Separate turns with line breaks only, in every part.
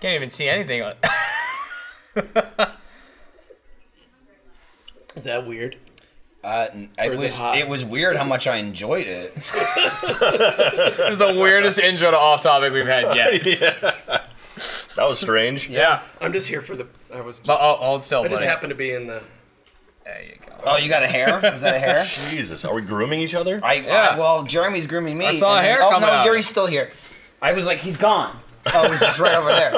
Can't even see anything. on-
Is that weird?
Uh, I
is it
was,
hot?
it was weird how much I enjoyed it.
This is the weirdest intro to off topic we've had yet.
That was strange.
Yeah.
I'm just here for the. I was.
But
Just,
I'll, I'll still.
I just
buddy.
happened to be in the.
There you go.
Oh, you got a hair? Is that a hair?
Jesus, are we grooming each other?
I,
Yeah.
I well, Jeremy's grooming me.
I saw a
and-
hair
oh,
coming
no,
out.
Yuri's still here. I was like, he's gone. Oh, he's just right over there.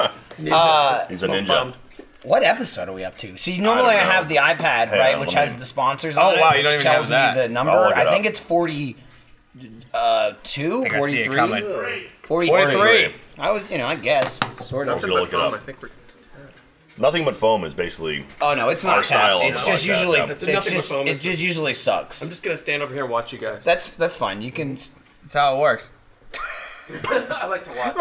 Uh,
He's a ninja.
bummed.
What episode are we up to? See, normally I,
know.
have the iPad,
Hey,
right,
I'm
which
gonna-
has the sponsors.
Oh,
on it,
wow, you
which
don't even
tells
have that.
me the number.
I'll look it
I think
up.
it's forty. Uh, two,
I see it
43?
coming.
43.
43.
I was, you know, I guess, sort
I was
of.
gonna look it
Um, I
up.
think we're.
Nothing but foam is basically.
Oh no, it's
Our
not
style
that.
is
It's
not
just
like that,
usually,
no.
It's
it's,
a nothing
just,
performance.
it just usually sucks.
I'm just gonna stand over here and watch you guys.
That's that's fine. You can s-
That's how it works.
I like to watch.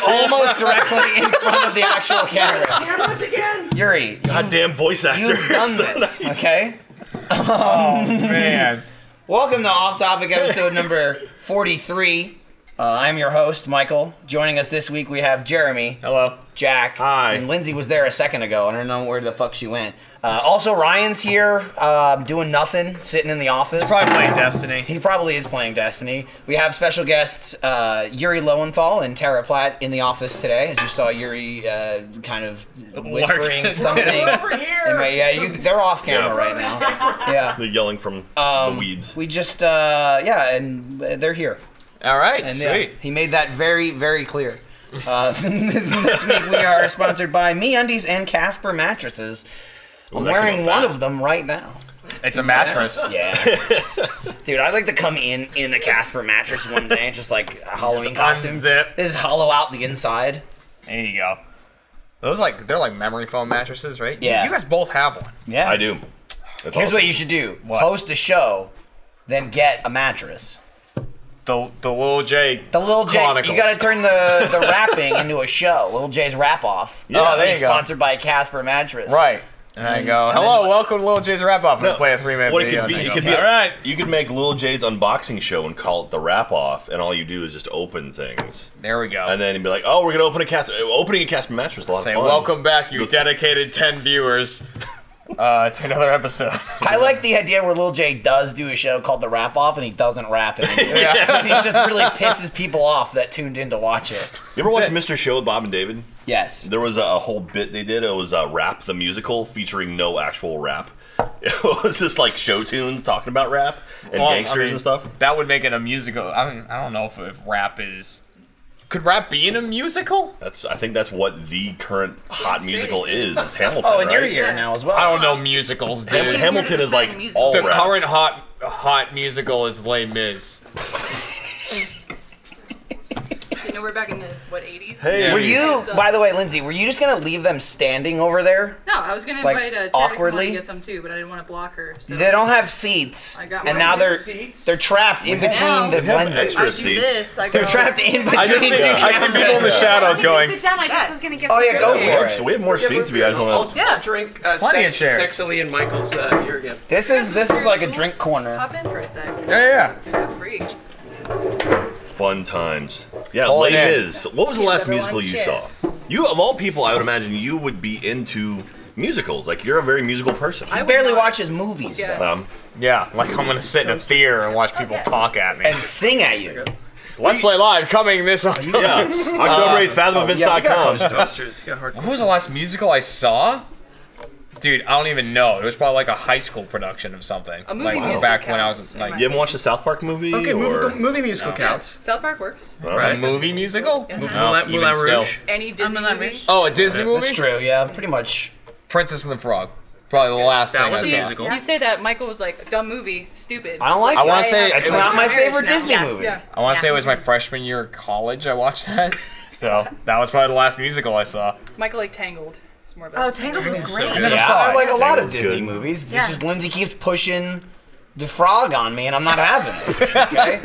almost directly in front of the actual camera.
Cameras again.
Yuri,
Goddamn voice actor.
you've done this, Oh, okay?
Oh, Man.
Welcome to Off Topic episode number 43. Uh, I'm your host, Michael. Joining us this week, we have Jeremy,
Hello.
Jack,
Hi.
and Lindsay was there a second ago. I don't know where the fuck she went. Uh, also, Ryan's here um, doing nothing, sitting in the office.
Probably playing Destiny.
He probably is playing Destiny. We have special guests uh, Yuri Lowenthal and Tara Platt in the office today. As you saw, Yuri uh, kind of whispering
Larkin.
something.
Over here.
And my- yeah, you, they're off camera
Yeah.
right now. Yeah. Um,
They're yelling from the weeds.
We just, uh, yeah, and they're here.
All right.
And yeah,
sweet.
he made that very, very clear. Uh, this, this week we are sponsored by Me Undies and Casper mattresses. I'm
that came
wearing
up
one
fast.
of them right now.
It's a mattress.
Yeah. Dude, I'd like to come in in a Casper mattress one day, just like a Halloween
Just
costume.
unzip.
Just hollow out the inside.
There you go. Those like they're like memory foam mattresses, right? You-
Yeah.
You guys both have one.
Yeah.
I do. That's
Here's
awesome.
what you should do. Host a show, then get a mattress.
The the little J.
The Lil J,
Chronicles.
you gotta turn the, the rapping into a show. Lil J's Rap Off.
Yeah,
It's
there you
being
go.
Sponsored by Casper Mattress. Mm-hmm.
Right. And I go,
then
hello,
what-
welcome to Little J's Wrap Off. And
No,
I play a three minute
What it
video.
could be,
and I
you
go,
could be
all right.
You could make Lil J's unboxing show and call it the wrap off, and all you do is just open things,
There we go.
and then you'd be like, "Oh, we're gonna open a cast. Opening a cast mattress is a lot
Say,
of fun."
welcome back, you dedicated 10 viewers, uh, to another episode.
I like the idea where Lil J does do a show called The Rap Off and he doesn't rap it.
Yeah.
he just really pisses people off that tuned in to watch it.
You ever watch
it.
Mr. Show with Bob and David?
Yes.
There was a, a whole bit they did. It was uh, rap the musical featuring no actual rap. It was just like show tunes talking about rap and
Well, I
gangsters
mean,
and stuff.
That would make it a musical. I, mean, I don't know if, if rap is. Could rap be in a musical?
That's I think that's what the current hot musical is. Is Hamilton?
Oh, and
right?
you're here now as well.
I don't know musicals,
Hamilton,
dude.
Hamilton is like
Musical.
all
The
rap.
current hot hot musical is Les Mis.
You know, we're back in the what 80s.
Hey,
Yeah.
Were you, by the way, Lindsay, were you just gonna leave them standing over there?
No, I was gonna
Like,
invite uh, Tara
awkwardly?
to come on and get some too, but I didn't want to block her. So
They don't have seats,
I got
and
one.
now they're
Seats?
they're trapped in between
Now-
the
We
have
lenses.
I
extra-
do
seats.
this. I go,
They're trapped in between.
I just see,
two
I see people in the
cameras.
shadows
You can
going.
Sit down. I just
Yes.
was gonna get.
Oh
some
yeah, go
food.
for
We have,
it.
we have more seats if you guys want
I'll
to.
Yeah.
drink uh,
Plenty of
sex,
chairs.
sexily in Michael's uh, ear again.
This is this is like a drink corner.
Hop in for a sec.
Yeah, yeah.
You're free.
Fun times. Yeah,
All
Les
in.
Mis. What was the last
everyone.
musical you saw?
Cheers.
You of all people, I would imagine you would be into musicals. Like you're a very musical person.
I would
Barely
not-
watches movies
Yeah.
though.
Um,
Yeah, like I'm gonna sit in a theater and watch people talk at me.
and sing at you. Um,
Let's play live coming this October. Uh,
yeah, October 8th,
yeah, we gotta
fathomevents.com.
Toasters. Yeah, hard.
What was the last musical I saw? Dude, I don't even know. It was probably like a high school production of something.
A movie
like
musical
back when I was
counts
like
in
You haven't watched the South Park movie?
Okay,
or...
movie, movie musical counts.
South Park works.
All
a
right.
movie musical. No,
Moulin,
even
Moulin
still.
Rouge.
Any Disney
Moulin
movie?
Rouge.
Oh, a Disney movie.
That's true. Yeah, pretty much.
Princess and the Frog. Probably the last
That
thing
was
I
a
saw.
musical.
You say that Michael was like dumb movie, stupid.
I don't like.
I
it.
want to say
have-
It's
it was,
not my
Marriage
favorite
now.
Disney
Yeah.
movie.
Yeah.
I want to say it was my freshman year of college. I watched that. So that was probably the last musical I saw.
Michael like Tangled. It's more about.
Oh, Tangled was great.
good.
Yeah,
saw
I
it.
like a lot of
was
Disney
good.
movies. It's
Yeah.
just Lindsay keeps pushing the frog on me, and I'm not having it. Okay,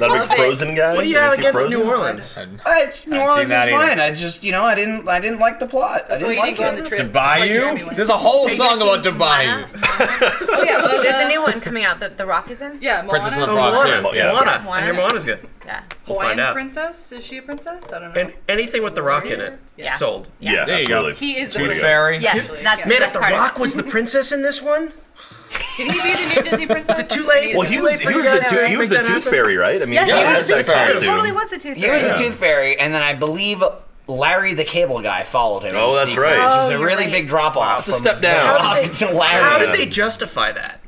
That big Frozen guy?
What do you
Did
have
see
against
Frozen?
New Orleans?
Uh, it's New Orleans is
that either.
fine. I just, you know, I didn't, I didn't like the plot. I
That's why
didn't
you didn't
like
go on the
it.
trip. Like Jeremy
Bayou?
went.
There's a whole song about the Bayou.
Oh yeah. well,
There's a
uh,
new one coming out that The Rock is in.
Yeah.
Princess and the
Moana.
Frog.
Moana.
too. Yeah.
Moana.
Moana.
I hear Moana's good.
Yeah.
Hawaiian
find out.
princess? Is she a princess? I don't know.
And anything with The Rock in it,
Yeah.
sold.
Yeah,
There you go.
absolutely.
he is the
Tooth
princess.
Fairy.
Yes,
Yeah.
that's
Man, if
that's
The
part of
Rock
it.
was the princess in this one,
Can he be the new Disney princess?
it too late?
Well, he was,
Too
he
late
was
for
the,
that
tooth,
to
he was
make
the
that
tooth
happen?
fairy, right? I mean,
Yeah, he
yeah,
was
that's
the tooth fairy.
actually
He
a
totally
dude.
was the tooth
He was
fairy.
a tooth fairy, and then I believe Larry the Cable Guy followed him. in
Oh,
the
that's
sequel,
right.
Which is
Oh,
a
you're
really
right.
big drop off.
It's a step down.
How did they, Larry.
How did they justify that?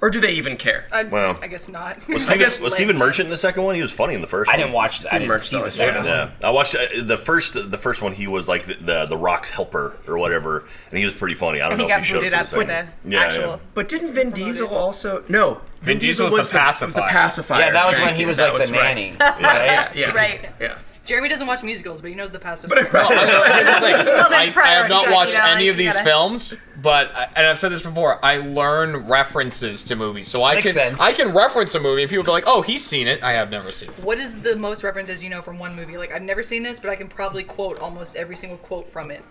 Or do they even care?
I,
Wow.
I guess not.
Was Steven,
Less
was Steven
than-
Merchant in the second one? He was funny in the first.
I
one.
didn't watch that. I didn't
Merchant
see the
Star, yeah.
second one.
Yeah, I watched uh, the first. The first one he was like the the, the Rock's helper or whatever, and he was pretty funny. I don't
And he
know if
got
he showed
booted
up
out
for
to
the
the
second. yeah,
actual.
But didn't Vin Diesel also? No,
Vin Diesel was the pacifier.
pacifier.
Yeah, that was
Thank
when he
you.
was
That
like the
right.
nanny.
Yeah, yeah,
Right.
Yeah.
Jeremy doesn't watch musicals, but he knows the past.
Here's the thing.
Well, there's
I, I have not
priorities, you
watched
know,
any
like,
of these
you gotta-
films, but I- and I've said this before. I learn references to movies, so I
Makes
can
sense.
I can reference a movie, and people be like, "Oh, he's seen it. I have never seen it."
What is the most references you know from one movie? Like I've never seen this, but I can probably quote almost every single quote from it.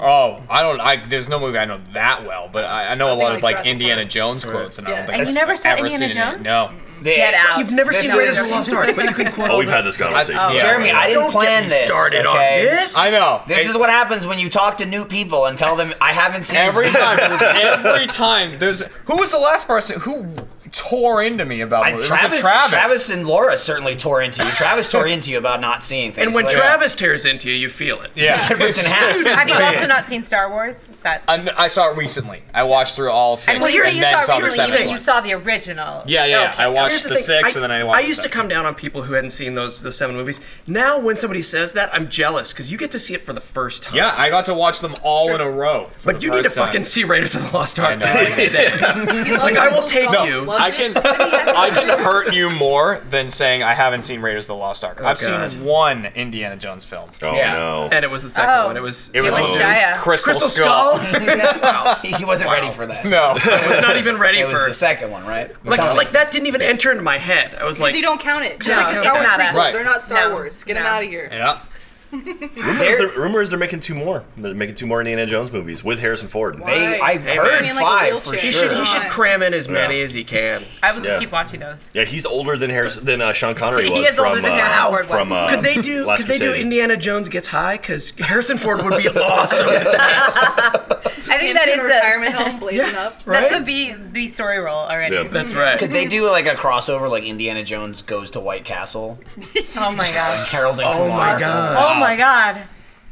Oh, I don't. I there's no movie I know that well, but I, I know
I
a
was
lot
thinking
of
like
like
Jurassic
Indiana
Park.
Jones quotes, and I
Yeah.
don't think
And
I've
you never saw
ever
Indiana
seen any-
Jones?
No.
They-
Get out.
You've never
This
seen
is-
Raiders of the Lost Ark, but you can quote.
Oh, we've had this conversation.
Oh.
Jeremy, I didn't
Don't get
plan
me
this.
started on
okay?
this.
I know.
This
It-
is what happens when you talk to new people and tell them I haven't seen
every
this
time.
movie."
every time. There's who was the last person who tore into me about
I-
movies? It was
Travis, Travis, and Laura certainly tore into you. Travis tore into you about not seeing things.
And when
but-
Travis tears into you, you feel it.
yeah,
ripped in half.
Have you also not seen Star Wars? Is that?
I, I saw it recently. I watched through all six.
And when you
and
say you
then
saw
saw
it
the
recently, you
seventh
mean
one.
you saw the original.
Yeah, yeah, yeah.
Okay.
I watched
Here's
the, six, and then I watched.
used to
the
come down on people who hadn't seen those the seven movies. Now, when somebody says that, I'm jealous because you get to see it for the first time.
Yeah, I got to watch them all in a row. for
but
the
you need to
first time.
fucking see Raiders of the Lost
I
Ark
know, I
today. like, I will take you.
I can, I can hurt you more than saying I haven't seen Raiders of the Lost Ark. I've
Oh, God.
seen one Indiana Jones film.
Oh
Yeah.
no.
And it was the second
Oh.
one. It was
It was
was
a
Shia.
Crystal,
Crystal Skull. Wow.
he wasn't ready for that.
No,
I was not even ready
It was
for
the second one, right?
like like that didn't even enter into my head. I was like,
you don't count it. Just
No,
like the
it's
Star Wars
not a-
prequels,
Right.
they're not Star
No.
Wars. Get them
No.
out of here.
yeah.
rumor, is they're, rumor is they're making two more. They're making two more Indiana Jones movies with Harrison Ford.
They, I
Right.
heard
man.
five for
He
he
sure.
should he should cram in as many
Yeah.
as he can.
I will just
Yeah.
keep watching those.
Yeah, he's older than Harrison than uh, Sean Connery
He
was.
is
from,
older than
uh,
Harrison Ford was.
From, uh,
Could they do?
Last
could they do
Crusade.
Indiana Jones gets high? Because Harrison Ford would be awesome. with that,
I think that is the
retirement home blazing up.
right?
That's the B B story role already.
Yeah.
That's right.
Could they do like a crossover, like Indiana Jones goes to White Castle?
Oh my gosh.
Harold and
Oh my
Kumar.
God.
Oh my god.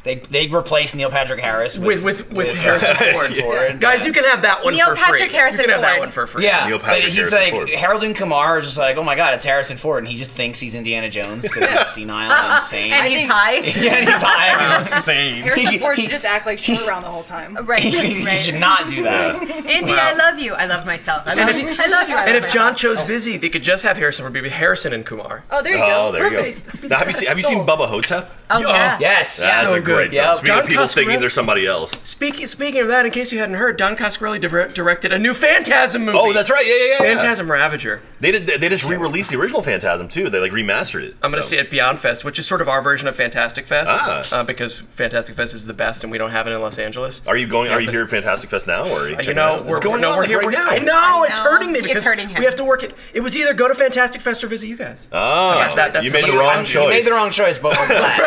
They they replace Neil Patrick Harris with
With with with Harrison Ford.
Ford.
Guys, you can have that one
Neil
for
Patrick
free.
Harrison
you can have that
Ford.
one for free.
Yeah,
Neil
but
Patrick
he's
Harrison
like
Ford.
Harold and Kumar is just like, oh my god, it's Harrison Ford, and he just thinks he's Indiana Jones because he's senile and insane.
And he's high.
yeah, and he's high.
Same.
Harrison
He-
Ford
he-
should just act like short round the whole time.
Right.
he
right.
should not do that.
Indy, I love you. I love myself. I love you. I love you. I love
And if John
myself.
chose busy, they could just have Harrison Ford be Harrison and Kumar.
Oh, there you go.
Oh, there you
Perfect.
go. Now, have you seen Have you seen Bubba Hotep?
Oh yeah.
Yes.
That's
So
a
good.
great film.
Yeah.
Speaking
John
of people thinking
Coscarelli-
they're somebody else.
Speaking speaking of that, in case you hadn't heard, Don Coscarelli dir- directed a new Phantasm movie.
Oh, that's right. Yeah, yeah, yeah. yeah.
Phantasm Ravager.
They did. They just re-released the original Phantasm too. They like remastered it.
I'm going to
so.
see it at Beyond Fest, which is sort of our version of Fantastic Fest,
Ah.
uh, because Fantastic Fest is the best, and we don't have it in Los Angeles.
Are you going? Are you
Fest.
here at Fantastic Fest now, or
Uh,
are you,
you
checking it
know,
out?
we're
What's going
no,
on
we're
like,
here
right
we're-
now?
I know it's
know.
hurting me
It's
because
hurting him.
we have to work it. It was either go to Fantastic Fest or visit you guys.
Ah,
Oh, that- that's
you made the
amazing.
wrong
I'm- you
choice.
You made the wrong choice, but we're glad.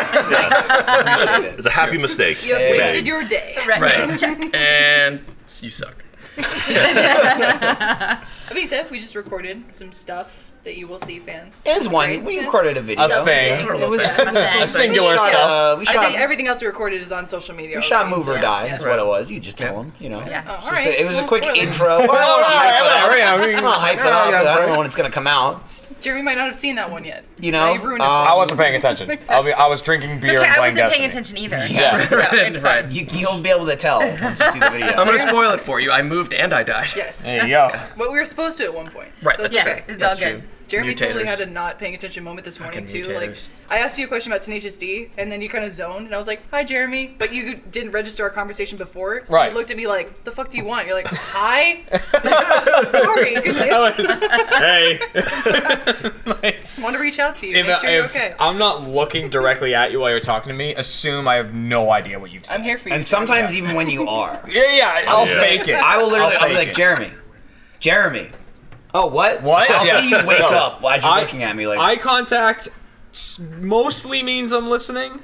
Appreciate it.
It's a happy mistake.
You have
Hey.
wasted your day.
Right.
Right. Uh,
Check.
and you suck.
That being said, we just recorded some stuff that you will see, fans.
It was one.
Great.
We recorded a video.
A thing.
It was-
A singular
Shut
stuff.
Uh, we
I
shot.
think everything else we recorded is on social media.
we shot
already,
move or
so-
die.
yeah.
Is what it was. You just tell them. You know.
Yeah.
Oh,
It's
all
just
right.
a- it was a
Well,
quick
spoilers.
intro. Well, I
whatever, yeah, we-
don't want to hype it up. I don't wanna hype it up, but I don't know when it's gonna come out.
Jeremy might not have seen that one yet.
You know,
you ruined it.
um,
for
Uh, I wasn't paying attention. I'll be, I was drinking beer
It's okay,
and
I
playing
wasn't
Destiny.
paying attention either.
Yeah.
Yeah, it's fine.
right.
You, you'll be able to tell once you see the video.
I'm going to spoil it for you. I moved and I died.
Yes.
There you go.
What we were supposed to at one point.
Right,
So it's
that's
okay.
It's all
That's
good.
true.
Jeremy totally
Mutators.
had a not paying attention moment this morning
Fucking
too. Like
mutators.
I asked you a question about Tenacious D, and then you kind of zoned, and I was like, "Hi, Jeremy," but you didn't register our conversation before, so
Right.
you looked at me like, "The fuck do you want?" You're like, "Hi." It's like, Sorry, goodness.
Hey,
Just want to reach out to you,
If,
make sure you're
if
okay.
I'm not looking directly at you while you're talking to me, assume I have no idea what you've said.
I'm here for you.
and
Jeremy.
sometimes even when you are,
Yeah, yeah. I'll
Yeah.
fake it.
I will literally. I'll, be
fake
like,
it.
Jeremy, Jeremy. Oh, what?
What?
I'll
Yeah.
see you wake
No.
up. Why'd you
I-
looking at me like?
Eye contact s- mostly means I'm listening.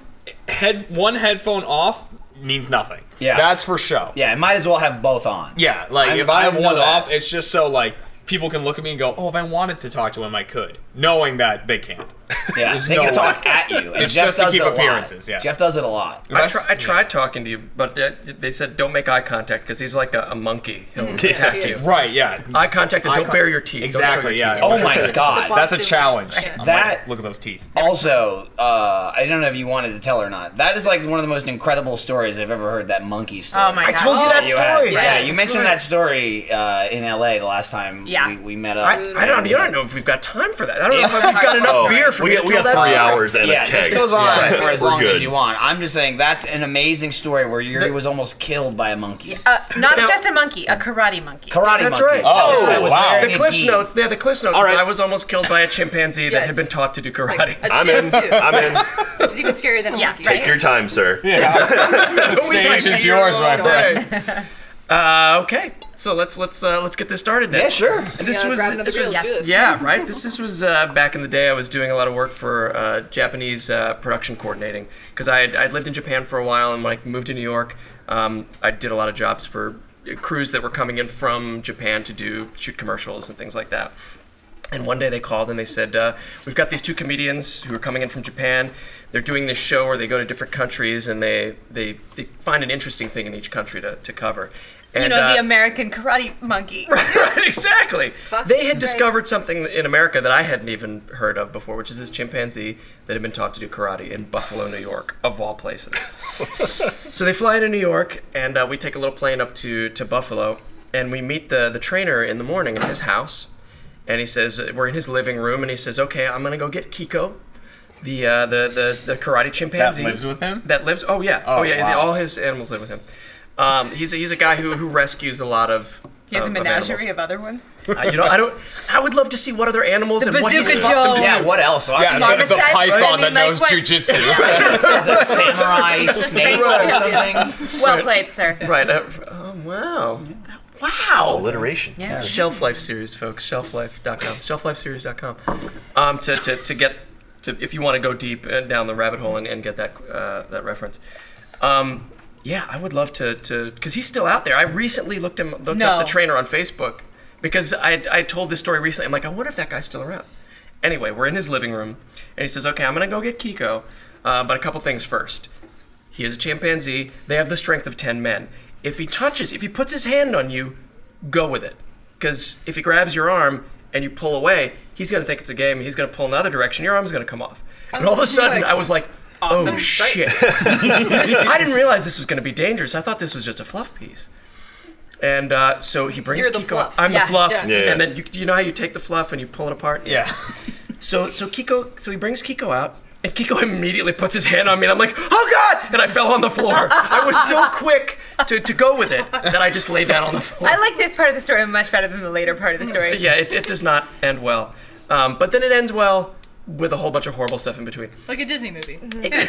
Head one headphone off means nothing.
Yeah.
that's for show.
Yeah, I might as well have both on.
Yeah, like
I-
if I
I
have
know
one
that.
off, it's just so like people can look at me and go, "Oh, if I wanted to talk to him, I could," knowing that they can't.
Yeah,
There's
they
no
can
way.
talk at you. And
It's
Jeff
just to
does
keep
it a lot.
appearances, yeah.
Jeff does it a lot.
I,
Unless-
try, I tried talking to you, but uh, they said don't make eye contact because he's like a, a monkey. He'll attack you.
Right? Yeah.
Eye contact and
Eye
don't
con-
bare your teeth.
Exactly.
Don't show your
Yeah.
teeth.
Oh my god.
box-
That's a
Boston-
challenge.
Yeah.
I'm
That-
like, look at those teeth.
Also, uh, I don't know if you wanted to tell or not. That is like one of the most incredible stories I've ever heard. That monkey story.
Oh my
I
god.
told you that
had-
story.
yeah,
Right.
you mentioned that story uh, in L.A. the last time
Yeah.
we, we met up.
I, I don't. You don't know if we've got time for that. I don't know if we've got enough beer for
we
me
got,
to
we
tell
got
that
three
story.
hours and
yeah,
a keg.
this goes on
Yeah.
for as
We're
long
good.
as you want. I'm just saying that's an amazing story where Yuri was almost killed by a monkey.
Uh, not
Now-
just a monkey, a karate monkey.
Karate
That's
monkey.
right.
That was- that was
wow.
wearing
The
a
Cliff's
gi.
notes. Yeah, the Cliff's notes.
Oh, All
is
right.
I was almost killed by a chimpanzee that had
Yes.
been taught to do karate.
A
I'm
chimp
in.
too,
I'm in.
which is even scarier than a
Yeah,
monkey.
right.
Take your time, sir.
The stage is yours, my friend.
Right. uh, okay, so let's let's uh, let's get this started then.
Yeah, sure.
And this
Yeah,
was
grab another
this
beer,
was
let's do this.
yeah right. This this was uh, back in the day. I was doing a lot of work for uh, Japanese uh, production coordinating because I had I'd lived in Japan for a while and when I moved to New York, um, I did a lot of jobs for uh, crews that were coming in from Japan to do shoot commercials and things like that. And one day they called and they said, uh, "We've got these two comedians who are coming in from Japan. They're doing this show where they go to different countries and they they, they find an interesting thing in each country to, to cover." And,
You know,
uh,
the American karate monkey.
right, exactly.
Classic.
They had discovered something in America that I hadn't even heard of before, which is this chimpanzee that had been taught to do karate in Buffalo, New York, of all places. so they fly into New York, and uh, we take a little plane up to, to Buffalo, and we meet the, the trainer in the morning in his house. And he says, uh, We're in his living room, and he says, Okay, I'm going to go get Kiko. The, uh, the, the the karate chimpanzee
lives with him?
that lives oh yeah oh,
Oh,
yeah
wow.
all his animals live with him um, he's, a, he's a guy who, who rescues a lot of
He has a
of- of
menagerie
animals.
of other ones.
I, Uh, you know, I don't. I would love to see what other animals and what he's
Bazooka
taught
Joe.
them to
Yeah, what else?
Yeah,
I
there's the
Barbicide, I
python
mean,
that knows
like, what-
jujitsu.
there's a samurai snake
snake
or
yeah.
something.
Well played, sir.
do. Right. Uh, oh wow. Wow.
Alliteration.
Yeah.
Shelf life series, folks. Shelflife.com. Shelflifeseries.com. Um, to, to, to get to if you want to go deep uh, down the rabbit hole and, and get that uh, that reference. Um, yeah, I would love to to because he's still out there. I recently looked him looked
No.
up the trainer on Facebook because I I told this story recently. I'm like, I wonder if that guy's still around. Anyway, we're in his living room, and he says, "Okay, I'm gonna go get Kiko, uh, but a couple things first. He is a chimpanzee. They have the strength of ten men. If he touches, if he puts his hand on you, go with it. Because if he grabs your arm and you pull away, he's gonna think it's a game. and He's gonna pull in the other direction. Your arm's gonna come off. And all of a sudden, I was like,
Oh, Awesome.
"Oh
Right.
shit!" I didn't realize this was gonna be dangerous. I thought this was just a fluff piece. And uh, so he brings
You're the
Kiko.
fluff.
I'm
Yeah.
the fluff,
Yeah.
Yeah.
and then you, you know how you take the fluff and you pull it apart.
yeah.
So so Kiko so he brings Kiko out and Kiko immediately puts his hand on me and I'm like, "Oh god!" and I fell on the floor. I was so quick to, to go with it that I just lay down on the floor.
I like this part of the story much better than the later part of the story.
yeah, it, it does not end well. Um, but then it ends well with a whole bunch of horrible stuff in between.
Like a Disney movie.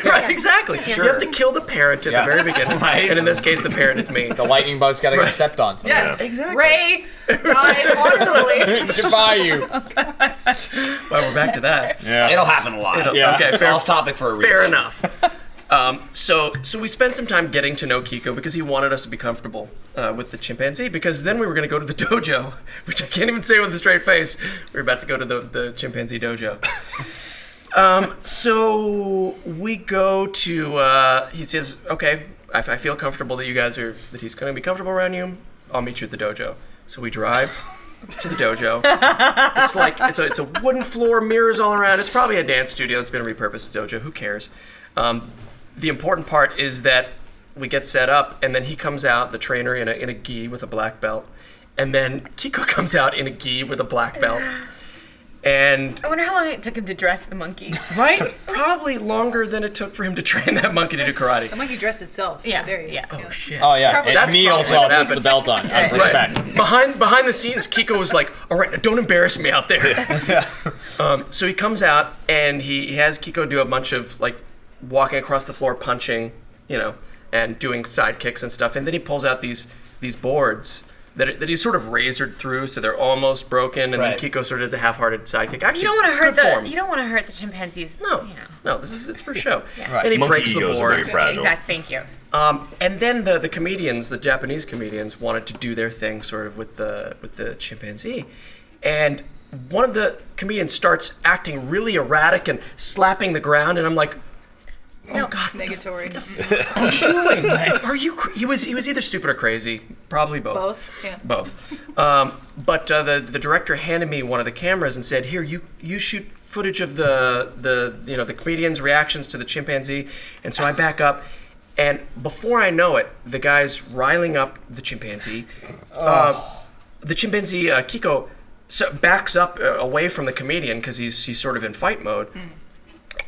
Right, exactly. You have to kill the parent at
Yeah.
the very beginning.
Right.
And in this case the parent is me.
The lightning bug's gotta get stepped on. Sometime.
Yeah.
Exactly.
Ray died horribly.
Goodbye, you.
Well, we're back to that.
It'll happen a lot.
It'll-
Yeah.
Okay,
It's
fair,
off topic for a reason.
fair enough. Um, so, so we spent some time getting to know Kiko because he wanted us to be comfortable uh, with the chimpanzee. Because then we were going to go to the dojo, which I can't even say with a straight face. We were about to go to the, the chimpanzee dojo. um, so we go to. Uh, he says, "Okay, I, I feel comfortable that you guys are that he's going to be comfortable around you. I'll meet you at the dojo." So we drive to the dojo. It's like it's a it's a wooden floor, mirrors all around. It's probably a dance studio. It's been repurposed dojo. Who cares? Um, the important part is that we get set up, and then he comes out, the trainer in a in a gi with a black belt, and then Kiko comes out in a gi with a black belt, and
I wonder how long it took him to dress the monkey.
right, probably longer than it took for him to train that monkey to do karate.
The monkey dressed itself.
Yeah,
There you
yeah.
go.
Oh shit.
Oh yeah,
Probably-
it
That's
kneels
probably
while
what
it puts the
happened.
belt on. Out of
Right.
respect.
Behind behind the scenes, Kiko was like, "All right, now don't embarrass me out there." um, so he comes out and he, he has Kiko do a bunch of like walking across the floor, punching, you know, and doing side kicks and stuff. And then he pulls out these these boards that, it, that he's sort of razored through, so they're almost broken, and
Right.
then Kiko sort of does a half-hearted sidekick. Actually,
You don't want to hurt
good
the.
form.
You don't want to hurt the chimpanzees.
No,
You know.
no, this is it's for show.
Yeah.
And he
Monkey
breaks the
egos are very
board.
fragile.
Exact. Thank you.
Um, and then the, the comedians, the Japanese comedians, wanted to do their thing sort of with the with the chimpanzee, and one of the comedians starts acting really erratic and slapping the ground, and I'm like,
no.
Oh, God,
Negatory.
doing? Are you? Cr-? He was. He was either stupid or crazy. Probably both.
Both, yeah.
Both. Um, but uh, the the director handed me one of the cameras and said, "Here, you you shoot footage of the the you know the comedian's reactions to the chimpanzee." And so I back up. And before I know it, the guy's riling up the chimpanzee. Uh, the chimpanzee uh, Kiko so backs up uh, away from the comedian because he's he's sort of in fight mode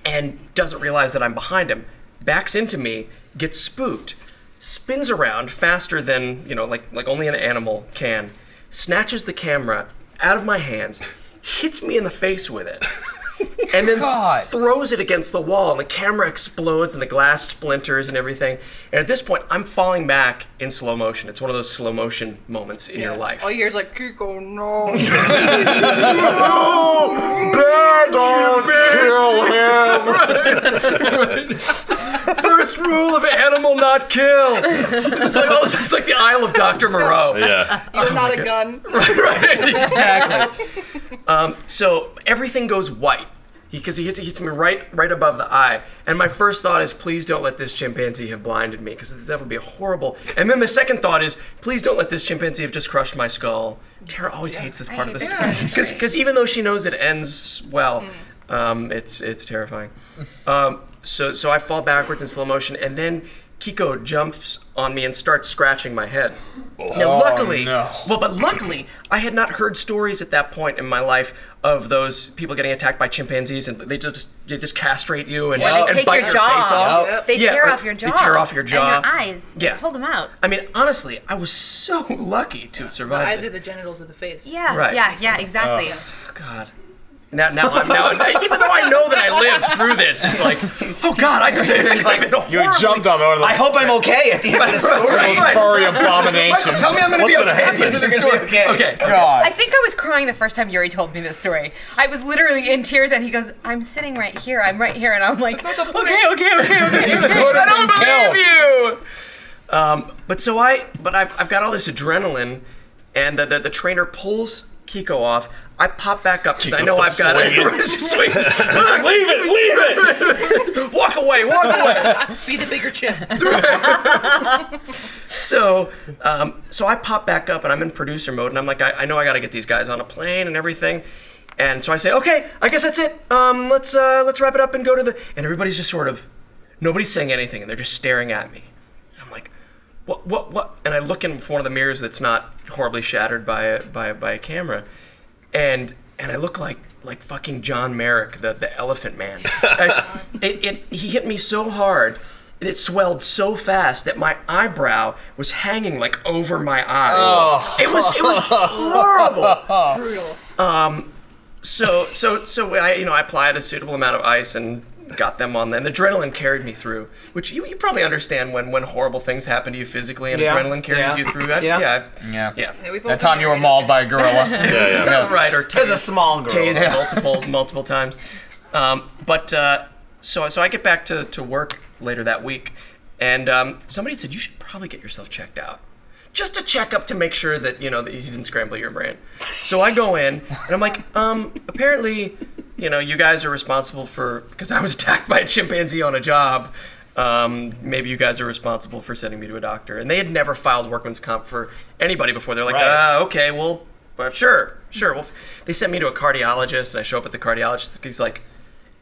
and doesn't realize that I'm behind him, backs into me, gets spooked, spins around faster than, you know, like like only an animal can, snatches the camera out of my hands, hits me in the face with it. And then throws it against the wall, and the camera explodes, and the glass splinters, and everything. And at this point, I'm falling back in slow motion. It's one of those slow motion moments in your life.
All you hear is like, Kiko, no.
Oh, First rule of animal not kill. It's like, all- it's like the Isle of Dr. Moreau.
Yeah.
You're not a gun.
right, Oh exactly. um, so everything goes white because he, hits, he hits me right right above the eye, and my first thought is, please don't let this chimpanzee have blinded me because that would be horrible. And then the second thought is, please don't let this chimpanzee have just crushed my skull. Tara always hates this
I
part of the
hate
story
that. Yeah,
because
sorry.
even though she knows it ends well, um, it's it's terrifying. Um, so so I fall backwards in slow motion, and then. Kiko jumps on me and starts scratching my head. Now, luckily,
no.
well, but luckily, I had not heard stories at that point in my life of those people getting attacked by chimpanzees, and they just they just castrate you and,
Or they
and
Take
bite
your
your
jaw
face off.
They
Yeah,
tear
or
off your
they
jaw.
tear off your jaw.
And your eyes.
Yeah.
Pull them out.
I mean, honestly, I was so lucky to survive.
Eyes
that.
are the genitals of the face.
Yeah.
Right.
Yeah. Yeah. Exactly.
Oh, God. Now, now, I'm, now, even though I know that I lived through this, it's like, oh God, I could have. It's like,
You jumped up over the
I hope I'm okay at the end of the story.
those
Right.
furry abominations.
Tell me I'm going to be okay at the end of the
You're gonna
story.
be okay.
Okay.
I
God.
think I was crying the first time Yuri told me this story. I was literally in tears, and he goes, "I'm sitting right here. I'm right here," and I'm like, "Okay, okay, okay, okay." okay.
could
I
have
don't
been
believe
killed.
you. Um, but so I, but I've, I've got all this adrenaline, and the, the, the trainer pulls Kiko off. I pop back up because I
Kiko's
know
still
I've got to
swinging.
swing.
leave it. Leave it.
walk away, walk away.
Be the bigger chip.
So, um, so I pop back up and I'm in producer mode, and I'm like, I, I know I got to get these guys on a plane and everything. And so I say, okay, I guess that's it. Um, let's uh, let's wrap it up and go to the. And everybody's just sort of, nobody's saying anything, and they're just staring at me. And I'm like, what, what, what? And I look in one of the mirrors that's not horribly shattered by a, by a, by a camera, and and I look like like fucking John Merrick, the the Elephant Man. It's- it, it he hit me so hard. and It swelled so fast that my eyebrow was hanging like over my eye.
Oh.
It was it was horrible
Brutal.
Um, so so so I you know I applied a suitable amount of ice and got them on. And the adrenaline carried me through, which you, you probably understand when when horrible things happen to you physically and
Yeah.
adrenaline carries
Yeah.
you through. I, yeah.
Yeah.
Yeah.
Yeah.
Yeah, we've all
That
been
time you
there.
were mauled by a gorilla.
Yeah. Yeah.
Oh, Right or
As a small girl.
tased multiple multiple times. Um, but uh, so so I get back to, to work later that week, and um, somebody said you should probably get yourself checked out, just a checkup to make sure that you know that you didn't scramble your brain. So I go in and I'm like, um, apparently, you know, you guys are responsible for because I was attacked by a chimpanzee on a job. Um, maybe you guys are responsible for sending me to a doctor, and they had never filed workman's comp for anybody before. They're like,
Right.
uh, uh, okay, well, uh, sure, sure. Well, f- they sent me to a cardiologist, and I show up at the cardiologist. He's like,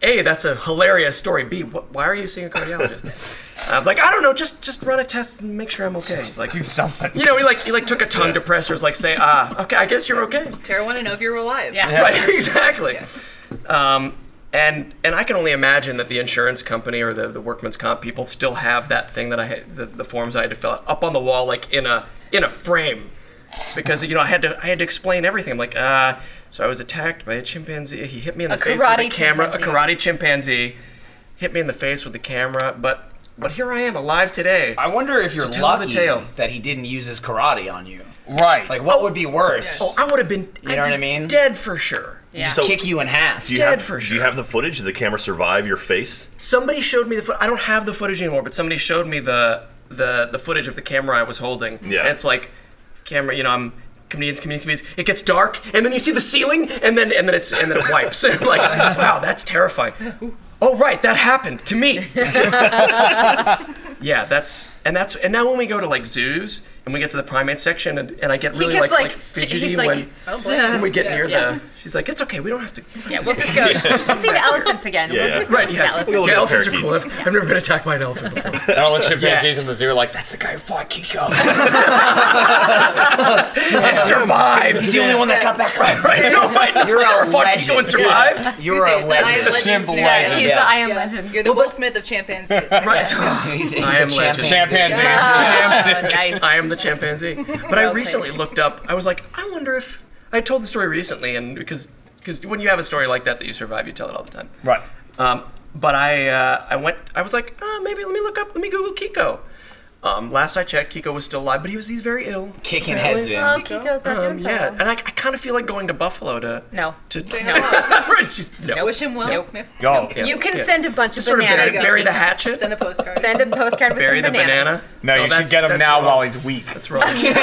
"A, that's a hilarious story. B, wh- why are you seeing a cardiologist?" I was like, "I don't know. Just just run a test and make sure I'm okay." He's like,
Do something.
you know, he like he like took a tongue depressor. Was like, "Say ah, okay, I guess you're okay."
Tara want to know if you're alive. Yeah.
Right, exactly. Um, and and I can only imagine that the insurance company or the, the workman's comp people still have that thing that I had the, the forms I had to fill out up on the wall like in a in a frame because you know I had to I had to explain everything. I'm like, uh, so I was attacked by a chimpanzee. He hit me in the face with a
karate
camera, a
chimpanzee.
karate chimpanzee, hit me in the face with the camera, but But here I am, alive today.
I wonder if you're
To tell the
lucky
tale.
that he didn't use his karate on you.
Right.
Like, what would be worse?
oh, I would have been.
You know what I mean?
Dead for sure.
Yeah.
So-
Kick you in half.
Do you
Dead
have,
for
Do you
sure.
have the footage? Did the camera survive your face?
Somebody showed me the foot. I don't have the footage anymore, but somebody showed me the the the footage of the camera I was holding.
Yeah.
And it's like, camera. You know, I'm comedians, comedians, comedians. It gets dark, and then you see the ceiling, and then and then it's and then it wipes. And I'm like, wow, that's terrifying. Oh right, that happened to me. yeah, that's and that's and now when we go to like zoos and we get to the primate section and, and I get
he
really
gets
like, like
like, j-
fidgety
he's like,
when,
Oh boy.
when we get near
yeah.
the. She's like, it's okay, we don't have to.
yeah, we'll just go. We'll see the elephants again.
Yeah,
we'll
yeah.
just go
Right,
with
yeah.
the elephants.
We'll
Yeah,
get
elephants are cool.
parakeets.
I've, I've never been attacked by an elephant before.
and all the chimpanzees
Yeah.
in the zoo are like, that's the guy who fought Kiko.
He's
survived.
the only one that got back up.
Right? No, right? No,
You're a
fuck,
legend.
Kiko and survived.
You're
Say
a
it's an I am
legend.
legend
Simple
scenario.
legend.
He's
Yeah.
the I am
Yeah.
legend.
You're the Will Smith of chimpanzees.
Right.
He's, he's
I
a
am legend.
champion.
Chimpanzees.
nice.
I am the chimpanzee. But I
Well
recently
played.
looked up. I was like, I wonder if I told the story recently, and because because when you have a story like that that you survive, you tell it all the time.
Right.
Um, but I uh, I went. I was like, oh, maybe let me look up. Let me Google Kiko. Um, last I checked, Kiko was still alive, but he was he's very ill.
Kicking heads in.
Oh, Kiko's not doing
Um,
so
yeah,
well.
and I, I kind of feel like going to Buffalo to
No.
to
hello.
Right, it's just no.
Wish him well.
Nope.
Maybe.
Go.
Yeah,
You can
yeah.
send a bunch of
sort of bury,
bananas.
go.
bury the hatchet.
Send a postcard.
Send a postcard with
bury
some
the banana.
bananas.
No, you should
that's-
get him
that's
now
wrong.
while he's weak.
That's wrong.
You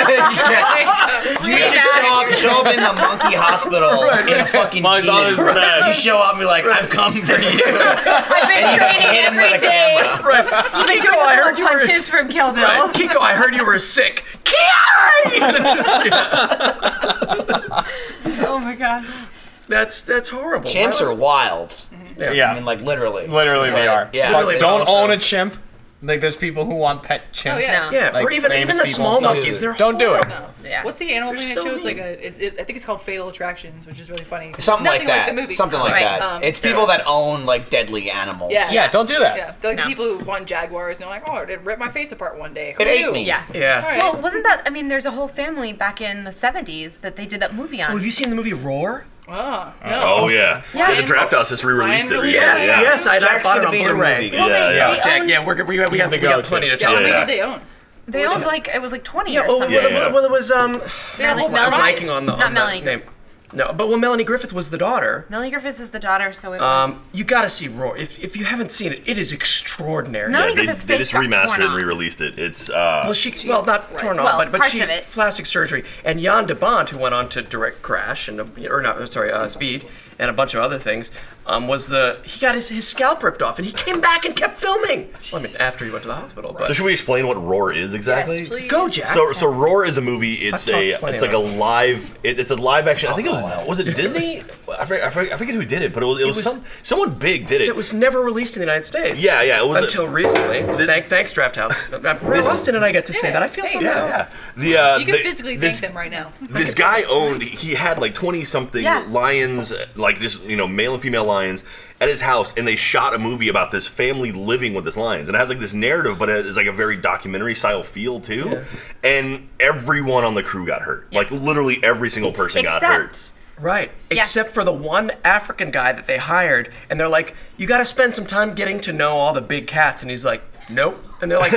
should show up, show up in the monkey hospital in a fucking
Mine's on his
beanie.
bed.
You show up and be like, I've come for you.
I've been training
Hit him with
every
a
day.
camera.
right.
I've been
Kiko,
doing
Oh, I heard
the
you were.
punches from Kill Bill.
Right. Kiko, I heard you were sick. Kiari! And it's just, yeah.
Oh my gosh.
That's that's horrible.
Chimps
Why
are
would-
wild.
Yeah.
I mean, like, literally.
Literally, they are.
Yeah.
Like,
Literally,
don't
it's-
own a chimp. Like, there's people who want pet chimps.
Oh, yeah.
No.
Yeah,
Like,
or even even
famous
the
people
small
and stuff.
monkeys. They're
Don't do it.
horrible.
Yeah.
What's the animal planet
so
show? It's like
mean.
a. It, it, I think it's called Fatal Attractions, which is really funny.
Something
Nothing
like that.
the movie.
Something like
Right.
that.
Um,
it's people that own, like, deadly animals.
Yeah.
Yeah, don't do that.
Yeah, they're like
No.
the people who want jaguars and they're like, oh, it ripped my face apart one day. Who
It ate
knew?
me.
Yeah.
Yeah.
All right.
Well, wasn't that? I mean, there's a whole family back in the 70s that they did that movie
Oh,
on.
have you seen the movie Roar?
Oh, no.
Oh yeah.
Yeah.
The draft house just re-released
Ryan
it recently.
released
Yes,
it.
yeah.
yes. I, I
Jack's
bought it
gonna
on
be in a
Blu-ray.
movie.
well, they,
yeah,
they
yeah.
Jack,
owned,
yeah, we're, we, got- we got,
the
we got
go-to.
plenty to
Yeah,
talk
how
about.
many
Yeah.
did they own?
they owned like it was like 20 or
Oh, well,
something.
yeah.
well, well, it was um.
Yeah,
Melanie-
I'm
hold on.
Melanie-
blanking on the on
Not
the
Melanie
name.
Griffith.
No, but well, Melanie Griffith was the daughter.
Melanie Griffiths is the daughter, so it was.
Um, you gotta see Roar. If, if you haven't seen it, it is extraordinary.
No.
Yeah,
Think of
they,
his
they
face
just
got torn
remastered and
off.
re-released it. It's uh,
Well, she well not
Christ.
torn off,
Well,
but but
parts
she
of it.
plastic surgery and Jan de Bont, who went on to direct Crash and a- or not sorry uh, Speed and a bunch of other things, um, was the he got his, his scalp ripped off and he came back and kept filming. Well, I mean after he went to the hospital, but
So should we explain what Roar is exactly?
Yes, please.
go Jack?
So, so Roar is a movie. It's
I've
a
talked plenty
it's like a
about Oh,
live. It, it's a live action. I think it was was it Disney? I forget, I forget, I forget who did it, but it was, it was,
was-
some someone big did it.
it was never released in the United States.
Yeah, yeah, it was a-
until recently. Thank, thanks, Draft House. Austin and I get to say
Yeah,
that. I feel so
thanks.
bad.
yeah. The uh,
You can
the-
physically
this,
thank them right now.
This guy owned. He had like twenty something
Yeah.
lions, like just you know male and female lions at his house, and they shot a movie about this family living with this lions, and it has like this narrative, but it's like a very documentary style feel too. And everyone on the crew got hurt. Like literally every single person got hurt.
Except
Right.
Yes.
Except for the one African guy that they hired, and they're like, "You got to spend some time getting to know all the big cats," and he's like, "Nope." And they're like,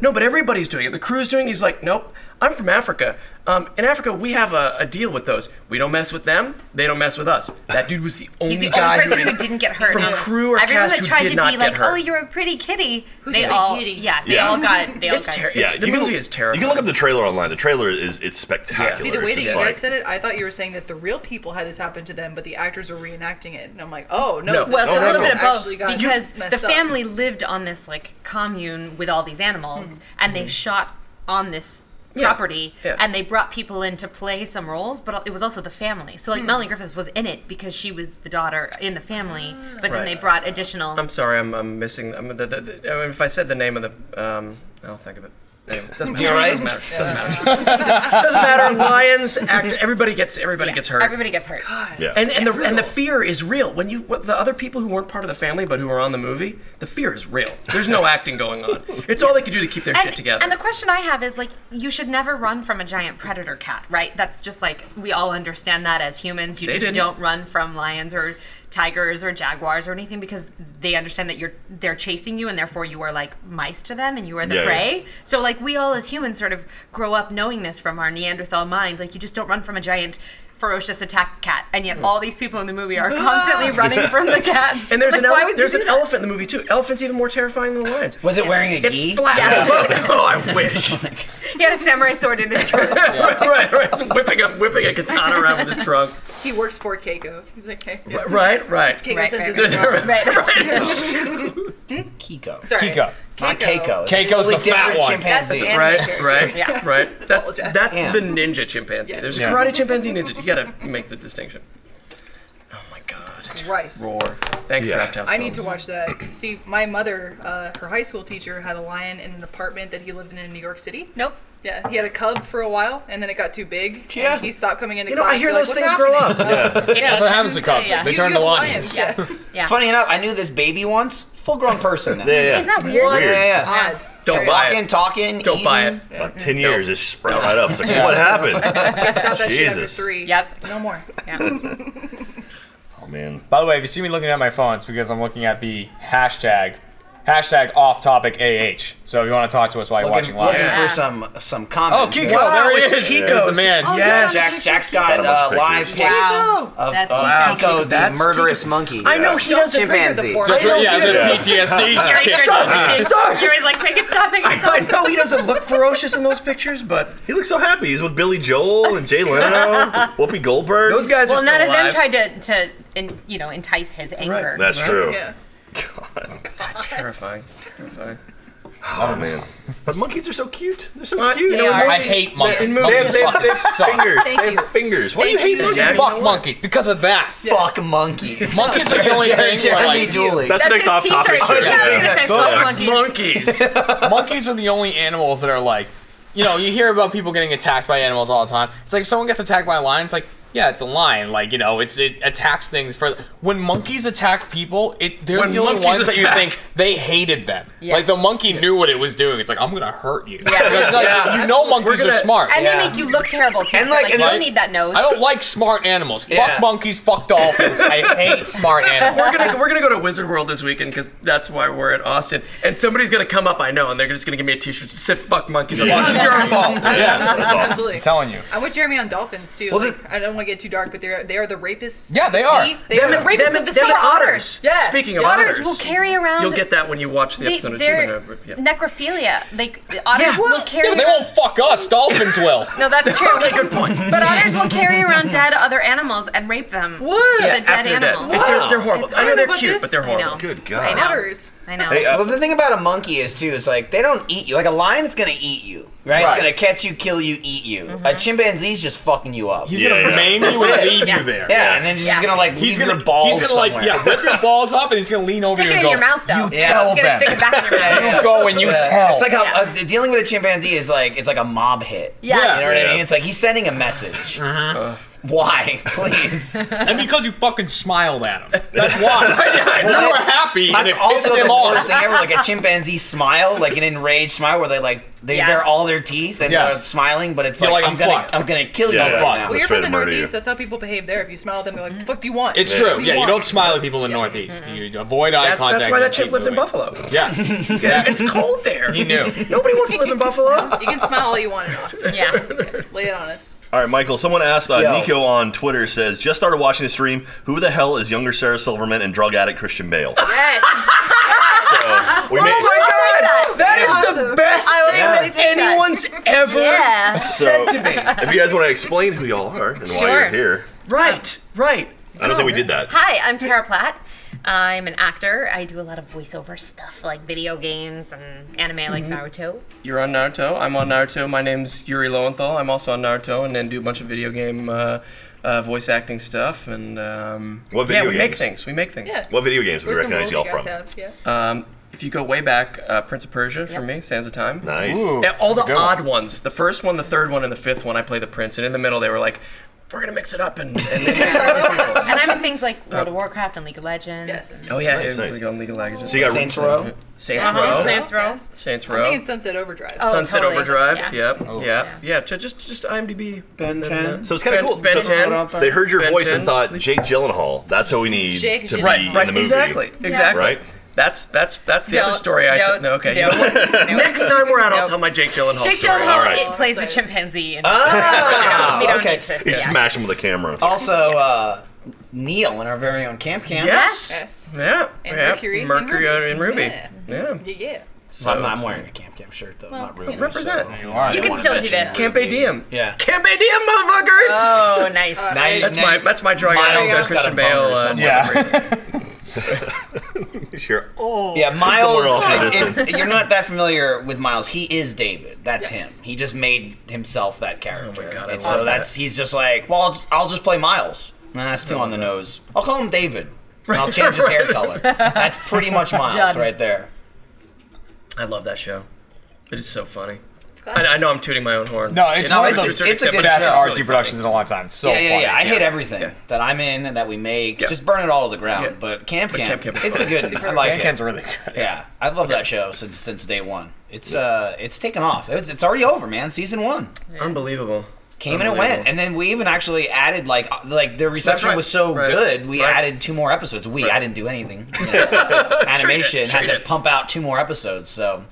"No, but everybody's doing it. The crew's doing." it." He's like, "Nope. I'm from Africa. Um, in Africa, we have a, a deal with those. We don't mess with them. They don't mess with us." That dude was the only
he's the
guy
only person
who,
who didn't get hurt.
from
no.
crew or
Everyone
cast
that
who
tried
did
to
not
be
get
like,
hurt.
"Oh, you're a pretty kitty." they
a big
all,
kitty?
yeah, they
Yeah.
all got. They all
It's
got.
terrible.
Yeah,
the
you can-
movie is terrible.
You can look up the trailer online. The trailer is it's spectacular.
See, the way
It's
that you
just
guys
like-
said it, I thought you were saying that the real people had this happen to them, but the actors were reenacting it. And I'm like, oh, no.
No.
the
Well, it's
No,
a little
no,
bit of
actors
both
actually got
because
messed
the
up.
family lived on this like commune with all these animals,
Hmm.
and
Hmm.
they shot on this
Yeah.
property,
Yeah.
and they brought people in to play some roles, but it was also the family. So
Hmm.
like Melanie Griffith was in it because she was the daughter in the family, but then
Right.
they brought additional.
I'm sorry, I'm, I'm missing. I'm, the, the, the, I mean, if I said the name of the, um, I'll think of it. Anyway, doesn't matter.
You all right?
Doesn't matter. Doesn't matter. Doesn't matter. Lions, actor, everybody gets everybody gets hurt.
Everybody gets hurt.
Yeah.
And and the and the fear is real. When you what, the other people who weren't part of the family but who were on the movie, the fear is real. There's no acting going on. It's all they could do to keep their shit
And,
together.
and the question I have is like, you should never run from a giant predator cat, right? That's just like we all understand that as humans. You
They
just
didn't.
don't run from lions or tigers or jaguars or anything because they understand that you're they're chasing you and therefore you are like mice to them and you are the
Yeah, yeah.
prey. So like we all as humans sort of grow up knowing this from our Neanderthal mind. Like you just don't run from a giant ferocious attack cat, and yet all these people in the movie are constantly running from the cats.
And there's
like,
an
why
ele-
would
there's
you
an
do that?
elephant in the movie too. Elephant's even more terrifying than the lions.
Was it wearing a
It
gi?
flaps above. Oh, I wish.
He had a samurai sword in his trunk.
right, right. It's whipping up, whipping a katana around with his trunk.
He works for Keiko. He's like, hey, yeah.
Right, right.
Keiko
Right,
sends his
right,
girl.
Right.
Kiko.
Sorry.
Kiko.
Not Keiko. It's a
Keiko's the
totally
fat
different
one.
Chimpanzee.
That's an animal.
Right,
character.
right,
Yeah.
right. That-
Apologize.
that's
Yeah.
the ninja chimpanzee.
Yes.
There's a
Yeah.
karate chimpanzee, ninja. You gotta make the distinction. Oh my god.
Rice.
Roar. Thanks,
Yeah.
Draft House.
I need to
Films.
watch that. See, my mother, uh, her high school teacher, had a lion in an apartment that he lived in in New York City.
Nope.
Yeah, he had a cub for a while, and then it got too big. and
Yeah.
he stopped coming into
You know,
class.
I hear
They're like,
those
"What's
things grow
happening?"
up.
That's what happens to cops.
Yeah.
They
You-
turn
you're
to
the
lions.
Yeah.
Yeah.
Funny enough, I knew this baby once. Full grown person now.
Yeah, yeah.
Isn't that weird?
Yeah, yeah.
Odd.
Don't buy
Walking,
it.
talking,
Don't
eating.
buy it.
About ten years, it sprout right up. It's like, what happened?
I stopped that shit after
Jesus.
three.
Yep.
No more.
oh man.
By the way, if you see me looking at my phone, it's because I'm looking at the hashtag hashtag off topic AH. So if you want to talk to us while you're
Looking,
watching live.
looking
Yeah.
for some some comments.
Kiko,
Wow.
Oh, there he
it's
is.
Kiko.
There's the man.
Oh,
Yes.
yeah.
Jack, Jack's got
Got
uh,
a bunch of
live
pictures.
pics
Wow.
of, uh,
That's
of
Kiko.
Kiko, the
That's
murderous monkey.
I know he
Don't
doesn't.
trigger the
Chimpanzee.
poor
So it's-
man.
yeah, it's a
You're
PTSD.
always
Kicks.
trying to change- You're always like, make it stop, make it stop.
I know he doesn't look ferocious in those pictures, but
He looks so happy. He's with Billy Joel and Jay Leno, Whoopi Goldberg.
those guys are
Well,
still
none of them
alive.
tried to, to in, you know, entice his anger.
That's true.
Yeah.
Terrifying. Terrifying. Um,
Oh man. But monkeys are so cute. They're so
Uh,
cute.
you
They
know,
are.
I
monkeys-
hate monkeys.
They-
They
Monkeys
have, they have, they
fucking
have
suck.
fingers.
Thank
they have
you.
fingers. Why do you
Thank
hate
you.
monkeys?
Jack-
Fuck monkeys because of that.
Fuck monkeys.
Monkeys are the only thing where,
Jeremy
like,
Dooley.
That's, the next off
his
topic.
t-shirt. Yeah, I was gonna say, fuck monkeys.
Monkeys.
monkeys are the only animals that are like, you know, you hear about people getting attacked by animals all the time. It's like if someone gets attacked by a lion. It's like, yeah, it's a lion. Like you know, it's it attacks things for. When monkeys attack people, it they're
When
the only
monkeys
ones that you
attack.
think they hated them.
Yeah.
Like the monkey knew what it was doing. It's like I'm gonna hurt you.
Yeah.
It's like, You know, monkeys
We're
are
gonna-
smart.
And
Yeah.
they make you look terrible, too.
And,
so,
like,
like,
and
you
like-
don't need that nose.
I don't like smart animals.
Yeah.
Fuck monkeys. Fuck dolphins. I hate smart
We're
animals.
gonna we're gonna go to Wizard World this weekend because that's why we're at Austin. And somebody's gonna come up, I know, and they're just gonna give me a T-shirt that said "fuck monkeys." I'm like,
Yeah.
You're involved.
Absolutely.
I'm telling you.
I with Jeremy on dolphins too.
Well,
like, I don't want to get too dark, but they're they are the rapists.
Yeah,
of the
they are.
sea. They are the rapists
Them-
of the
them
sea.
are otters.
Yeah.
Speaking of
Otters
otters,
will carry around.
You'll get that when you watch the
they,
episode of
their
Jupiter. Yeah.
necrophilia. Like the otters
Yeah.
will
Well,
carry.
They won't fuck us. Dolphins will.
no, that's true.
Okay, good point.
But otters will carry around dead other animals and rape them. What? the
Yeah,
dead
after that.
animal.
They're, they're horrible.
It's-
I know
I
they're
know about
cute,
this.
but they're
I
I
horrible.
know.
Good
I
Oh God.
know.
Otters.
I know.
Hey,
Well,
uh,
the thing about a monkey is too, it's like they don't eat you. Like a lion is gonna eat you, right? It's
Right.
gonna catch you, kill you, eat you.
Mm-hmm.
A chimpanzee's just fucking you up.
He's
Yeah,
gonna
yeah.
maim you
That's
and
it.
leave
Yeah.
you there.
yeah, and then he's just
Yeah.
gonna like
He's
leave
gonna
your balls
He's gonna like
somewhere.
yeah, whip your balls up, and he's gonna lean over
Stick
you
it
and
in
go.
your mouth though.
You
Yeah.
tell
You're gonna
them.
stick it back in your mouth.
You go and you tell.
It's like
Yeah.
a, a, dealing with a chimpanzee is like it's like a mob hit. You know
Yes.
what I
Yeah.
mean? It's like he's sending a message.
Uh-huh.
Why, please?
and because you fucking smiled at him. That's why. you were happy, and
That's
it pissed
also the
him
worst thing
off.
ever. Like a chimpanzee smile, like an enraged smile, where they like they
Yeah.
bare all their teeth and
Yes.
they're smiling, but it's
You're
like,
like,
I'm,
"I'm
gonna
fucked."
I'm gonna kill you.
Yeah, yeah,
right
yeah.
now.
Well, you're
Straight
from the
to murder you.
Northeast. That's how people behave there. If you smile at them, they're like, "The fuck do you want?"
It's
What
true.
do
Yeah, you
want?"
don't smile at people in the Northeast. You avoid eye
That's,
contact.
that's why
and
that chick
keep
lived in
moving.
Buffalo.
Yeah,
Yeah, it's cold there.
he knew.
Nobody wants to live in Buffalo.
You can smile all you want in Austin.
Yeah.
Lay it on us.
All right, Michael. Someone asked uh,
Yo.
Nico on Twitter says, "Just started watching the stream. Who the hell is younger Sarah Silverman and drug addict Christian Bale?" So
Yes.
we made,
Oh God, that is the
Awesome.
best
I will
thing
totally take that.
anyone's ever
Yeah.
said to me.
if you guys want to explain who y'all are and why
Sure.
you're here,
Right, right.
I don't think we did that.
Hi, I'm Tara Platt. I'm an actor. I do a lot of voiceover stuff like video games and anime
Mm-hmm.
like Naruto.
You're on Naruto. I'm on Naruto. My name's Yuri Lowenthal. I'm also on Naruto, and then do a bunch of video game uh, uh, voice acting stuff. And um,
What
yeah,
video
we make
games?
things. We make things.
Yeah.
What video games would
There's
we
some
recognize
rules
y'all
you guys
from?
have. Yeah.
Um, if you go way back, uh, Prince of Persia for
Yep.
me, Sands of Time.
Nice.
Ooh.
Yeah, all the
good one.
odd ones. The first one, the third one, and the fifth one. I play the prince, and in the middle they were like, we're gonna mix it up and. and
And I'm in things like World of Warcraft and League of Legends.
Yes.
oh yeah,
Nice,
yeah,
nice.
we go on League of Legends.
So you got
Saints Row.
Saints
Uh-huh.
Row.
Saints Row.
Yes.
Saints
I
Row.
think it's Sunset Overdrive.
Oh,
Sunset
totally.
Overdrive.
Yes.
Yep. Yep. Yeah. ju- Just just IMDb.
Ben 10.
Oh. So it's kind of
Ben-
cool.
Ben
So
10. Out
They heard your
Ben
voice
10.
and thought Jake Gyllenhaal. That's who we need
Jake
to be
Gyllenhaal.
in
Right.
the movie.
Exactly. Exactly.
Right.
That's that's that's the other
Don't-
story. I took.
don't-
No, okay.
don't.
You know what?
No.
Next time we're out, I'll
No.
tell my Jake Gyllenhaal
Jake
story.
Gyllenhaal
right.
it plays the
Excited.
chimpanzee. And
Ah,
we don't
okay.
need to.
You
yeah.
smash him with a camera.
Also, uh, Neil in our very own Camp Camp.
Yes.
Yes.
Yeah.
And
yeah.
Mercury and
Mercury
Ruby.
and Ruby.
Yeah.
Yeah.
Yeah, yeah.
So I'm, I'm
So-
wearing a Camp Camp shirt though. not really.
represent.
so-
You are.
You can still do this.
Camp ADM.
Yeah.
Camp ADM, motherfuckers.
Oh, nice.
Now you-
that's
now
my
you-
that's my drawing
Miles
out of
has got
Christian
a boner
Bale. Uh,
somewhere.
Yeah.
Sure. Oh.
Yeah,
Somewhere
Miles.
off in the
if-
distance.
you're not that familiar with Miles. He is David. That's
Yes.
him. He just made himself that character.
Oh God, I love
and so that's he's just like, well, I'll, I'll just play Miles. Nah, that's too on the nose. I'll call him David. And I'll change his hair
Right.
color. That's pretty much Miles
Done.
right there.
I love that show. It is so funny.
Glad-
I, I know I'm tooting my own horn.
No, it's
You know,
one
to
of
a
those-
certain
it's a
extent,
good
but
That's
show.
it's
RT
really funny.
Productions in a long time. It's So
yeah, yeah,
funny.
yeah. I hate everything
Yeah.
that I'm in and that we make.
Yeah.
Just burn it all to the ground.
Yeah.
But Camp
But
Camp,
Camp Camp is
it's a
fun.
good. I like
Fan
it.
cams are really good.
Yeah, I've loved that show since since day one. It's uh, it's taken off. It's it's already over, man. Season one.
Unbelievable.
came and it went and then we even actually added like uh, like the reception
right,
was so
right,
good we
right.
added two more episodes we i didn't do anything you know. animation
sure
had
you
to
did.
pump out two more episodes so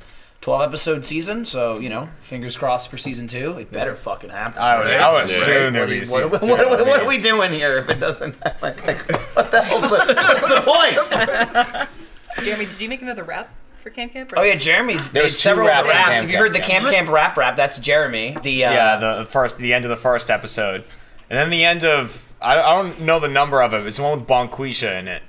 12 episode season so you know fingers crossed for season two it better fucking happen
I would, I would
Yeah.
assume
What
there'd
are
be
you-
a
what,
season
what,
two,
what,
I
what are
mean.
we doing here if it doesn't happen? What the hell's the, what's the point?
Jeremy, did you make another rap for Camp Camp? or-
Oh yeah, Jeremy's
There's
made
two
several
raps
raps.
in Camp
Have you heard the
Camp.
Camp Camp rap rap? That's Jeremy. The uh,
yeah, the first, the end of the first episode, and then the end of I don't, I don't know the number of it. It's the one with Bonquisha in it.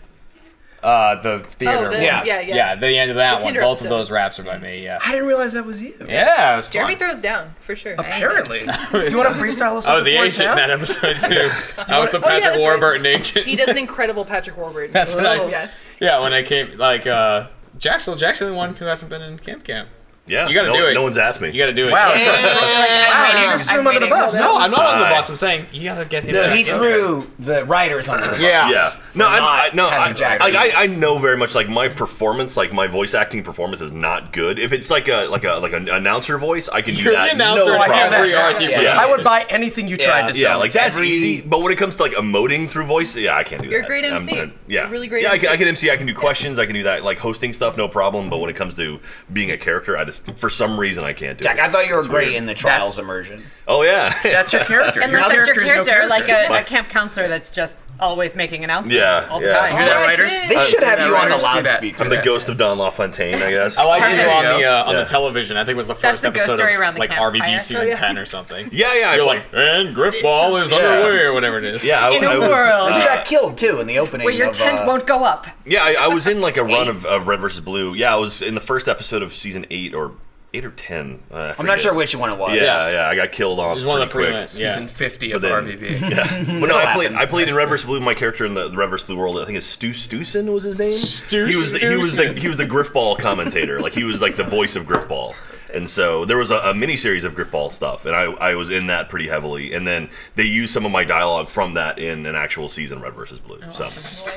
Uh, the theater.
Oh, the-
one.
yeah, yeah.
yeah. The end of that
The
one.
Tinder
Both
episode.
of those raps are by me. Yeah.
I didn't realize that was you.
Yeah, it was
Jeremy
fun.
throws down for sure.
Apparently. Do you want to freestyle us?
I was the
before
agent in
now?
that episode too. I was the
Oh,
Patrick
yeah, that's right.
Warburton agent.
He does an incredible Patrick Warburton.
That's
Oh,
what I.
yeah.
Yeah, when I came, like uh, Jackson, Jackson, one who hasn't been in camp camp.
Yeah.
You gotta
no,
do it.
No one's asked me.
You got to do it.
Wow.
Like, I'm
Wow,
waiting.
you just
I'm
threw him under the
waiting.
bus.
No, I'm not on the
Sigh.
bus. I'm saying you gotta get him.
no,
back
he
in.
threw the writers on the
Yeah.
Yeah. No,
For
I'm, I,
not
no, I,
having Jack
like,
Reacher.
I, I know very much like my performance, like my voice acting performance is not good. If it's like a like a like an announcer voice, I can
You're
do that.
the announcer
no
in
I hear
problem.
that.
every RT.
Yeah.
production.
I would buy anything you tried to sell.
Yeah, like that's
every-
easy. But when it comes to like emoting through voice, yeah, I can't do
You're
that.
a great
I'm
MC.
good. yeah,
You're a really great
Yeah, I can,
MC.
I can MC. I can do questions. I can do that, like hosting stuff, no problem. But when it comes to being a character, I just for some reason I can't do.
Jack,
it.
I thought you were
It's
great
weird.
in the trials immersion.
Oh yeah,
That's your character.
Unless that's your
character is no
character, like a, a
Right.
camp counselor that's just always making announcements
Yeah,
all the
yeah.
time.
You hear that,
Alright,
writers?
kid.
They
Uh,
should have you on the
writers do that.
loudspeaker.
I'm the ghost of Don LaFontaine, I guess.
Oh, I liked you
Perfect.
on the uh, on
Yeah.
the television. I think it was the
That's
first
the ghost
episode
story
of
around the
like
campfire.
RVD
Oh,
season
yeah.
ten or something.
Yeah, yeah. I-
You're like, and Griff Ball is
Yeah.
underway or whatever it is.
yeah, I,
In
I
a
was, uh,
world
you got killed too in the opening.
where your
of,
tent
uh,
won't go up.
Yeah, I, I was in like a run of, of Red versus Blue. Yeah, I was in the first episode of season eight or eight or ten. Uh, I
I'm not
forget.
sure which one it was.
Yeah, yeah, I got killed on.
It was one of the
pretty
free
quick.
ones. Yeah.
Season 50 of
But then-
RVV.
Yeah, but no, I played.
happened.
I played in Red vs. Blue. My character in the, the Red vs. Blue world, I think is Stu Stusen was his name.
Stu
he was the, he was the
Stusen.
he was the Griffball commentator. like he was like the voice of Griffball. And so there was a, a mini series of Griffball stuff, and I, I was in that pretty heavily. And then they used some of my dialogue from that in an actual season of Red vs. Blue. so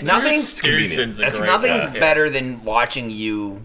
Nothing.
Stusen's a
That's
great
nothing
guy.
better than watching you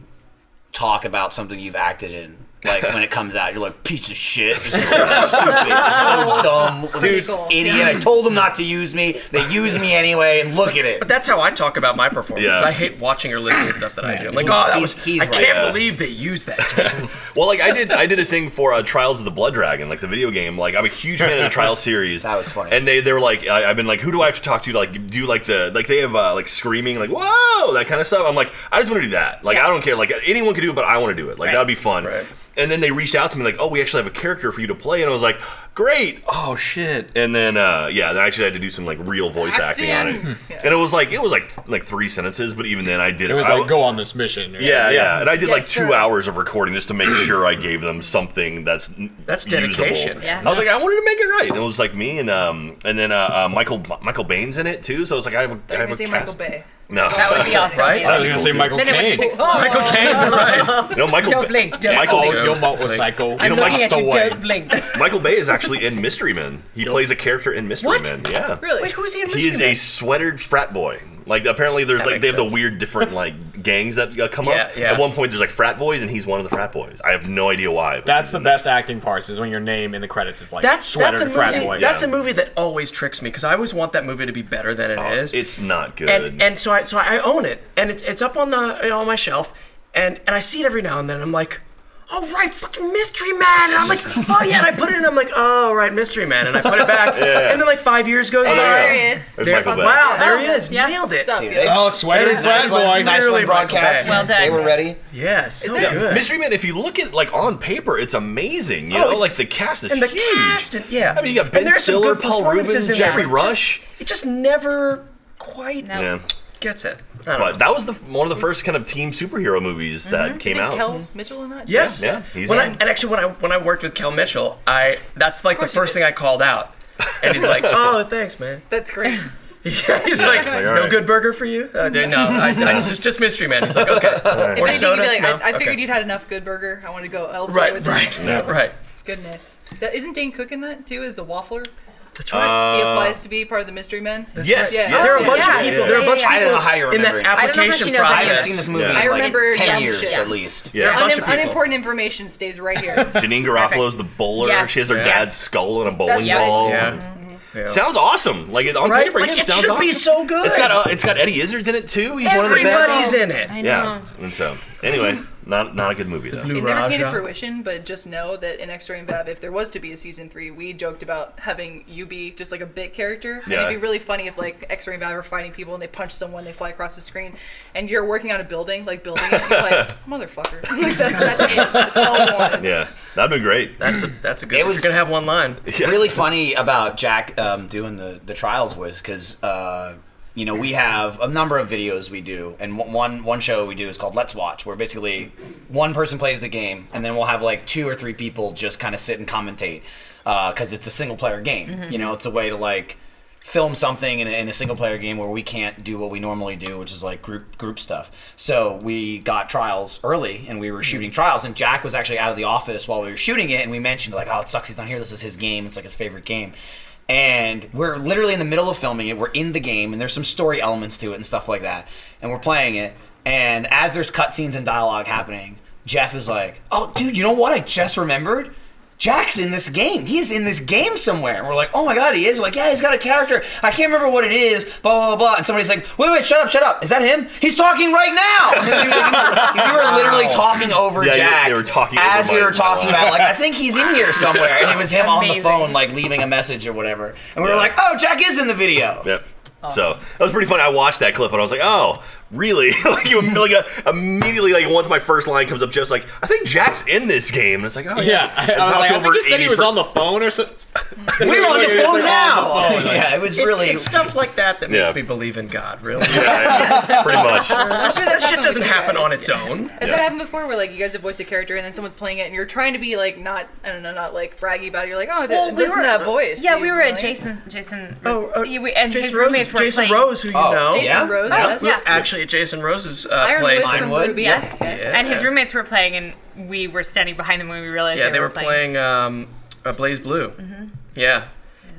talk about something you've acted in. Like when it comes out, you're like piece of shit. This is so stupid. This is so dumb. This
Dude.
idiot. I told them not to use me. They use me anyway. And look at it.
That's how I talk about my performances.
Yeah.
I hate watching or listening to stuff that I do. I'm like, oh, that was,
He's- he's
I
right.
can't
Yeah.
believe they used that. tape."
Well, like I did, I did a thing for uh, Trials of the Blood Dragon, like the video game. Like I'm a huge fan of the Trials series.
That was funny.
And they they were like, I, I've been like, who do I have to talk to? to, Like do like the like they have uh, like screaming, like whoa, that kind of stuff. I'm like, I just want to do that. Like I don't care. Like anyone can do it, but I want to do it. Like that'd be fun.
Right.
And then they reached out to me like, oh, we actually have a character for you to play, and I was like, great. Oh shit. And then uh, yeah, then I actually had to do some like real voice acting, on it.
Acting.
And it was like it was like like three sentences, but even then I did
It was
I-
like go on this mission. or
yeah,
something.
yeah. And I did
Yes,
like two
sir.
hours of recording just to make sure I gave them something that's
That's
usable.
dedication.
Yeah.
I was like, I wanted to make it right. And it was like me and um and then uh, uh Michael Michael Bain's in it too. So I was like, I have a, I
They're
have
gonna
a
say
cast.
Michael Bay.
No,
That would be awesome.
Right?
I was gonna say
Cool,
Michael
Then it would
Caine.
just explode.
Michael Caine, you're right.
no, Michael.
Don't blink, don't
Michael,
Oh, your boat was
Like-
psycho.
I'm
know,
looking
Mike's
at
still
you.
white.
Don't blink.
Michael Bay is actually in Mystery Men. He plays a character in Mystery
What?
Men. Yeah.
Really?
Wait, who is he in
He
Mystery
is
Men?
a sweatered frat boy. Like apparently, there's
That
like they
makes
have the
sense.
weird different like gangs that uh, come
Yeah,
up.
yeah.
At one point, there's like frat boys, and he's one of the frat boys. I have no idea why. but
That's the
he's-
best acting parts is when your name in the credits is like
That's
sweater
that's a movie.
frat boy.
That's
yeah.
a movie that always tricks me because I always want that movie to be better than it is.
It's not good.
and and so I so I own it, and it's it's up on the you know, on my shelf, and and I see it every now and then. I'm like, oh right, fucking Mystery Man, and I'm like, oh yeah, and I put it in. I'm like, oh right, Mystery Man, and I put it back, and then like five years goes
Oh,
by.
there he is.
There's
There-
Michael Bay.
wow, there he
Oh,
is,
yeah.
nailed it.
Sup,
Dude,
yeah.
they-
Oh, sweater
It is
frat
nice one.
boy.
Nice
Clearly
one, broadcast.
broadcast.
Well done.
They were ready.
Yeah, so
it?
good.
Mystery Man, if you look at like on paper, it's amazing. You
Oh,
know,
it's-
like the cast is
and the
huge.
cast, and, yeah.
I mean, you got
And
Ben
there are some
Stiller,
good
Paul
performances
Rubens,
in there.
Jeffrey
It
Rush.
Just, it just never quite
No.
Yeah,
gets it. I don't know.
but that was the one of the first kind of team superhero movies that came
Mm-hmm. Is it
out.
Kel Mitchell in that?
Yes.
Yeah, he's
when I,
in.
and actually, when I when I worked with Kel Mitchell, I that's like the
course you
first
did.
thing I called out, and he's like, "Oh, thanks, man."
That's great.
Yeah, he's like,
like,
"No
alright."
good burger for you?" Uh, no, I, I, just just mystery man. He's like, "Okay."
If
Or
anything, you'd
soda?
be like,
Uh, No?
I, I figured
Okay.
you'd had enough Good Burger. I want to go elsewhere
Right,
with
right,
this.
Yeah.
right.
Goodness. That, isn't Dane Cook in that too? Is the waffler?
That's right.
he applies to be part of the Mystery Men.
Yes,
Yeah.
yes,
there are a
yes,
bunch
yes,
of
yeah,
people.
yes.
There are a bunch of
I don't know
people
how you
in that
remember it. I
don't know how she
application
knows
I
that
haven't
Yes.
process.
seen this movie
Yeah.
in
I
like
remember
ten
dumb
years
shit.
at least.
Yeah.
There are a bunch
Unim-
of people.
unimportant information stays right here.
Janine Garofalo's the bowler.
Yes.
She has her
Yeah.
dad's skull in a bowling
That's right.
ball.
Yeah. Yeah.
Sounds awesome. Like it- on
Right?
paper,
Like,
yeah,
it
sounds
should be
awesome.
so good.
It's got uh, it's got Eddie Izzard's in it too. He's one of the best.
Everybody's in it.
I know.
Yeah, and so anyway, not not a good movie though.
It never came to fruition, but just know that in X-Ray and Bev, if there was to be a season three, we joked about having you be just like a bit character. And
Yeah.
it'd be really funny if like X-Ray and Bev are fighting people and they punch someone, they fly across the screen, and you're working on a building, like building it, and you're like, motherfucker. Like that's, that's it. That's all I wanted.
Yeah, that'd been great.
That's a that's a good.
It
It was
was-
gonna have one line.
really funny about Jack um, doing the, the trials was because uh, you know we have a number of videos we do, and one- one one show we do is called Let's Watch, where basically one person plays the game, and then we'll have like two or three people just kind of sit and commentate because it's a single player game.
Mm-hmm.
You know, it's a way to like film something in a, in a single player game where we can't do what we normally do, which is like group group stuff. So we got trials early, and we were shooting trials, and Jack was actually out of the office while we were shooting it, and we mentioned like, oh, it sucks he's not here. This is his game. It's like his favorite game. And we're literally in the middle of filming it. We're in the game, and there's some story elements to it and stuff like that. And we're playing it, and as there's cutscenes and dialogue happening, Jeff is like, "Oh, dude, you know what? I just remembered. Jack's in this game. He's in this game somewhere. And we're like, oh my god, he is. We're like, yeah, he's got a character. I can't remember what it is. Blah blah blah. blah. And somebody's like, wait, wait, shut up, shut up. Is that him? He's talking right now. And we, we were literally talking over
Yeah, you-
Jack.
they were talking over
as we
my-
were talking about. Like, I think he's in here somewhere. And it was him on the
Amazing.
phone, like leaving a message or whatever. And we
Yeah.
were like, oh, Jack is in the video.
Yep.
Oh.
So that was pretty funny. I watched that clip and I was like, "Oh, really?" like you like uh, immediately like once my first line comes up, Jeff's like, "I think Jack's in this game," and it's like, "Oh
Yeah,
yeah."
I, I was like, I think he said he was on the phone or something.
We were on the
It's
phone
like
now.
on the phone, like-
yeah, it was
It's,
really.
it's stuff like that that makes
Yeah.
me believe in God. Really,
pretty much.
I'm sure
that shit doesn't happen on its own.
Has
Yeah.
that happened before where like you guys have voiced a character and then someone's playing it and you're trying to be like not I don't know, not like braggy about it, you're like, Oh
Well,
th-
we
listen
were
to that voice.
Yeah,
you
we were at
know?
Jason. Jason.
Oh, uh,
yeah, we- and
Jason
his
Rose's-
roommates were
Jason
playing.
Rose, who you
Oh,
know,
Jason
Yeah?
Rose,
Oh,
yes.
Who
yeah.
actually at Jason Rose's uh,
Ironwood
place.
from
Ironwood?
Ruby,
Yeah.
yes, yes.
And his roommates were playing, and we were standing behind them when we realized
Yeah, they were playing um, uh, Blaze Blue.
Mm-hmm.
Yeah.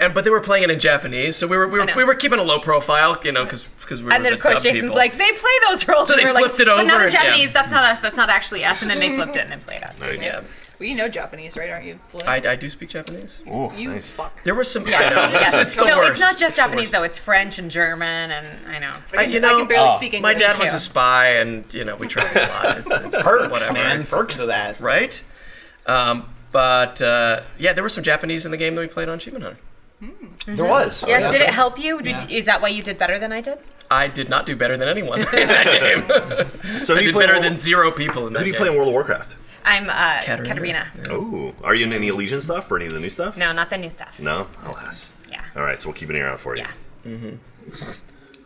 And, but they were playing it in Japanese, so we were we were,
know.
we were keeping a low profile, you know, because we were
And then
the
of course
dub
Jason's
people.
like, they play those roles.
So
and
they
we were
flipped it
like, But
over
not in
and- yeah.
Japanese. That's not us. That's not actually us. And then they flipped it and then played us.
yeah,
Well you know Japanese, right, aren't you? Fluent?
I, I do speak Japanese.
you fuck.
There were some. I know, it's, it's the
no,
worst.
it's not just
the
Japanese
worst.
though. It's French and German, and I know. It's
I-
I,
you know,
I can barely
Oh.
speak
My
English.
dad was
too.
a spy, and you know we traveled a lot. It's, it's
perks,
whatever.
man.
It's-
Perks of that.
right? Um, but uh, yeah, there were some Japanese in the game that we played on Achievement Hunter.
There was.
Mm-hmm.
Oh,
yes.
Yeah.
Did it help you? Did, Is that why you did better than I did?
I did not do better than anyone in that game.
So
I did
who do you play? in
better
World-
than zero people in that
Who do you
game.
play in World of Warcraft?
I'm uh,
Katarina.
Katarina.
Oh, are you in any Legion stuff or any of the new stuff?
No, not the new stuff.
No, alas.
Yeah.
Mm-hmm. All right, so we'll keep an ear out for you.
Yeah.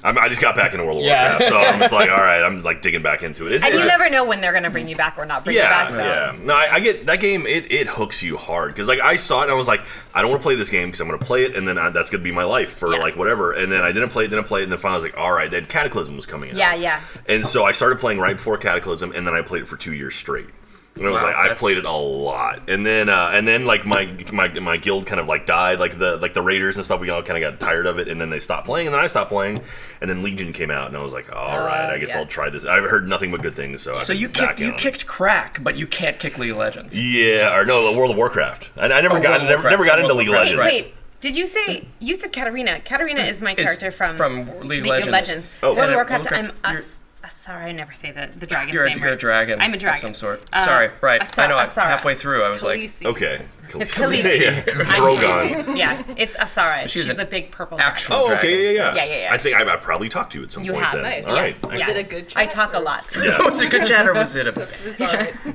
I'm, I just got back into World of
Yeah.
Warcraft, so I'm just like, all right, I'm like digging back into it. It's,
And you
it's-
never know when they're gonna bring you back or not bring
yeah,
you back. So.
yeah. No, I, I get that game. It, it hooks you hard because like I saw it and I was like, I don't want to play this game because I'm going to play it and then I, that's going to be my life for
Yeah.
like whatever. And then I didn't play it, didn't play it, and then finally I was like, all right, then Cataclysm was coming out.
Yeah, yeah.
And so I started playing right before Cataclysm, and then I played it for two years straight. And I was
Wow,
like, I
that's-
played it a lot, and then uh, and then like my my my guild kind of like died, like the like the raiders and stuff. We all kind of got tired of it, and then they stopped playing, and then I stopped playing, and then Legion came out, and I was like, all right, I guess
yeah.
I'll try this. I've heard nothing but good things, so
So
I'm
you
back
kicked you
in on it.
kicked crack, but you can't kick League of Legends.
Yeah, or no, World of Warcraft. I, I never
Oh, World
got
of
never,
Warcraft.
never got into
World
League
of
of Legends.
Warcraft,
Wait, did you say you said Katarina? Katarina is my character from
from League of
League
Legends.
of Legends.
Oh.
World
And,
of
uh,
Warcraft.
Warcraft,
I'm a,
you're-
uh, sorry, I never say the the dragon's
You're a,
name.
you're a
right.
dragon.
I'm a dragon
Of some sort.
Uh,
Sorry, right. I
Asa-
know. I-
Asara.
halfway through, I was like,
Khaleesi.
Okay. Cool.
Khaleesi.
Yeah.
I'm
Drogon.
Khaleesi. Yeah, it's Asara. She's,
She's an
the big purple
actual
Oh,
dragon.
okay, yeah, yeah.
Yeah, yeah, yeah.
I think I, I probably talked to you at some
You
point
have.
then.
Nice.
All right.
Yes.
Yes.
Is it a good
I
chat?
talk a lot.
Yeah.
Was it good chat or was it a?
It's all right.
Cool.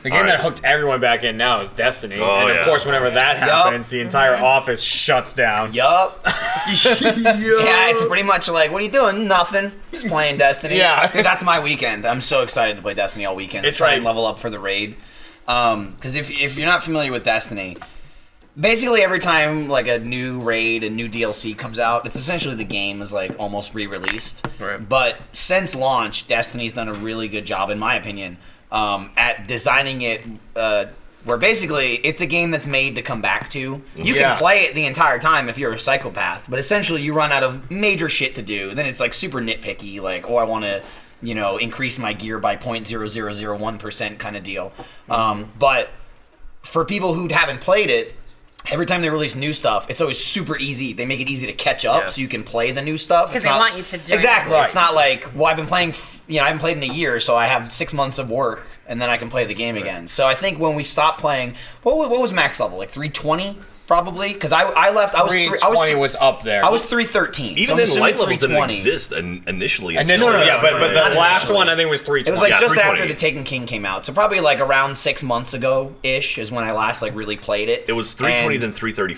The game
All right.
that hooked everyone back in now is Destiny,
Oh,
and of
yeah.
course, whenever that happens, the entire office shuts down.
Yup.
yeah,
Yeah, it's pretty much like, what are you doing? Nothing. Just playing Destiny.
Yeah.
Dude, that's my weekend. I'm so excited to play Destiny all weekend.
It's
It's try
like-
and level up for the raid. Um, because if if you're not familiar with Destiny, basically every time like a new raid and new DLC comes out, it's essentially the game is like almost re-released.
Right.
But since launch, Destiny's done a really good job, in my opinion, um, at designing it. Uh, where basically it's a game that's made to come back to. You
Yeah.
can play it the entire time if you're a psychopath, but essentially you run out of major shit to do. Then it's like super nitpicky, like oh I want to, you know, increase my gear by 0.0001 percent kind of deal. Um, but for people who haven't played it, every time they release new stuff, it's always super easy. They make it easy to catch up
Yeah.
so you can play the new stuff. It's
they
not-
want you to do it.
Exactly. It's
Right.
not like, well, I've been playing, f- you know, I haven't played in a year, so I have six months of work and then I can play the game again. So I think when we stopped playing, what, wa- what was max level? Like 320 probably? Because I, I left, I was, three, I was,
320 was up there.
I was 313. so
Even
I'm
then,
assuming
light levels didn't
320.
exist in, initially.
initially,
until-
yeah, but, but
Not
the last
initially.
one I think was
It was
320.
Yeah,
like just after
320.
the Taken King came out, so probably like around six months ago ish is when I last like really played it.
It was 320,
And-
then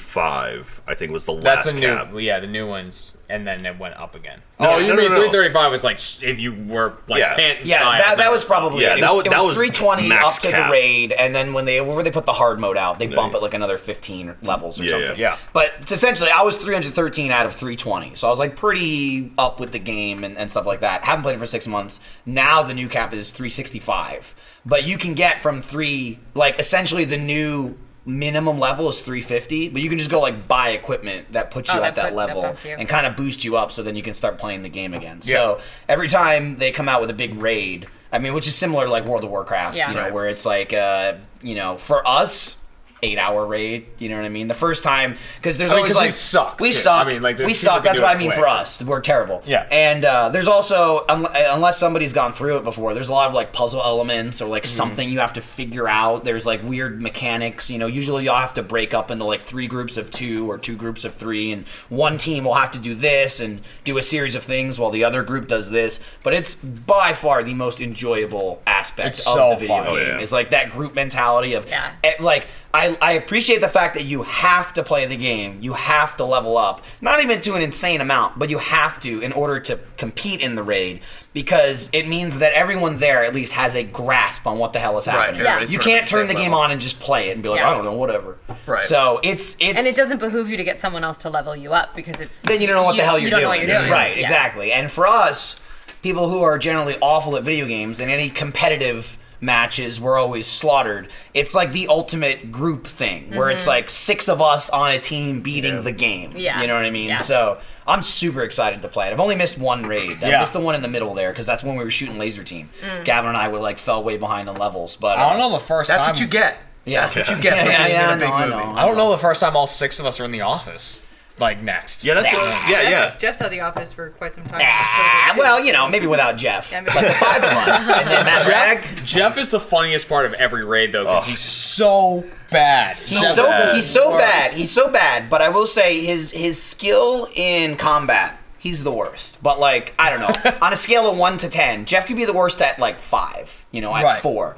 335. I think was the last
That's the new,
cap.
yeah, the new ones, and then it went up again.
No,
oh, you
no, no,
mean
no.
335 was like s- if you were like
Yeah.
pant
Yeah,
style,
that, that was probably
Yeah,
it. It
that
was,
was-
it
that was
was 320
max
up to
cap.
the raid, and then when they whenever they put the hard mode out, they bump
yeah.
it like another 15 levels or
Yeah,
something.
yeah. Yeah.
But it's essentially, I was 313 out of 320, so I was like pretty up with the game and, and stuff like that. Haven't played it for six months. Now the new cap is 365, but you can get from three like essentially the new minimum level is 350 but you can just go like buy equipment that puts you
Oh,
at
that
that,
put- that
level
bumps you.
and kind of boost you up so then you can start playing the game again. So every time they come out with a big raid, I mean, which is similar to like World of Warcraft,
Yeah.
you know,
Right.
where it's like, uh, you know, for us, eight hour raid, you know what I mean? The first time, because there's
I mean,
always
'cause we
like,
suck,
We
too.
suck.
I mean, like, there's
we
people
suck.
that
That's
do
what
it
I mean
quick.
for us. We're terrible.
Yeah.
And uh, there's also, un- unless somebody's gone through it before, there's a lot of like puzzle elements or like
Mm-hmm.
something you have to figure out. There's like weird mechanics, you know, usually y'all have to break up into like three groups of two or two groups of three, and one team will have to do this and do a series of things while the other group does this. But it's by far the most enjoyable aspect
It's
of
so
the video
fun.
game.
Oh,
yeah.
It's like that group mentality of,
Yeah.
eh, like, I, I appreciate the fact that you have to play the game. You have to level up. Not even to an insane amount, but you have to in order to compete in the raid because it means that everyone there at least has a grasp on what the hell is happening.
everybody's
You
sort of
can't
at the
turn the
same
game
level.
on and just play it and be like,
Yeah.
I don't know, whatever.
Right.
So it's it's
And it doesn't behoove you to get someone else to level you up because it's
then you don't know what the hell you're,
you don't know what
doing.
you're doing.
Right,
Yeah.
exactly. And for us, people who are generally awful at video games and any competitive matches we're always slaughtered. It's like the ultimate group thing where
Mm-hmm.
it's like six of us on a team beating the game.
Yeah.
You know what I mean?
Yeah.
So I'm super excited to play it. I've only missed one raid. I
Yeah.
missed the one in the middle there because that's when we were shooting laser team. Gavin and I were like fell way behind on levels, but
I don't
uh,
know the first
Mm. That's
time.
what you get.
Yeah.
That's what you get
Yeah,
for
yeah,
being
yeah,
in a big
I know, I
movie.
know.
I don't know the first time all six of us are in the office, like next.
Yeah, that's yeah, yeah.
Jeff, Jeff's out of the office for quite some time.
Ah, well, you know, maybe without Jeff.
Yeah, maybe-
But the five of us and then Matt Rag.
Jeff, Jeff is the funniest part of every raid though, because he's so bad.
He's so he's so bad. He's so bad. But I will say his his skill in combat, he's the worst. But like I don't know, on a scale of one to ten, Jeff could be the worst at like five. You know, at
Right.
four.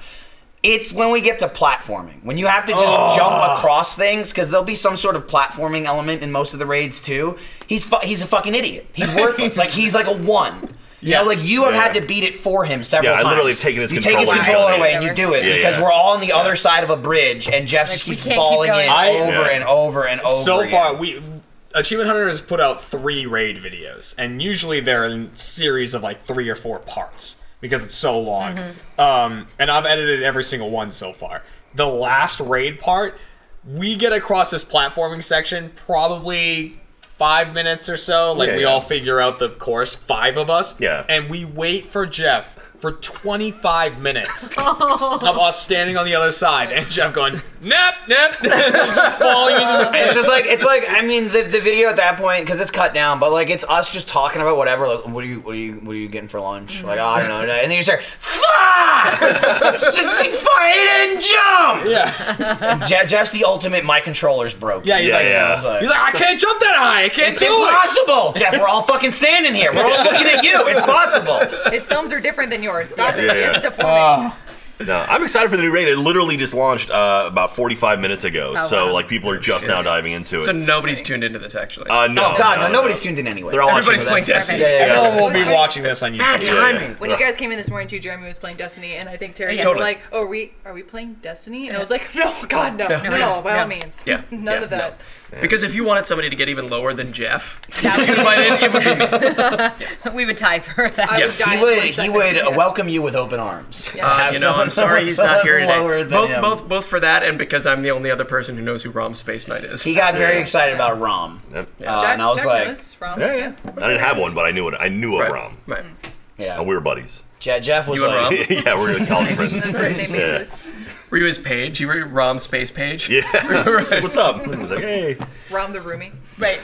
It's when we get to platforming, when you have to just jump across things, because there'll be some sort of platforming element in most of the raids too. He's fu- he's a fucking idiot. He's worthless. like he's like a one. You
Yeah.
know, like you have
Yeah.
had to beat it for him several
Yeah, I
times.
literally have taken his
you take
controller
his
and
controller
done it.
away and you do it
Yeah,
because
yeah.
we're all on the other side of a bridge, and Jeff just
we
keeps
can't keep
falling
going.
in
I-
over
Yeah.
and over and over.
so
again.
far we achievement hunter has put out three raid videos and usually they're in series of like three or four parts because it's so long um, and i've edited every single one so far the last raid part we get across this platforming section probably five minutes or so like
Yeah,
we
yeah.
all figure out the course five of us
Yeah.
and we wait for jeff for 25 minutes
Oh.
of us standing on the other side and jeff going nap nap just falling into the
And it's just like it's like I mean the, the video at that point because it's cut down, but like it's us just talking about whatever. Like, what are you what are you what are you getting for lunch?
Mm-hmm.
Like oh, I don't know. And then you start fuck, fight and jump.
Yeah.
And Je- Jeff's the ultimate. My controller's broke.
Yeah, he's
Yeah,
like,
yeah.
I was like,
he's like, I can't jump that high. I can't
It's
do it.
impossible, Jeff. We're all fucking standing here. We're all looking at you. It's possible.
His thumbs are different than yours. Stop it.
Yeah, yeah. Uh,
It's deforming.
No, I'm excited for the new raid. It literally just launched uh, about 45 minutes ago,
Oh,
so
wow.
like people are just now diving into it.
So nobody's tuned into this actually.
uh, no,
Oh God, no, nobody's tuned in anyway.
They're all
Everybody's
watching
playing
this.
Destiny.
Yeah, yeah, yeah.
No one will
It's
be
funny.
watching this on YouTube.
Yeah, yeah.
Timing.
When you guys came in this morning too, Jeremy was playing Destiny, and I think Terry
Yeah.
you were
Totally.
like, "Oh, are we are we playing Destiny?" And I was like, "No, God, no, no,
No,
by
no.
all means,
Yeah,
none
yeah,
of that."
Because if you wanted somebody to get even lower than Jeff, you could invite in- it would be me.
We would tie for that.
I
Yeah.
would die.
He
in
would
one
he
second.
would
Yeah.
welcome you with open arms.
Uh,
Have
you know,
someone-
I'm sorry he's not here
lower
today.
than
Both,
him.
both, both for that and because I'm the only other person who knows who Rom Space Knight is.
He got very excited about Rom,
Yep.
uh,
Jack-
and I was
Jack
like,
knows from-
Yeah, yeah. I didn't have one, but I knew it. I knew a
right.
Rom.
Right.
yeah,
And we were buddies.
Je- Jeff was
You and
like,
Rom?
yeah, we're like college friends.
on a first name
Yeah.
basis.
Were you his page? You were Rom Space Page?
Yeah.
right.
What's up? I was like, hey.
Rom the roomie.
Right.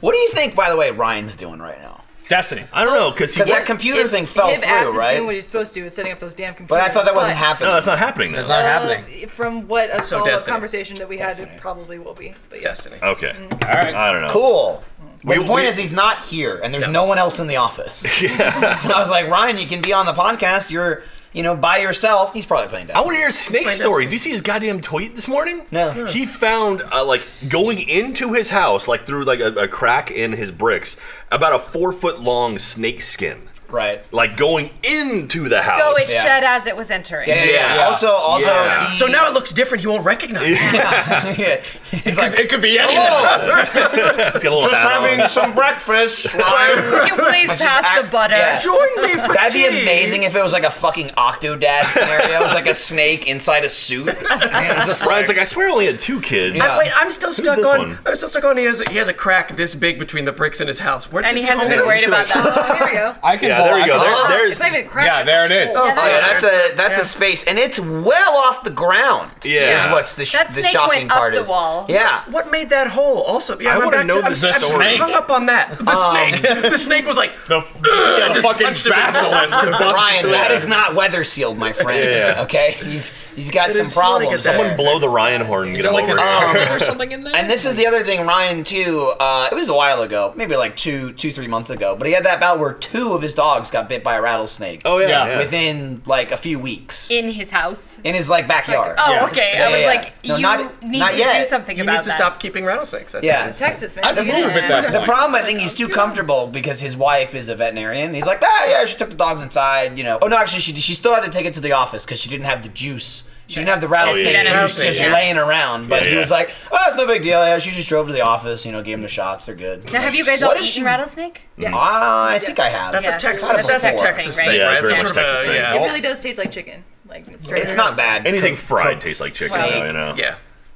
What do you think, by the way, Ryan's doing right now?
Destiny.
I don't know, because he.
Because that computer
If
thing fell
Hib
through,
ass is doing what
right?
he's supposed to, is setting up those damn computers.
But I thought that wasn't
but,
No,
happening.
that's not happening now.
It's not
uh,
happening.
From what a
So
follow-up
Destiny.
conversation that we had,
Destiny.
it probably will be. But yes,
Destiny.
Okay.
All right.
I don't know.
Cool. But
We-
the point
we-
is, he's not here, and there's no one else in the office. so I was like, Ryan, you can be on the podcast. You're, you know, by yourself. He's probably
I
playing Destiny.
want to hear Snake's
Destiny.
story. Did you see his goddamn tweet this morning?
No.
He found uh, like going into his house, like through like a, a crack in his bricks, about a four foot long snake skin.
right.
Like going into the house.
So it
Yeah.
shed as it was entering.
Yeah. yeah, yeah.
Yeah.
Also, also.
Yeah.
He,
So now it looks different. He won't recognize it.
he's like,
It could be anything.
"Hello,
It's got a little
just
hat on.
having some breakfast." Ryan.
Could you please pass
act-
the butter?
yeah.
Join me for
That'd be
tea.
amazing if it was like a fucking Octodad scenario. It was like a snake inside a suit. And it was just
Brian's like, I swear I only had two kids.
Yeah.
Wait, I'm still stuck
this
on.
one?
I'm still stuck on. He has a, he has a crack this big between the bricks in his house. Where
And
does
he hasn't
own
been
this?
worried about that.
Oh, here we go.
I can.
Yeah,
pull-
there
I
you go.
can-
There- there's.
It's not even cracked.
yeah, there it is.
Oh yeah, that's a that's a space, and it's well off the ground.
Yeah.
is what's the, sh-
That
the
snake went
shocking
up
part
the
is.
wall.
Yeah,
What made that hole? Also, yeah,
I
I'm
wanna
back
know
I'm-
this
I'm,
story.
hung up on that. The snake. The snake was like,
The, the
just
fucking
punched him in the
basilisk
mouth.
busts
Ryan,
through.
that is not weather sealed, my friend.
Yeah.
Okay, you've you've got
It
some
is- you wanna
problems.
get that.
there.
Someone blow the Ryan horn and
Is
get
there
him
like
over
an
here.
arm or something in there?
And this is the other thing, Ryan too. Uh, it was a while ago, maybe like two, two, three months ago. But he had that bout where two of his dogs got bit by a rattlesnake.
Oh yeah.
Yeah.
yeah.
within like a few weeks
In his house.
in his like backyard.
Oh,
Yeah.
okay.
Yeah,
I was
yeah,
like,
yeah. No,
you
not-
need
not
to
yet.
do something
you
about
need to
that.
stop keeping rattlesnaks. I think
Yeah.
is-
Texas, man.
I'd move at that point.
The problem, I think, he's too comfortable because his wife is a veterinarian. He's like, ah, yeah, she took the dogs inside, you know. Oh no, actually, she she still had to take it to the office because she didn't have the juice. She didn't have the rattlesnake
yeah,
yeah.
juice just
Yeah.
laying around. But
Yeah,
he
yeah.
was like, oh, it's no big deal. Yeah, she just drove to the office, you know, gave him the shots. They're good.
Now, have you guys all
What if
eaten
she-
rattlesnake?
Yes.
Ah, I think I have.
That's
Yeah.
a Texas.
That's
That's,
a
a
Texas
Texas
thing, right?
thing,
Yeah,
right?
it's very
Some
much
sort of
Texas
a-
thing.
Yeah.
It really does taste like chicken. Like straight
It's
up.
not bad.
Anything
Cooked-
fried
cooked
tastes like chicken,
snake.
though, you know.
yeah.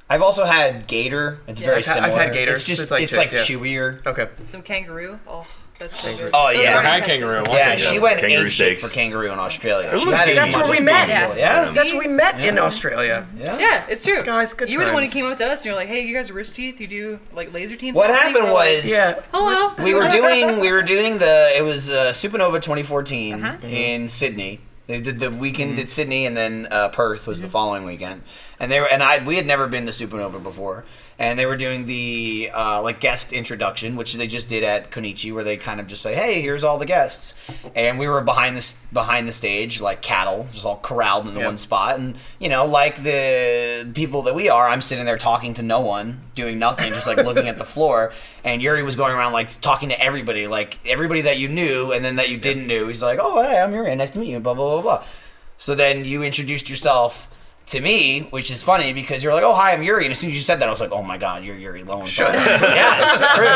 I've also had gator. It's very
I've had- I've
similar.
had gator.
It's just
It's
it's
like
like,
chicken,
chewier.
Okay.
Some kangaroo. Oh, that's so good.
Oh,
Those
yeah.
are in
I had
Texas.
kangaroo.
Yeah,
Yeah.
she went
Kangaroo
ape shit
steaks.
for kangaroo in Australia.
Those
She
were the
had it
That's
in
where we
Portugal.
met.
Yeah.
That's where we met in Australia.
Yeah, it's true.
Guys, good
You were the one who
times.
came up to us and you're like, "Hey, you guys are rooster teeth. You do like laser teams."
What
I think
happened
we're like,
was
Yeah.
"Hello."
Uh-huh.
we were doing we were doing the it was uh, Supernova 2014 in Sydney. They did the weekend
Mm-hmm.
at Sydney, and then uh, Perth was the following weekend. And they were, and I we had never been to Supernova before, and they were doing the uh, like guest introduction, which they just did at Konichi, where they kind of just say, "Hey, here's all the guests," and we were behind this behind the stage like cattle, just all corralled into
Yeah.
one spot, and you know, like the people that we are, I'm sitting there talking to no one, doing nothing, just like looking at the floor, and Yuri was going around like talking to everybody, like everybody that you knew and then that you didn't know. He's like, "Oh, hey, I'm Yuri, nice to meet you," blah blah blah blah. So then you introduced yourself to me, which is funny because you're like, "Oh, hi, I'm Yuri," and as soon as you said that, I was like, "Oh my God, you're Yuri Lowenthal."
Shut up.
yeah, it's true.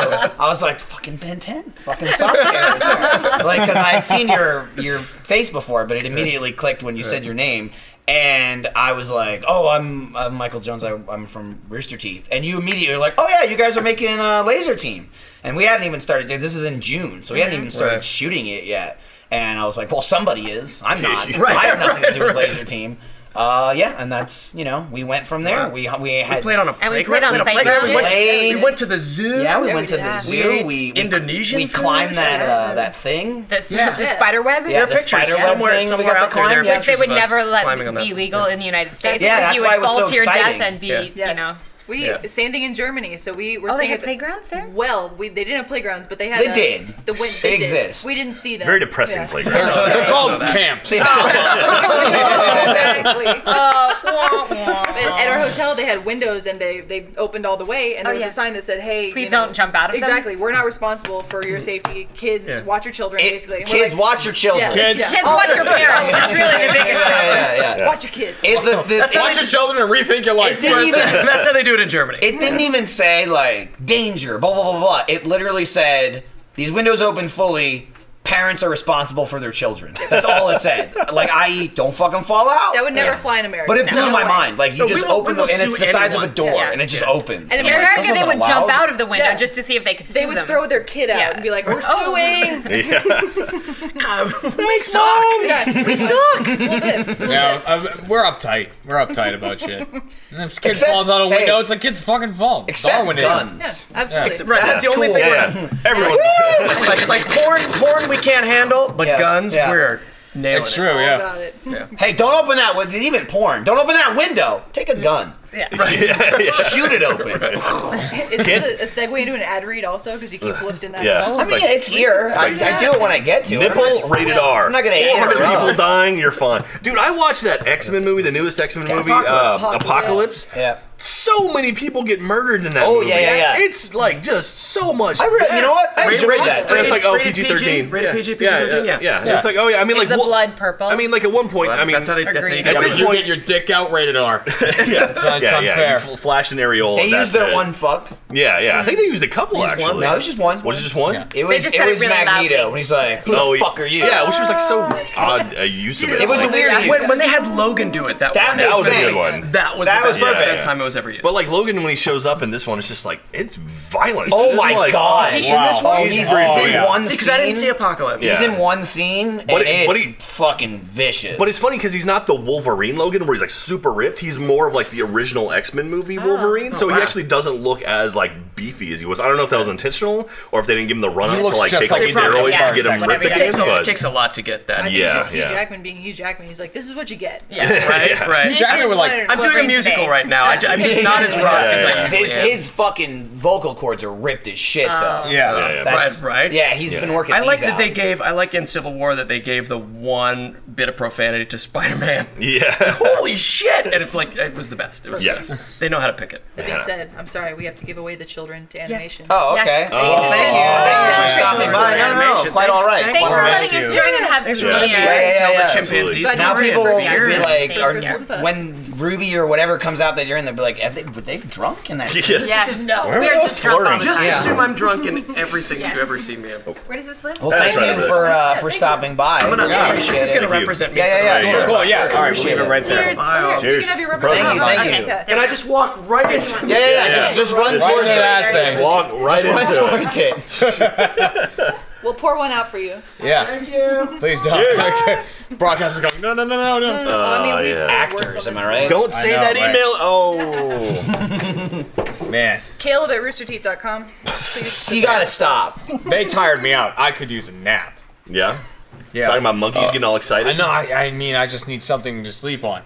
I was like, "Fucking Ben Ten, fucking Sasuke," right there. like because I had seen your your face before, but it immediately clicked when you said your name. And I was like, "Oh, I'm, i Michael Jones. I, I'm from Rooster Teeth." And you immediately were like, "Oh yeah, you guys are making a laser team." And we hadn't even started. This is in June, so we hadn't even started
Right.
shooting it yet. And I was like, "Well, somebody is. I'm not.
Right,
I have nothing to do with
right, right.
laser team." Uh, yeah, and that's you know we went from there.
Wow.
We we had
We played on a
And we
playground.
played on a
We, went,
playground.
we went to the zoo.
yeah we
Yeah,
went
we
to the
did.
zoo.
We
We,
ate
we
Indonesian
we
food.
climbed that uh, that thing.
This,
Yeah.
The spider web?
Yeah, the
pictures.
spider web
Somewhere-
thing.
somewhere
we got
out
to
there,
climb.
there are
yeah.
Which they
pictures
would
of us
never let
climbing on that.
be legal in the United States
Yeah,
because
that's
you
why
would
it was
fall
so
to your
exciting.
death and be,
Yeah.
you know.
We
Yeah.
same thing in Germany. So we were
Oh, they
staying
had
at the-
playgrounds there?
Well, we they didn't have playgrounds, but they had.
They
uh,
did.
The win-
They
did.
exist.
We didn't see them.
Very depressing
Yeah.
playground.
They're called
Oh,
camps.
exactly.
Oh,
And at our hotel, they had windows and they they opened all the way, and there
Oh,
was
yeah.
a sign that said, "Hey,
Please
you know,
don't jump out of them.
Exactly, we're not responsible for your safety. Kids,
Yeah.
watch your children.
It-
basically, And we're
kids,
like,
watch your children.
Yeah.
Kids.
Kids,
Oh.
watch your parents. It's really the biggest
Yeah,
problem.
yeah, yeah.
Watch your kids.
It, the, the,
Watch your children and rethink your life.
it didn't even
That's how they do it in Germany.
It didn't even say like danger, blah blah blah blah. It literally said these windows open fully. Parents are responsible for their children. That's all it said. Like, i.e., don't fucking fall out.
that would never fly in America.
But it blew
No
my
way.
mind. Like you
No, we
just
will- we
open the
will
and
sue
it's the size of a
anyone.
door
Yeah.
and it just
Yeah.
opens.
And
I'm
In
like,
America,
this
they
isn't
would jump
allowed.
out of the window
Yeah.
just to see if they could
They
sue
would
them.
throw their kid out
Yeah.
and be like, "We're
Oh.
suing."
Um, we suck.
yeah,
We suck.
a little bit.
Yeah, uh, we're uptight. We're uptight about shit. And if a kid
Except-
falls out a window,
hey.
it's a kid's fucking fault.
Except
Darwinism.
guns.
Absolutely.
Right, that's, the only
cool.
thing. we're-
Yeah, everyone.
Like, like porn, porn we can't handle, but
Yeah,
guns
yeah.
we're nailing.
It's
it.
true,
All
yeah.
about it.
Hey, don't open that window. Even porn. Don't open that window. Take a gun.
Yeah.
yeah, yeah.
Shoot it open.
Is this a, a segue into an ad read also? Because you keep lifting that.
Yeah.
up.
I mean, it's here. I, I do it when I get to it.
Nipple rated R.
I'm not gonna hit
400
her up.
people dying. You're fine, dude. I watched that X Men movie, the newest X Men movie, uh,
Apocalypse.
Apocalypse.
Yeah.
So many people get murdered in that.
Oh,
movie.
yeah, yeah, yeah.
It's like just so much.
I re- you know what? I
Rated-
enjoyed that.
So it's like oh
Rated
PG thirteen,
PG? Rated PG,
yeah,
PG-13,
yeah,
yeah.
yeah. It's like oh yeah, I mean like
the
what-
blood purple?
I mean like at one point, I
That's,
mean
that's how they. That's how you
Agreed.
get
Yeah,
At
but
this
it.
you
point-
get your dick out rated R.
yeah,
it's
yeah,
unfair.
yeah. You fl- flashed an areola.
They used
that's
their
it.
one fuck.
Yeah, yeah. I think they used a couple
Just
actually.
one. No, it was just one.
Was it just one?
Yeah.
It was
just
it
said it
was
really
Magneto
loudly.
when he's like, "Who
Oh,
the fuck are you?"
Yeah, which was like so odd a use of it.
It was a
Like,
weird.
When, when they had Logan do it, that, one,
That made
That was a good
sense.
one.
That was
That
the
was
best,
perfect.
best time it was ever used.
But like Logan, when he shows up in this one, it's just like it's violent.
Oh
It's
my
like-
god!
See, in this
Wow.
one-
oh, he's,
Oh,
he's in
yeah.
one
See,
scene.
because I didn't see Apocalypse.
Yeah.
He's in one scene, and
But it-
it's
but he-
fucking vicious.
But it's funny because he's not the Wolverine Logan, where he's like super ripped. He's more of like the original X Men movie
Oh,
Wolverine, so
wow.
he actually doesn't look as like beefy as he was. I don't know if that was intentional or if they didn't give him the run up
He
to
looks
like
just
take
like
like
he
did in
steroids
Wolverine.
to get him
Yeah,
ripped
whatever.
It
again.
takes, a, it
But
takes a lot to get
I
that.
think it's just
Yeah,
Hugh
yeah.
Jackman being Hugh Jackman. He's like, "This is what you get."
Yeah.
Right, right.
Jack- Jackman
This
was
is
like,
Leonard
I'm doing a
Wolverine's
musical
big.
right now. I, am just not as rocked as I
Yeah,
usually
his,
am. Uh,
his fucking vocal cords are ripped as shit, though.
Yeah.
Yeah, yeah.
That's
Right, right.
Yeah, he's
Yeah.
been working.
I like
these
that they
out.
gave. I like in Civil War that they gave the one bit of profanity to Spider-Man.
yeah,
Holy shit! And it's like it was the best. It was
Yeah.
the best. They know how to pick it.
That being
Yeah.
said, I'm sorry, we have to give away the children to animation.
Oh,
Yes.
okay.
They can just
Thank
spend-
you.
they spend
Yeah.
Christmas
Yeah.
with
No, no, no,
animation.
Quite all right.
Thanks
Quite
for
all right.
letting us join and have
Thanks
some
for letting me
beer.
Yeah, yeah,
tell
yeah.
the chimpanzees.
Absolutely.
Now
Merry
people
Christmas.
will be like,
Merry
are,
Christmas with us.
when Ruby or whatever comes out that you're in, they'll be like, "Are they- were they drunk in that scene?
Yes.
Yes.
No.
We are
all
just drunk
slurring?
all the
Just
time.
Yeah.
assume I'm drunk in everything
Yes.
you ever see me in.
Oh.
I'm
Where does this live?
Well,
That's
thank
right,
you
right.
for uh, for
thank you.
stopping by.
gonna,
Yeah,
this
appreciate
is
it.
gonna
Thank you.
represent me.
Yeah,
for the
yeah,
rest
yeah.
of
Sure.
my
Cool,
life.
yeah. All right, we'll
Appreciate
leave
it.
it right there.
Cheers.
Wow.
We
Cheers.
can have your
Prost.
representative.
Thank you,
Okay,
thank you.
good.
And I just walk right into it.
Yeah, yeah, yeah. Just just run
Right
towards it.
into that thing.
Just
walk right
Run
into it.
towards it.
We'll pour one out for you.
Yeah. Thank you. Please don't. Okay. Broadcast is going, no, no, no, no, no.
I mean, we've
yeah.
had worse
Actors, am
on this
I right?
Don't say
know,
that
right?
email. Oh
Man,
before. Caleb at roosterteeth.com. Please.
You gotta stop.
they tired me out. I could use a nap. Uh,
yeah.
Yeah.
Talking about monkeys getting all excited.
I know. I, I mean, I just need something to sleep on.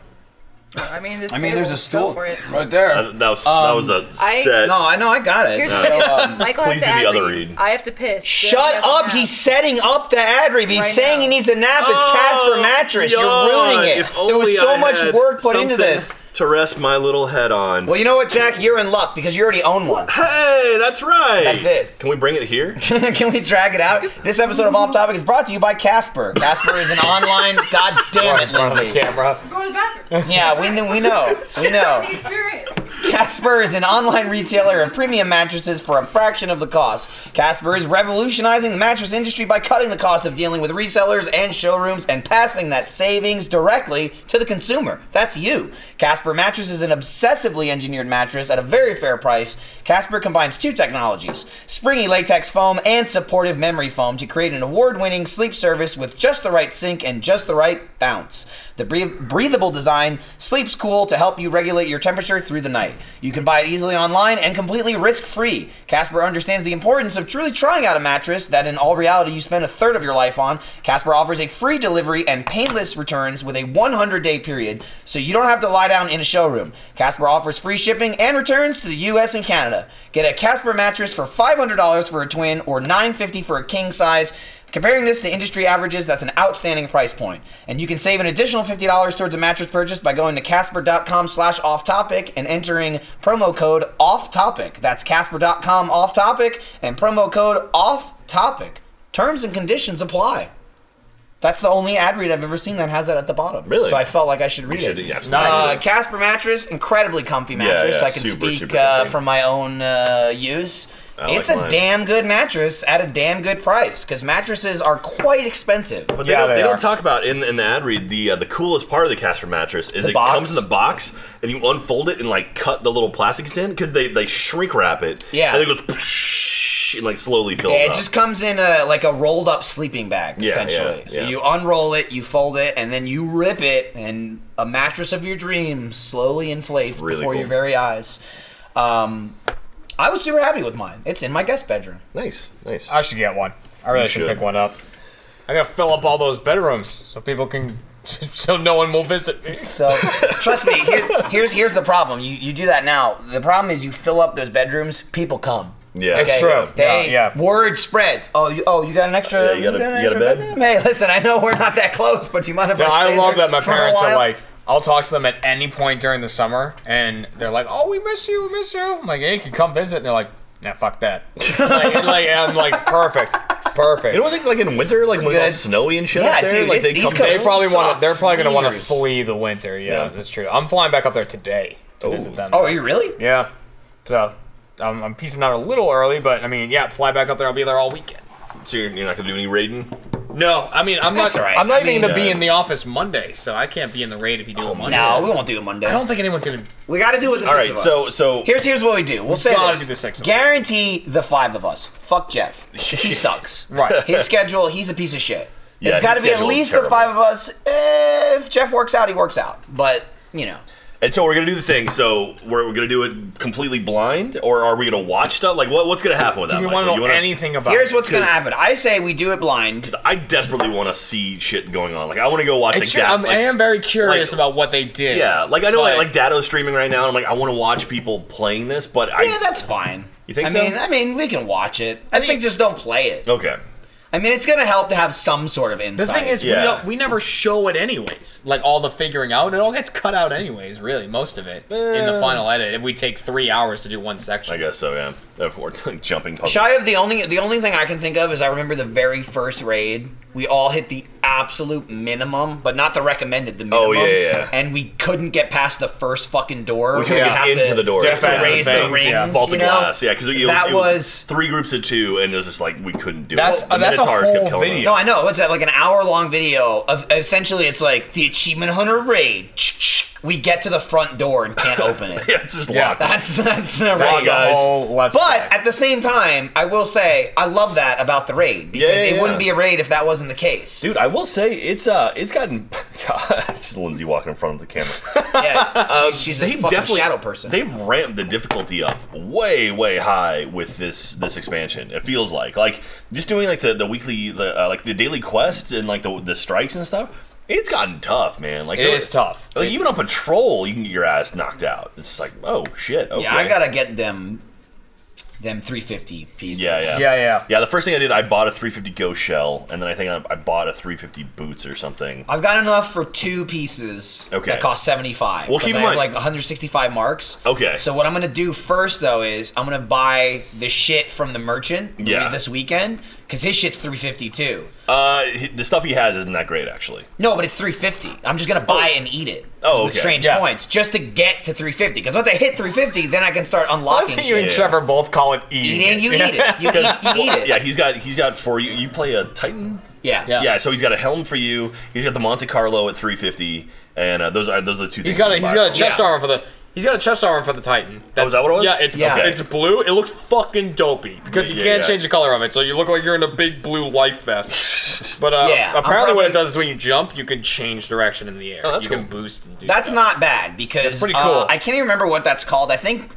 Uh, I mean, this
I mean, there's
table,
a stool
Go for it. Um,
right there.
Uh, that was that was a
I-
set.
no, I know, I got it.
Here's
So,
the deal.
um,
Michael
please
has to
do the
ad
other
read.
read.
I have to piss.
Shut
Dylan has to
up!
nap.
He's setting up the ad read. He's
Right
saying he
now.
needs to nap. It's
Oh,
Casper mattress.
yeah,
You're ruining it.
if
There was
only
so
I
much
had
work put into
something
this.
To rest my little head on.
Well, you know what, Jack? You're in luck because you already own one.
Hey, that's right.
That's it.
Can we bring it here?
Can we drag it out? This episode of Off Topic is brought to you by Casper. Casper is an online. God damn it, Lindsay.
camera.
Go to the bathroom.
Yeah, we know. We know. We know.
The experience.
Casper is an online retailer of premium mattresses for a fraction of the cost. Casper is revolutionizing the mattress industry by cutting the cost of dealing with resellers and showrooms and passing that savings directly to the consumer. That's you. Casper Mattress is an obsessively engineered mattress at a very fair price. Casper combines two technologies springy latex foam and supportive memory foam to create an award winning sleep service with just the right sink and just the right bounce. The breath- breathable design sleeps cool to help you regulate your temperature through the night. You can buy it easily online and completely risk free. Casper understands the importance of truly trying out a mattress that, in all reality, you spend a third of your life on. Casper offers a free delivery and painless returns with a 100 day period, so you don't have to lie down in a showroom. Casper offers free shipping and returns to the US and Canada. Get a Casper mattress for $500 for a twin or $950 for a king size. Comparing this to industry averages, that's an outstanding price point. And you can save an additional $50 towards a mattress purchase by going to casper.com slash off topic and entering promo code off topic. That's casper.com off topic and promo code off topic. Terms and conditions apply. That's the only ad read I've ever seen that has that at the bottom.
Really?
So I felt like I should read
should-
it.
yeah, absolutely.
uh, Casper mattress, incredibly comfy mattress.
yeah,
I can
super,
speak
super
uh,
comfy.
from my own uh, use.
I like
it's a
mine.
damn good mattress at a damn good price because mattresses are quite expensive.
But they,
Yeah,
don't,
they
they,
are.
don't talk about in in the ad read the uh, the coolest part of the Casper mattress is
The
it
box?
comes in the box and you unfold it and like cut the little plastics in because they they shrink wrap it
Yeah.
and it goes psh, and like slowly fills
Yeah,
up.
it just comes in a like a rolled up sleeping bag
Yeah,
essentially.
yeah,
so
yeah.
you unroll it, you fold it, and then you rip it, and a mattress of your dreams slowly inflates
really
before
cool.
your very eyes. Um, I was super happy with mine. It's in my guest bedroom.
nice, nice.
I should get one. I really
You
should,
should.
pick one up. I gotta fill up all those bedrooms so people can, so no one will visit me.
So trust me. Here, here's here's the problem. You you do that now. The problem is you fill up those bedrooms. People come.
yeah,
It's true.
They,
Yeah, yeah.
Word spreads. Oh, you, oh, you got an extra.
Yeah, you got a-
an
you got a
extra
bed?
bedroom? Hey, listen, I know we're not that close, but you might have.
No, I love that my parents are like, I'll talk to them at any point during the summer, and they're like, "Oh, we miss you, we miss you." I'm like, "Hey, you can come visit," and they're like, "Nah, fuck that." like, like, I'm like, perfect, perfect.
You don't think like in winter, like when it's all
Good.
snowy and shit
Yeah,
out there,
dude,
like
it-
they
these
come
coast-
back.
they probably want to. They're
Sucks.
probably gonna want to
Wieners.
flee the winter. Yeah,
Yeah.
that's true. I'm flying back up there today to
Ooh.
visit them.
Oh, are you really?
yeah. So I'm, I'm piecing out a little early, but I mean, yeah, fly back up there. I'll be there all weekend.
So you're, you're not gonna do any raiding.
No, I mean, I'm
That's
not.
all right.
I'm not
I
even
mean,
gonna be
uh, Oh,
in the office Monday, so I can't be in the raid if you do it Monday.
No, we won't do it Monday.
I don't think anyone's gonna.
We got to do it with the
All
six
right,
of us.
so- so-
here's here's what we do. We'll say
gotta
this.
do the six of us.
Guarantee the five of us. Fuck Jeff. 'Cause He sucks.
Right.
His schedule. He's a piece of shit.
Yeah,
it's got to
his
be at
schedule is
least the
terrible.
five of us. Eh, If Jeff works out, he works out. But you know,
And so we're gonna do the thing. So we're, we're gonna do it completely blind, or are we gonna watch stuff? Like what, what's gonna happen with that?
Do we
Michael?
want to
You wanna-
know anything about?
here's what's gonna
Because-
happen. I say we do it blind.
I desperately want to see shit going on. Like I want to go watch
It's
like,
true.
Dad-
I'm,
like
I am very curious
like-
about what they did.
Yeah, like I know, like,
But-
like Datto's streaming right now, and I'm like, I want to watch people playing this, but I
Yeah, that's fine.
You think
I
so?
mean, I mean, we can watch it. I, think, just don't play it.
okay.
I mean, it's gonna help to have some sort of
The
insight.
thing is,
Yeah.
we don't. We never show it anyways. Like all the figuring out, it all gets cut out anyways. Really, most of it in the final edit. If we take three hours to do one section,
Eh. I guess so. Yeah, of course, like jumping puzzle.
shy of the only the only thing I can think of is I remember the very first raid. We all hit the absolute minimum, but not the recommended. The minimum.
Oh, yeah, yeah.
And we couldn't get past the first fucking door.
We couldn't
We'd
get
have
into
to-
the door.
we have to
Yeah,
raise
things,
the rings.
yeah.
Vault the
you know?
glass, yeah, because
that
it was,
was-
three groups of two, and it was just like we couldn't do
That's-
it. The
uh, that's a
Minotaurs kept
whole
killing us.
video.
No, I know. What's that? Like an hour long video of essentially it's like the achievement hunter raid. we get to the front door and can't open it.
Yeah, it's just
Yeah,
locked.
That's that's the
Sorry,
raid.
guys.
let's
But at the same time, I will say I love that about the raid because
Yeah, yeah,
it wouldn't
yeah.
be a raid if that wasn't the case.
Dude, I will say it's uh, it's gotten. God, it's just Lindsay walking in front of the camera. Um,
Yeah, she's a
They
fucking
definitely
shadow person.
They've ramped the difficulty up way, way high with this this expansion. It feels like like just doing like the the weekly the uh, like the daily quests and like the the strikes and stuff. It's gotten tough, man. Like
It is tough.
Like even on patrol, you can get your ass knocked out. It's like oh shit. Okay.
Yeah, I gotta get them, them 350 pieces.
Yeah, yeah,
Yeah, yeah.
Yeah, the first thing I did, I bought a 350 ghost shell, and then I think I, I bought a 350 boots or something.
I've got enough for two pieces
Okay.
that cost 75.
Well,
'cause
keep
I
in
have
mind-
like 165 marks.
Okay.
So what I'm gonna do first though is I'm gonna buy the shit from the merchant maybe
Yeah.
this weekend because his shit's 350 too.
Uh, he- the stuff he has isn't that great, actually.
No, but it's 350. I'm just gonna buy and eat it.
Oh,
With
okay.
strange
Yeah.
points just to get to 350 because once I hit 350, then I can start unlocking
you
shit.
and Trevor both call it eating.
Eat it, you eat
Yeah.
it. You eat, you eat it.
E. Yeah, he's got he's got for you. You play a Titan.
Yeah.
Yeah.
Yeah, so he's got a helm for you. He's got the Monte Carlo at 350, and uh, those are those are the two things.
He's got a
you can
he's
buy. Oh,
got a chest
Yeah.
armor for the he's got a chest armor for the Titan. That's,
that what it was?
Yeah, it's
Yeah.
it's blue. It looks fucking dopey because you
Yeah,
can't
yeah.
change the color of it, so you look like you're in a big blue life vest. But uh,
Yeah, I'm
apparently,
probably-
what it does is when you jump, you can change direction in the air.
Oh, that's
you can
cool.
boost and do.
That's
stuff.
not bad because
That's pretty
uh,
cool.
I can't even remember what that's called. I think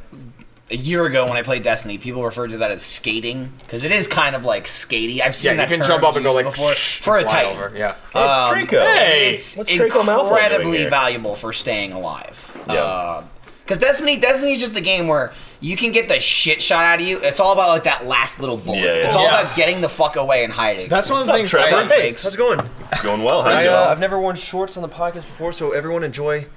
a year ago when I played Destiny, people referred to that as skating because it is kind of like skatey. I've seen
Yeah,
that
you can
term
jump up and go
used
like
before for a
fly
Titan. Um,
over. Yeah.
Oh, it's Draco.
hey!
It's
What's Draco Malfoy doing
incredibly
here?
valuable for staying alive.
Yeah.
because Destiny, Destiny is just a game where you can get the shit shot out of you. It's all about like that last little bullet.
Yeah, yeah.
It's all
Yeah.
about getting the fuck away and hiding.
That's one of the
Sup,
things.
Trevor?
I,
Hey,
hey, how's it going?
going well. How's
I,
it
uh,
going?
I've never worn shorts on the podcast before, so everyone enjoy.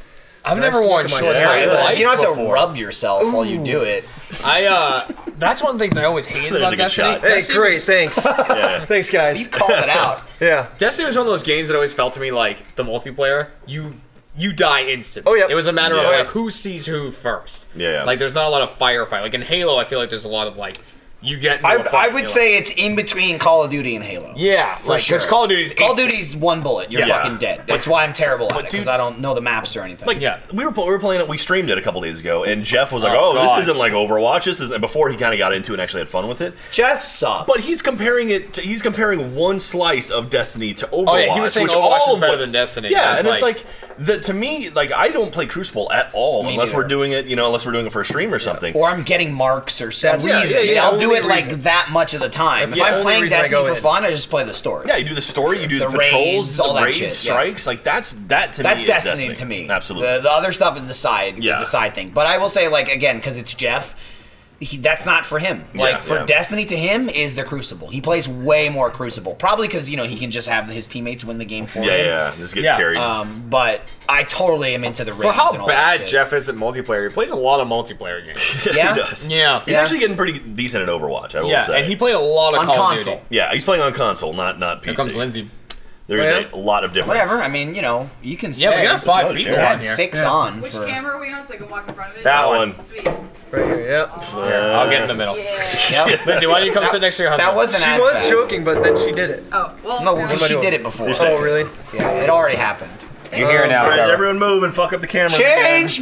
I've
never
never worn
worn shorts
shorts.
in my
Very
life
good. You don't have to
before.
rub yourself while you do it.
I uh, that's one of the things I always hated
There's a
about
good
Destiny.
shot.
Hey,
Destiny
great,
was-
thanks,
yeah.
thanks
You
guys.
called it out.
Yeah,
Destiny was one of those games that always felt to me like the multiplayer, you you die instantly.
Oh, yeah.
It was a matter
Yeah.
of like who sees who first.
Yeah, yeah.
Like there's not a lot of firefight. Like in Halo, I feel like there's a lot of like you get. into
I,
a fight,
I would
you're
say it's in between Call of Duty and Halo.
like, yeah, for
Like,
sure.
'cause
Call of Duty's
Call of
instant.
Duty's one bullet. You're
Yeah.
fucking dead. That's why I'm terrible at it
dude-
because I don't know the maps or anything.
Like
Yeah.
we were pl- we were playing it. We streamed it a couple days ago, and Jeff was like,
Oh,
"Oh,
God.
this isn't like Overwatch. This isn't." and Before he kind of got into it and actually had fun with it.
Jeff sucks.
But he's comparing it. To, he's comparing one slice of Destiny to Overwatch.
Oh yeah, he was saying
which
Overwatch
all
is
of
better
what-
than Destiny.
Yeah, and it's like, the, to me, like I don't play Crucible at all
Me
unless we're
neither.
doing it, you know, unless we're doing it for a stream or something.
or I'm getting marks or some
That's- yeah,
reason.
yeah, yeah,
I'll do
only
it like
reason.
that much of the time. if
the
I'm
only
playing
reason I
Destiny
go
for
in.
fun, I just play the story.
Yeah, you do the story, you do the,
The
patrols,
raids,
the
all that
raids,
shit, yeah.
strikes. Like that's that to
That's
me.
Destiny,
is Destiny
to me.
Absolutely.
The, the other stuff is a side is
Yeah.
a side thing. But I will say like again because it's Jeff. He, that's not for him. Like
Yeah,
for
yeah.
Destiny to him is the Crucible. He plays way more Crucible, probably because you know he can just have his teammates win the game for
yeah,
him.
yeah, just get
Yeah,
carried.
Um, but I totally am into the raids
for how
and all that
bad
shit.
Jeff is at multiplayer, he plays a lot of multiplayer games.
Yeah,
he does.
yeah.
he's
Yeah.
actually getting pretty decent at Overwatch. I will
yeah,
say.
and he played a lot of
on
Call
console.
of Duty.
yeah, he's playing on console, not not PC.
Here comes Lindsay.
There's a
Whatever.
lot of difference.
Whatever. I mean, you know, you can. Stay.
Yeah, we got five
Oh,
people
sure.
I
on
had
here.
six
Yeah.
on.
Which
for,
camera are we on so I can walk in front of it?
That one.
Sweet.
right here. Yeah,
Uh,
I'll get in the middle.
Yeah.
Yep.
Lindsay, why don't you come sit next to your husband?
that wasn't.
she
as
was
bad.
joking, but then she did it.
Oh, well.
No,
apparently-
she
Nobody-
did it before.
Oh, really?
Yeah, it already happened.
Thanks.
here now.
All right,
Trevor.
everyone move and fuck up the camera.
Change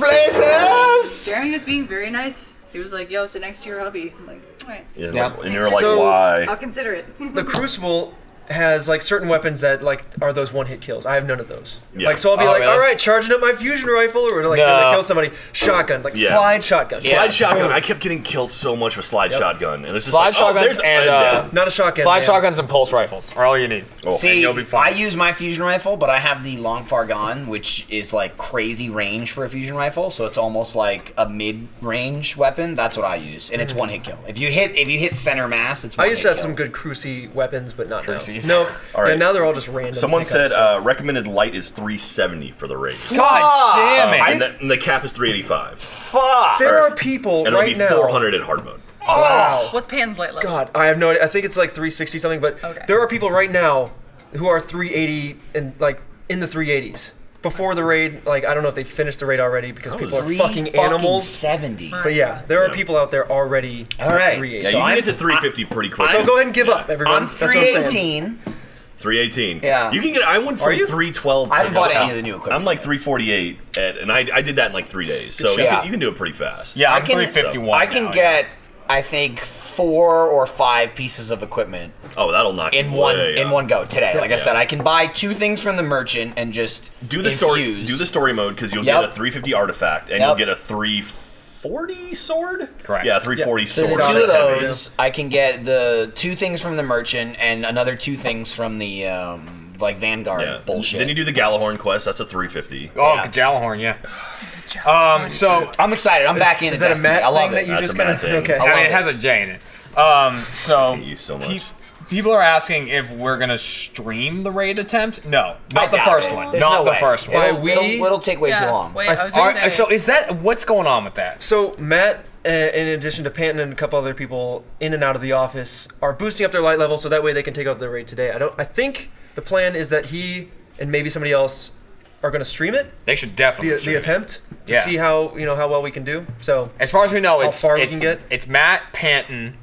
places.
Jeremy was being very nice. He was like, yo, sit next to your hubby. I'm like, all right.
Yeah,
Yeah.
And you're like,
So-
I'll
why?
consider it.
The Crucible has like certain weapons that like are those one hit kills. I have none of those.
Yeah.
Like so I'll be
Oh,
like,
really?
all right, charging up my fusion rifle or like
No.
gonna kill somebody. Shotgun, like
Yeah.
slide shotgun.
Slide
Slide
shotgun. I kept getting killed so much with slide shotgun, and it's just
Slide
like, oh,
shotguns
there's
and, uh,
down.
Not a shotgun.
Slide
man.
shotguns and pulse rifles are all you need.
Oh.
See,
you'll be fine.
I use my fusion rifle, but I have the long far gone, which is like crazy range for a fusion rifle. So it's almost like a mid range weapon. That's what I use, and it's one hit kill. If you hit, if you hit center mass, it's.
Hmm. I
One
used to
hit
have some
kill.
good crucy weapons, but not
Crucies.
now. No,
All right.
yeah, now they're all just random.
Someone said
pickups.
uh, recommended light is 370 for the raid.
God damn it!
And, the, and the cap is 385.
Fuck.
there
Alright.
are people
And it'll
right
be
now.
400 at hard mode.
Wow.
What's Pan's light level?
God, I have no idea. I think it's like 360 something, but
Okay.
there are people right now who are 380 and like in the 380s. Before the raid, like I don't know if they finished the raid already because people are
Three
fucking, animals.
Seventy.
But yeah, there are
Yeah.
people out there already.
All right.
380.
Yeah,
So
you can
I'm-
get to 350 pretty quick.
So go ahead and give up, everyone.
I'm
That's what I'm saying.
318.
318.
Yeah.
You can get. I went
Are
from
you?
312.
I haven't bought
to-
any of the new equipment
I'm like
yet.
348, at, and I, I did that in like three days. So you,
shot.
can, you can do it pretty fast.
Yeah,
I
I'm
can-
351.
I can
now,
get, I think, four or five pieces of equipment
Oh, that'll knock
in
you
one
way
in
up.
one go today. Like I
Yeah.
said, I can buy two things from the merchant and just
Do the story.
infuse.
Do the story mode because you'll
Yep.
get a 350 artifact and
Yep.
you'll get a 340 sword.
Correct.
Yeah, 340
So
sword.
It's
So for
on
two of
that side,
those, I can get the two things from the merchant and another two things from the um, like Vanguard
Yeah.
bullshit.
Then you do the Galahorn quest. That's a 350.
Oh,
Yeah.
Jalahorn, yeah. Um, so
I'm excited. I'm back in.
Is that a
Destiny.
Matt
I love
thing
it.
that you
That's
just
a
kind
Matt
of
thing.
okay?
I mean, it
it.
has a J in it. Um, so
Thank you so much.
people are asking if we're gonna stream the raid attempt. No,
I
not the
doubt
first
it.
one.
There's
not
no
the
way.
first one.
By
It'll,
we-
it'll, it'll take way too
yeah.
long.
Wait,
I
I, was
th-
gonna
Are-
say.
so is that what's going on with that?
So Matt, uh, in addition to Panton and a couple other people in and out of the office, are boosting up their light level so that way they can take out the raid today. I don't. I think the plan is that he and maybe somebody else are going to stream it,
They should definitely
the, the
stream it.
attempt, to
Yeah.
see how you know how well we can do. So
As far as we know, it's
far we
it's,
can get?
it's Matt Panton,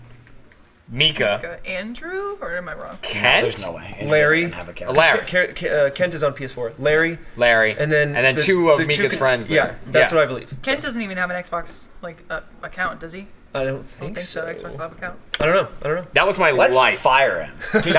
Mika,
Uh, Andrew, or am I wrong?
Kent,
There's no way. It just
Larry.
doesn't Have a character.
Larry.
Ke- Ke- uh, Kent is on PS4. Larry,
Larry,
and then
and then
the-
two of
the
Mika's
con-
friends.
Yeah,
there.
that's what I believe.
Kent doesn't even have an Xbox like uh, account, does he?
I don't
I don't
think
think so.
so.
Xbox Live account.
I don't know. I don't know.
That was my
Let's
life.
fire him.
That,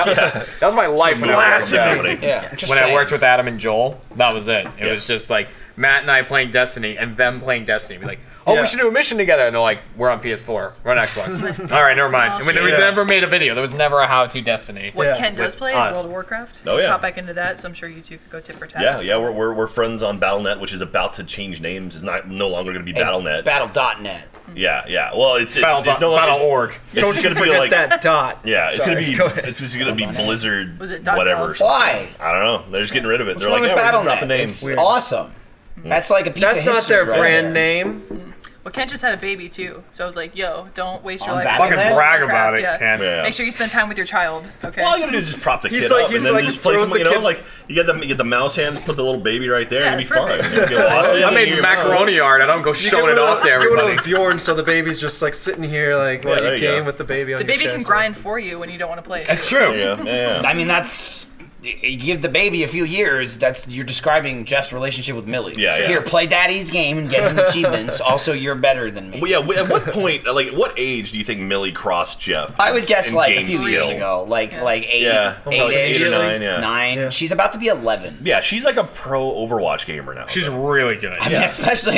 that was my life when I worked with Adam.
Blasphemy.
Yeah. Just
when I
saying.
worked with Adam and Joel, that was it. It
Yeah.
was just like Matt and I playing Destiny and them playing Destiny. Be like, oh,
Yeah.
we should do a mission together. And they're like, we're on PS4, we're on Xbox. All right, never mind. And we, we
Yeah.
never made a video. There was never a how to Destiny.
What
Yeah.
Kent does
With
play
us.
is World of Warcraft.
Oh,
Let's
yeah.
hop back into that, so I'm sure you two could go tip for tap.
Yeah, yeah, we're, we're, we're friends on BattleNet, which is about to change names. It's not no longer going to be BattleNet.
Battle.net.
yeah, yeah. Well, it's it's,
Battle,
it's no longer
battle
it's-
org.
It's just going to be
Forget
like
that dot.
yeah, it's
Sorry,
going to be
go ahead.
it's just going to be Blizzard
Was it dot
whatever.
com?
Why?
I don't know. They're just getting rid of it.
What's
They're
wrong
like,
with
yeah, we're
Battle.net?
dropping the names.
It's
Weird.
awesome. That's like a piece
That's
of
not
history
their
right
brand
there.
name.
Well, Kent just had a baby too, so I was like, "Yo, don't waste your
On
life."
that.
playing
Fucking
World of
brag
Warcraft,
about it,
yeah.
Ken.
Yeah.
Make sure you spend time with your child. Okay.
All you gotta do is just prop the
He's
kid
like-
up,
he's
and then
like-
you just place
throws
him.
the
You know,
kid-
like you get the you get the mouse hands, put the little baby right there,
Yeah,
and you'd be fine.
perfect.
You'd go, "Awesome."
I made
You're-
macaroni art. I don't go
You
showing
get
it
one
off
those-
to
get one
everybody.
of those Bjorn, so the baby's just like sitting here, like while
there
you
you
came
go.
with the baby on
The
your
baby can
chest.
grind for you when you don't want to play. it.
That's true.
Yeah, yeah. yeah.
I mean, that's you give the baby a few years. That's you're describing Jeff's relationship with Millie.
Yeah, yeah.
Here, play Daddy's game and get him achievements. also, you're better than me.
Well, yeah. wh- At what point, like, what age do you think Millie crossed Jeff?
I would
in-
guess
in
like a
game
few years
skill?
ago, like like eight,
Yeah.
eight,
Like eight or nine, yeah.
nine.
Yeah.
She's about to be eleven.
Yeah, she's like a pro Overwatch gamer now.
She's really good.
I mean, especially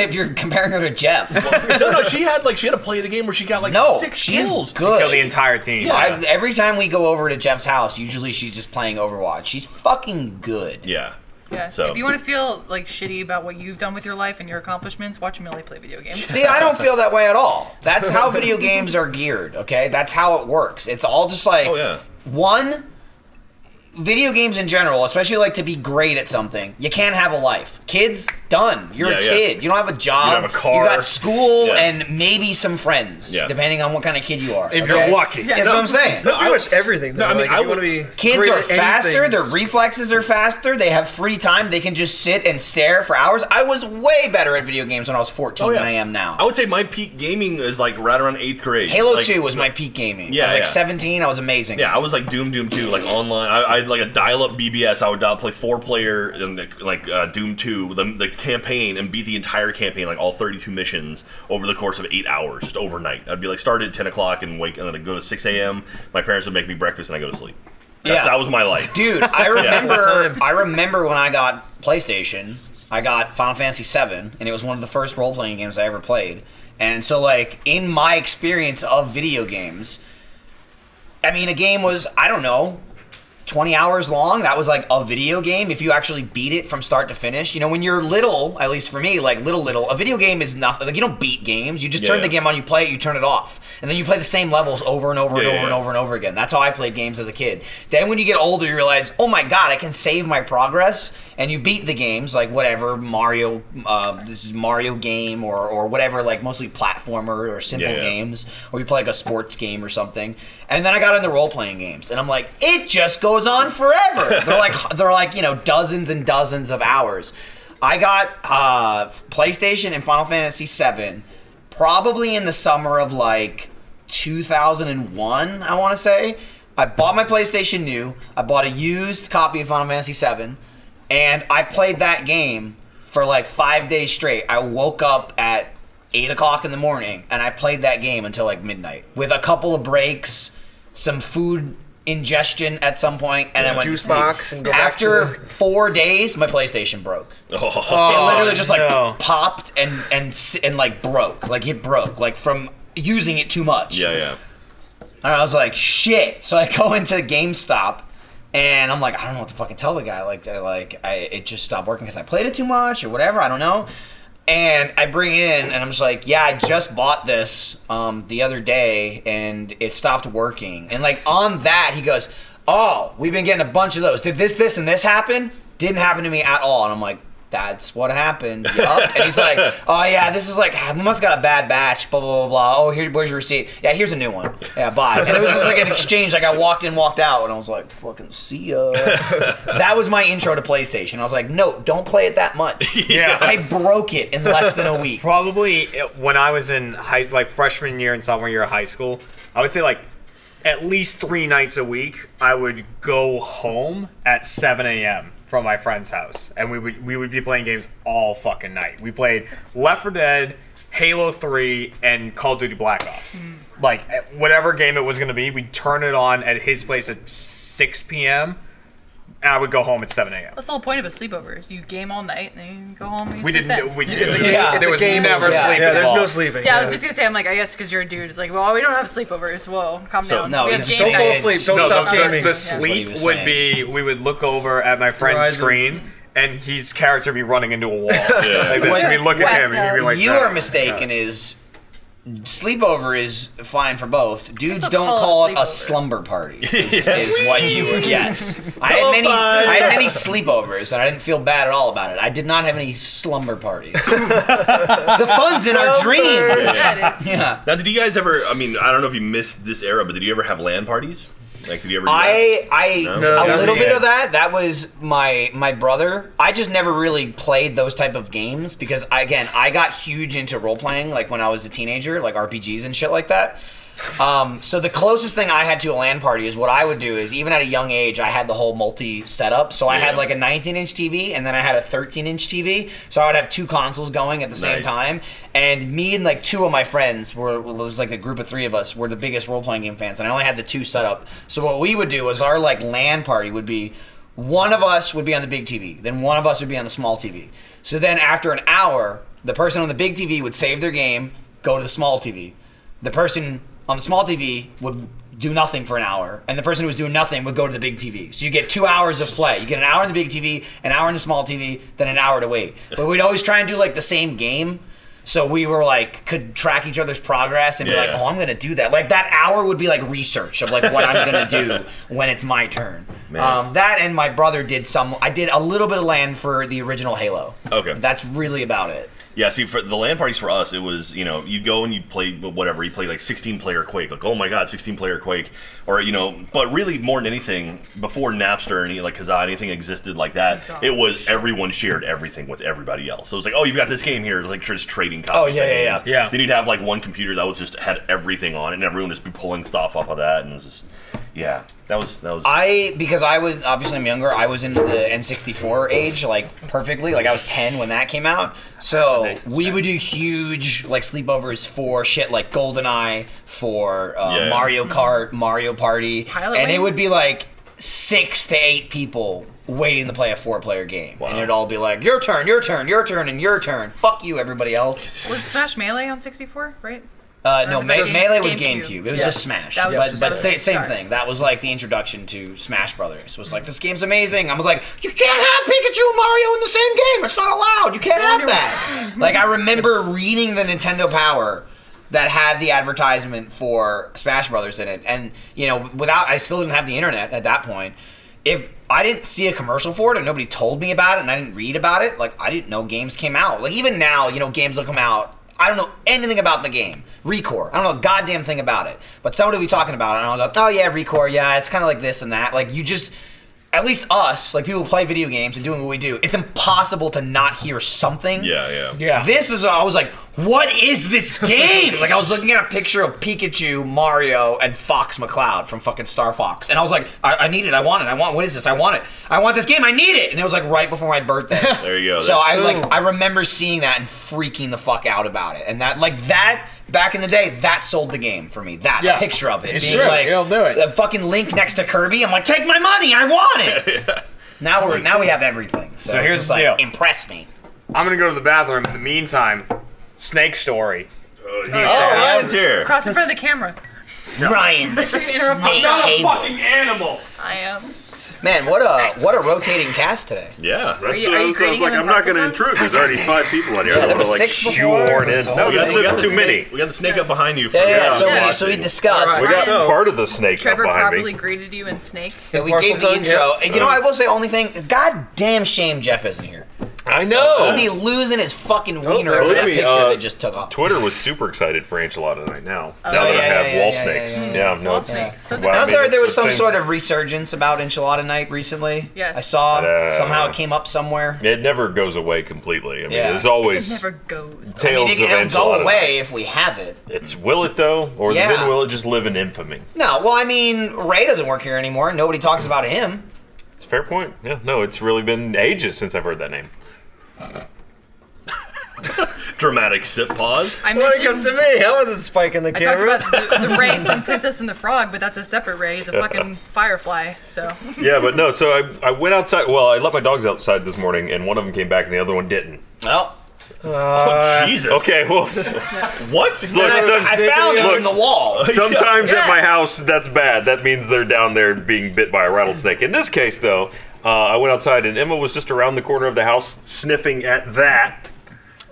if you're comparing her to Jeff.
no, no. She had like she had a play of the game where she got like
no,
six
she's
kills.
good.
Kill the entire team.
Yeah.
I, every time we go over to Jeff's house, usually she's just playing Overwatch. She's fucking good.
Yeah.
Yeah.
So
If you want to feel like shitty about what you've done with your life and your accomplishments, watch Millie play video games.
See, I don't feel that way at all. That's how video games are geared, okay? That's how it works. It's all just like
Oh, yeah.
one video games in general, especially like to be great at something, you can't have a life. Kids, done. You're a
Yeah, yeah.
kid. You don't have a job.
You don't have a car.
You got school
Yeah.
and maybe some friends,
Yeah.
depending on what kind of kid you are.
If you're
okay?
lucky.
That's what I'm saying.
Pretty much everything. Though.
No, I mean,
like, if
I
you want
would-
to be
Kids
great
are
at anything,
faster, their
just-
reflexes are faster, they have free time, they can just sit and stare for hours. I was way better at video games when I was 14
Oh, yeah.
than I am now.
I would say my peak gaming is like right around eighth grade.
Halo
Like,
2 was my peak gaming.
Yeah,
I was like
yeah.
17. I was amazing.
Yeah, I was like Doom Doom 2, like online. I, I had like a dial up BBS. I would dial, play four player and like, like uh, Doom 2, the, the campaign, and beat the entire campaign, like all 32 missions over the course of eight hours, just overnight. I'd be like, start at 10 o'clock and wake, and then I'd go to 6 a.m. My parents would make me breakfast and I go to sleep. That,
Yeah.
that was my life.
Dude, I remember.
Time.
I remember when I got PlayStation. I got Final Fantasy VII, and it was one of the first role playing games I ever played. And so, like in my experience of video games, I mean, a game was I don't know. 20 hours long that was like a video game if you actually beat it from start to finish you know when you're little at least for me like little little a video game is nothing like you don't beat games you just turn
Yeah.
the game on you play it you turn it off and then you play the same levels over and over and
Yeah,
over
yeah,
and
yeah.
over and over again. That's how I played games as a kid. Then when you get older, you realize, oh my god, I can save my progress, and you beat the games like whatever Mario, uh, this is Mario game or or whatever, like mostly platformer or simple
Yeah, yeah.
games, or you play like a sports game or something. And then I got into role playing games, and I'm like, it just goes on forever. they're like they're like you know dozens and dozens of hours. I got uh, PlayStation and Final Fantasy VII probably in the summer of like 2001, I want to say. I bought my PlayStation new. I bought a used copy of Final Fantasy VII, and I played that game for like five days straight. I woke up at eight o'clock in the morning and I played that game until like midnight with a couple of breaks, some food ingestion at some point, and I went
Juice
to sleep.
box and go back to
After four days, my PlayStation broke.
Oh,
It literally just like
no.
popped and and s- and like broke, like it broke, like from using it too much.
yeah, yeah.
And I was like, shit. So I go into GameStop, and I'm like, I don't know what to fucking tell the guy. Like, I, like I, it just stopped working because I played it too much or whatever. I don't know. And I bring it in, and I'm just like, yeah, I just bought this um, the other day, and it stopped working. And like on that, he goes, oh, we've been getting a bunch of those. Did this, this, and this happen? Didn't happen to me at all. And I'm like. That's what happened. Yup. And he's like, "Oh yeah, this is like we must got a bad batch." Blah blah blah blah. Oh, here, where's your receipt? Yeah, here's a new one. Yeah, bye. And it was just like an exchange. Like I walked in, walked out, and I was like, "Fucking see ya." that was my intro to PlayStation. I was like, "No, don't play it that much."
Yeah.
I broke it in less than a week.
probably uh, when I was in high, like freshman year and sophomore year of high school, I would say like at least three nights a week, I would go home at 7 a.m. from my friend's house, and we would we would be playing games all fucking night. We played Left 4 Dead, Halo 3, and Call of Duty Black Ops. Like eh, whatever game it was gonna be, we'd turn it on at his place at 6 p.m. And I would go home at 7 a.m.
That's the whole point of a sleepover is you game all night and then you go home and you
We
sleep
didn't.
then.
We,
Yeah,
there was
game
never
over. yeah.
sleep.
Yeah, there's no
involved.
sleeping.
yeah, I was just gonna say, I'm like, I guess because you're a dude, it's like, well, we don't have sleepovers. Whoa, calm
So-
down.
no,
we
you
have
just
game
Don't fall
nights.
asleep. Don't
no,
stop
the, the-
gaming.
The
what he
sleep
was
would
saying.
be we would look over at my friend's
Horizon.
screen and his character would be running into a wall. like this. We look at him and he'd be like, "Oh
you
that.
are mistaken. Is sleepover is fine for both. Dudes
Just
don't
don't
call,
call
it
it
a
sleepover.
slumber party. Is, is what you were. Yes, I had many.
fight.
I had many sleepovers, and I didn't feel bad at all about it. I did not have any slumber parties. the fun's in our dreams.
Yeah, it is.
Yeah.
Now, did you guys ever? I mean, I don't know if you missed this era, but did you ever have LAN parties? Like, did you ever? do
I I
No,
a
not
little
really.
bit of that. That was my my brother. I just never really played those type of games because I, again, I got huge into role playing like when I was a teenager, like RPGs and shit like that. Um, so the closest thing I had to a LAN party is what I would do is even at a young age I had the whole multi setup. So I had
Yeah.
like a 19 inch TV and then I had a 13 inch TV. So I would have two consoles going at the same
Nice.
time. And me and like two of my friends were well, it was like a group of three of us were the biggest role playing game fans, and I only had the two set up. So what we would do was our like LAN party would be one of us would be on the big TV, then one of us would be on the small TV. So then after an hour, the person on the big TV would save their game, go to the small TV. The person on the small TV would do nothing for an hour, and the person who was doing nothing would go to the big TV. So you get two hours of play. You get an hour on the big TV, an hour on the small TV, then an hour to wait. But we'd always try and do like the same game. So we were like, could track each other's progress and be like,
Yeah.
oh, I'm gonna do that. Like that hour would be like research of like what I'm gonna do when it's my turn.
Man.
Um, that and my brother did some. I did a little bit of land for the original Halo.
Okay.
that's really about it.
Yeah, see, for the LAN parties for us, it was you know you'd go and you'd play whatever you play like 16 player Quake, like oh my god, 16 player Quake, or you know, but really more than anything, before Napster and like Kazaa, anything existed like that, it was everyone shared everything with everybody else. So it was like oh you've got this game here, like just trading copies.
Oh, yeah,
of
yeah,
games.
yeah. Yeah.
Then you'd have like one computer that was just had everything on, it, and everyone would just be pulling stuff off of that, and it was just yeah, that was that was.
I because I was obviously I'm younger. I was into the N64 age like perfectly. Like I was 10 when that came out. So we would do huge like sleepovers for shit like GoldenEye, for uh,
Yeah.
Mario Kart, Mario Party,
Pilot
and it
Wings?
would be like six to eight people waiting to play a four player game, and it'd all be like your turn, your turn, your turn, and your turn. Fuck you, everybody else.
Was Smash Melee on 64? Right?
Uh, no,
was
Me-
that just
Melee was
GameCube?
GameCube. It was
Yeah.
just Smash.
That was
but
just-
but
that was-
sa- same
sorry.
thing. That was like the introduction to Smash Brothers. Was like this game's amazing. I was like, you can't have Pikachu and Mario in the same game. It's not allowed. You can't have that. like I remember reading the Nintendo Power that had the advertisement for Smash Brothers in it, and you know, without I still didn't have the internet at that point. If I didn't see a commercial for it and nobody told me about it and I didn't read about it, like I didn't know games came out. Like even now, you know, games will come out I don't know anything about the game. Recore. I don't know a goddamn thing about it. But somebody will be talking about it, and I'll go, oh yeah, Recore, yeah, it's kind of like this and that. Like, you just, at least us, like people who play video games and doing what we do, it's impossible to not hear something.
yeah, yeah,
Yeah.
This is, I was like, what is this game? like I was looking at a picture of Pikachu, Mario, and Fox McCloud from fucking Star Fox, and I was like, I, I need it, I want it, I want. What is this? I want it, I want this game, I need it. And it was like right before my birthday.
There you go.
So
That's-
I like I remember seeing that and freaking the fuck out about it, and that like that back in the day that sold the game for me. That
Yeah.
a picture of it,
It's
being
true.
like
It'll do it.
the fucking link next to Kirby. I'm like, take my money, I want it. Now we're now we have everything. So, it's
here's
just
the
like
deal.
impress me.
I'm gonna go to the bathroom. In the meantime, Snake Story.
Oh, Ryan's here.
Cross in front of the camera.
Ryan, Snake Hayden.
animal.
I am.
man, what a what a rotating cast today.
Yeah.
Are
That's
you-
what
are
I
you
was- I was
creating
like,
an
I'm not going to
impressive
intrude. There's already five people in here. I
there
don't want
was
to like
six before.
shoehorn in.
There's a
No,
whole-
We got,
that's,
the- we got
that's
the
too many.
snake- We got the snake up behind you. For
Yeah, yeah, so
Yeah.
we so we discussed.
All
we
right.
got
So-
part of the snake
Trevor
up behind
probably
me.
greeted you in Snake.
that we
Parcel
gave the
tongue,
intro.
yeah.
And You know, I will say only thing. Goddamn shame Jeff isn't here.
I know.
He'd be losing his fucking wiener
believe
over Oh, that
me,
picture
uh,
that just took off. Oh,
Twitter was super excited for enchilada tonight. Now, now that
yeah,
I have
yeah,
wall
yeah, yeah,
snakes,
yeah,
yeah,
yeah,
no,
Wall snakes. Those
Wow.
are
I was sorry
maybe
there was
it's the
some
same-
sort of resurgence about enchilada night recently.
Yes.
I saw
Uh,
somehow it came up somewhere.
it never goes away completely. I mean,
Yeah.
there's
it
always
never goes.
I mean,
tales
it,
of
it'll go
enchilada.
away if we have it.
It's will it though, or
Yeah.
then will it just live in infamy?
No, well, I mean, Ray doesn't work here anymore. Nobody talks about him.
It's a fair point. Yeah, no, it's really been ages since I've heard that name. Dramatic sit pause.
I
When it comes
mentioned.
to me, I wasn't spiking the
I talked
camera.
about the, the Ray from Princess and the Frog, but that's a separate Ray. He's a fucking firefly. So
yeah, but no. So I, I went outside. Well, I let my dogs outside this morning, and one of them came back, and the other one didn't.
Well, Uh,
oh Jesus. Okay, well, what? Look,
I,
some-
I found it
Look,
in the wall.
Sometimes
Yeah.
at my house, that's bad. That means they're down there being bit by a rattlesnake. In this case, though, uh, I went outside and Emma was just around the corner of the house sniffing at that.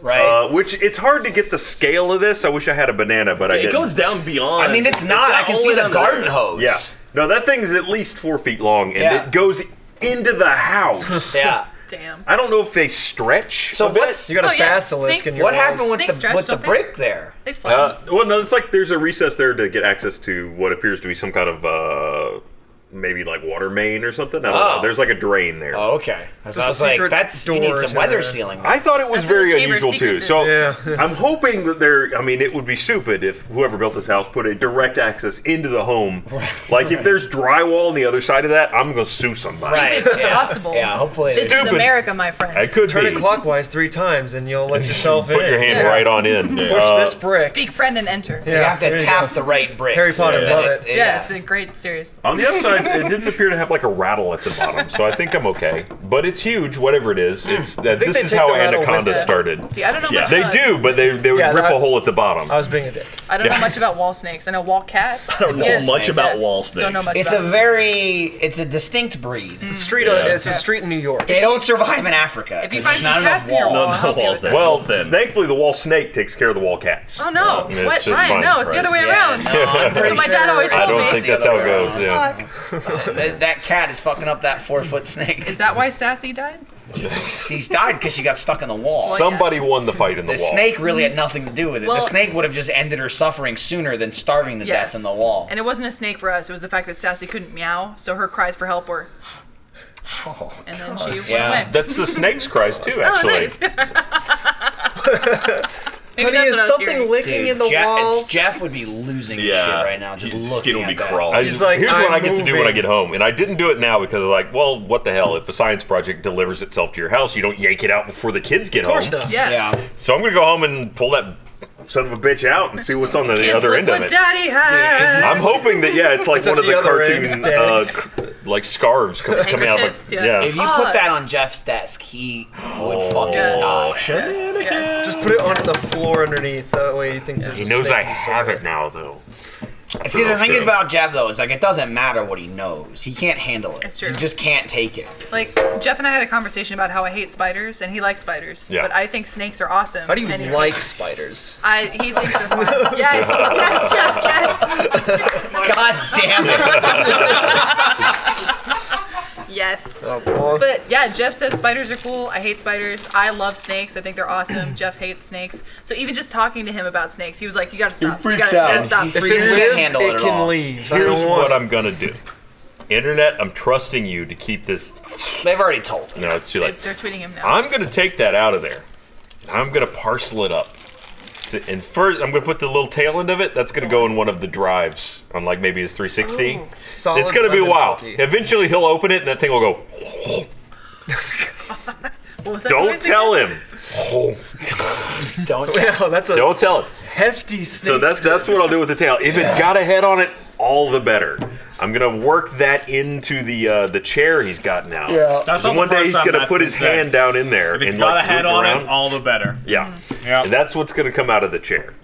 Right.
Uh, which it's hard to get the scale of this. I wish I had a banana, but I
It
didn't.
goes down beyond.
I mean, it's not. I can
all
see the
down there.
garden hose.
yeah. No, that thing is at least four feet long, and
Yeah.
it goes into the house.
Yeah.
damn.
I don't know if they stretch.
So
a bit.
what's
You got a
Oh, yeah,
basilisk
snakes.
in your
what
walls.
happened with
Snakes
the
stretch,
with the
don't they?
brick there?
They
Uh,
fly.
well, no, it's like there's a recess there to get access to what appears to be some kind of uh, maybe like water main or something. I don't
Oh.
know. There's like a drain there.
Oh, okay. I was like,
secret
that's you need
door
some
to
weather
the-
sealing.
I thought it was
That's where the
very
Chamber of
unusual too.
Secrets
So
is.
I'm hoping that they're. I mean, it would be stupid if whoever built this house put a direct access into the home. Like if there's drywall on the other side of that, I'm gonna sue somebody.
Right.
Stupid
Yeah.
possible.
Yeah. Hopefully.
This is
Stupid.
America, my friend.
I could
Turn
be.
it clockwise three times, and you'll let yourself
Put
in.
your hand
Yeah.
right on in.
Push
Uh,
this brick.
Speak friend and enter. Yeah,
You
Yeah,
have
there
to
you
tap the right brick.
Harry Potter, love it.
it's a great series.
On the other side, it didn't appear to have like a rattle at the bottom, so I think I'm okay. But it's huge, whatever it is. It's that
think
this
they
is
take
how
the rattle with
Anaconda
them.
started.
See, I don't know much
They
about.
do, but they they would
Yeah,
rip
that-
a hole at the bottom.
I was being a dick.
I don't know much about wall snakes. I know wall cats. I
don't know much about wall
Don't know
snakes.
much
It's a
about. them.
very, it's a distinct breed.
Street
Yeah.
on, it's a street in New York.
They don't survive in Africa.
If you
'cause
find
there's not
some cats
enough
in
No,
your wall,
walls.
I'll
the
be
wall's
with
there.
it.
well,
thin.
thankfully, the wall snake takes care of the wall cats.
Oh no!
it's-
what,
it's
Ryan?
fine.
No, it's the other way
Yeah,
around.
no, I'm
That's
pretty
what my dad
sure
always
it's
I
told
don't
me.
think
the
that's
other
how it
way around.
goes. Yeah.
Oh,
Uh, That, that cat is fucking up that four foot snake.
Is that why Sassy died?
She's died because she got stuck in the wall.
Well,
Somebody won the fight in the,
the
wall.
snake really had nothing to do with it.
Well-
the snake would have just ended her suffering sooner than starving to
Yes.
death in the wall.
And it wasn't a snake for us. It was the fact that Sassy couldn't meow, so her cries for help were. and then she went
Yeah.
away.
That's the snake's cries too,
Oh,
actually.
nice. Maybe
Honey,
that's
is
what I was
something
hearing.
licking
Dude,
in the
Jeff,
walls?
Jeff would be losing his
Yeah.
shit right now. Just
His
looking
skin will
at
be
that.
crawling.
I
He's
just,
like,
here's what
"I'm
I get to do when I
moving."
get home, and I didn't do it now because, like, well, what the hell? If a science project delivers itself to your house, you don't yank it out before the kids get home.
not.
Yeah.
Yeah.
So I'm gonna go home and pull that son of a bitch out and see what's on the
Kids,
other
look
end of
what
it.
Daddy had.
I'm hoping that yeah, it's like
at
one of
the
the
other end,
cartoon uh,
Daddy.
c- like scarves com- coming out of
Handkerchiefs,
a,
yeah.
yeah.
If you
Oh.
put that on Jeff's desk, he would fucking
Oh,
die.
shit.
Yes.
Just put it on the floor underneath. That way he thinks there's
He
a
knows
snake
I
inside
have
there.
it now though.
See, the
That's
thing
true.
about Jeff though is like it doesn't matter what he knows. He can't handle it.
It's true.
He just can't take it.
Like Jeff and I had a conversation about how I hate spiders and he likes spiders.
Yeah.
But I think snakes are awesome.
How do you
and he-
like spiders?
I he thinks they're fun.
Yes, yes, Jeff, yes.
God damn it!
yes.
Oh, well,
But yeah, Jeff says spiders are cool. I hate spiders. I love snakes. I think they're awesome. Jeff hates snakes. So even just talking to him about snakes, he was like, "You gotta stop. you
freaks
gotta,
out.
gotta stop."
He
if
freaks
it
can't
lives,
handle it
it
at
can
all.
leave. I
Here's
don't want
what
it.
I'm gonna do. Internet, I'm trusting you to keep this.
They've already told. him.
No, it's too
They-
late.
They're tweeting him now.
I'm gonna take that out of there. and I'm gonna parcel it up. S- And first, I'm gonna put the little tail end of it. That's gonna go in one of the drives on like maybe his 360.
Solid
it's gonna be a
lemon
while.
cookie.
Eventually, he'll open it, and that thing will go. Don't tell him.
Don't.
Wow, that's a
Don't tell him.
hefty snake.
So that's that's what I'll do with the tail. If it's got a head on it, all the better. I'm gonna work that into the uh, the chair he's got now.
Yeah.
That's
And
not
one
the
day
first
he's
time
gonna
that's
put
been
his
said.
hand down in there.
If it's
and,
got
like,
a head
root
on Mm-hmm.
around.
it, all the better.
Yeah.
Yeah.
And that's what's going to come out of the chair.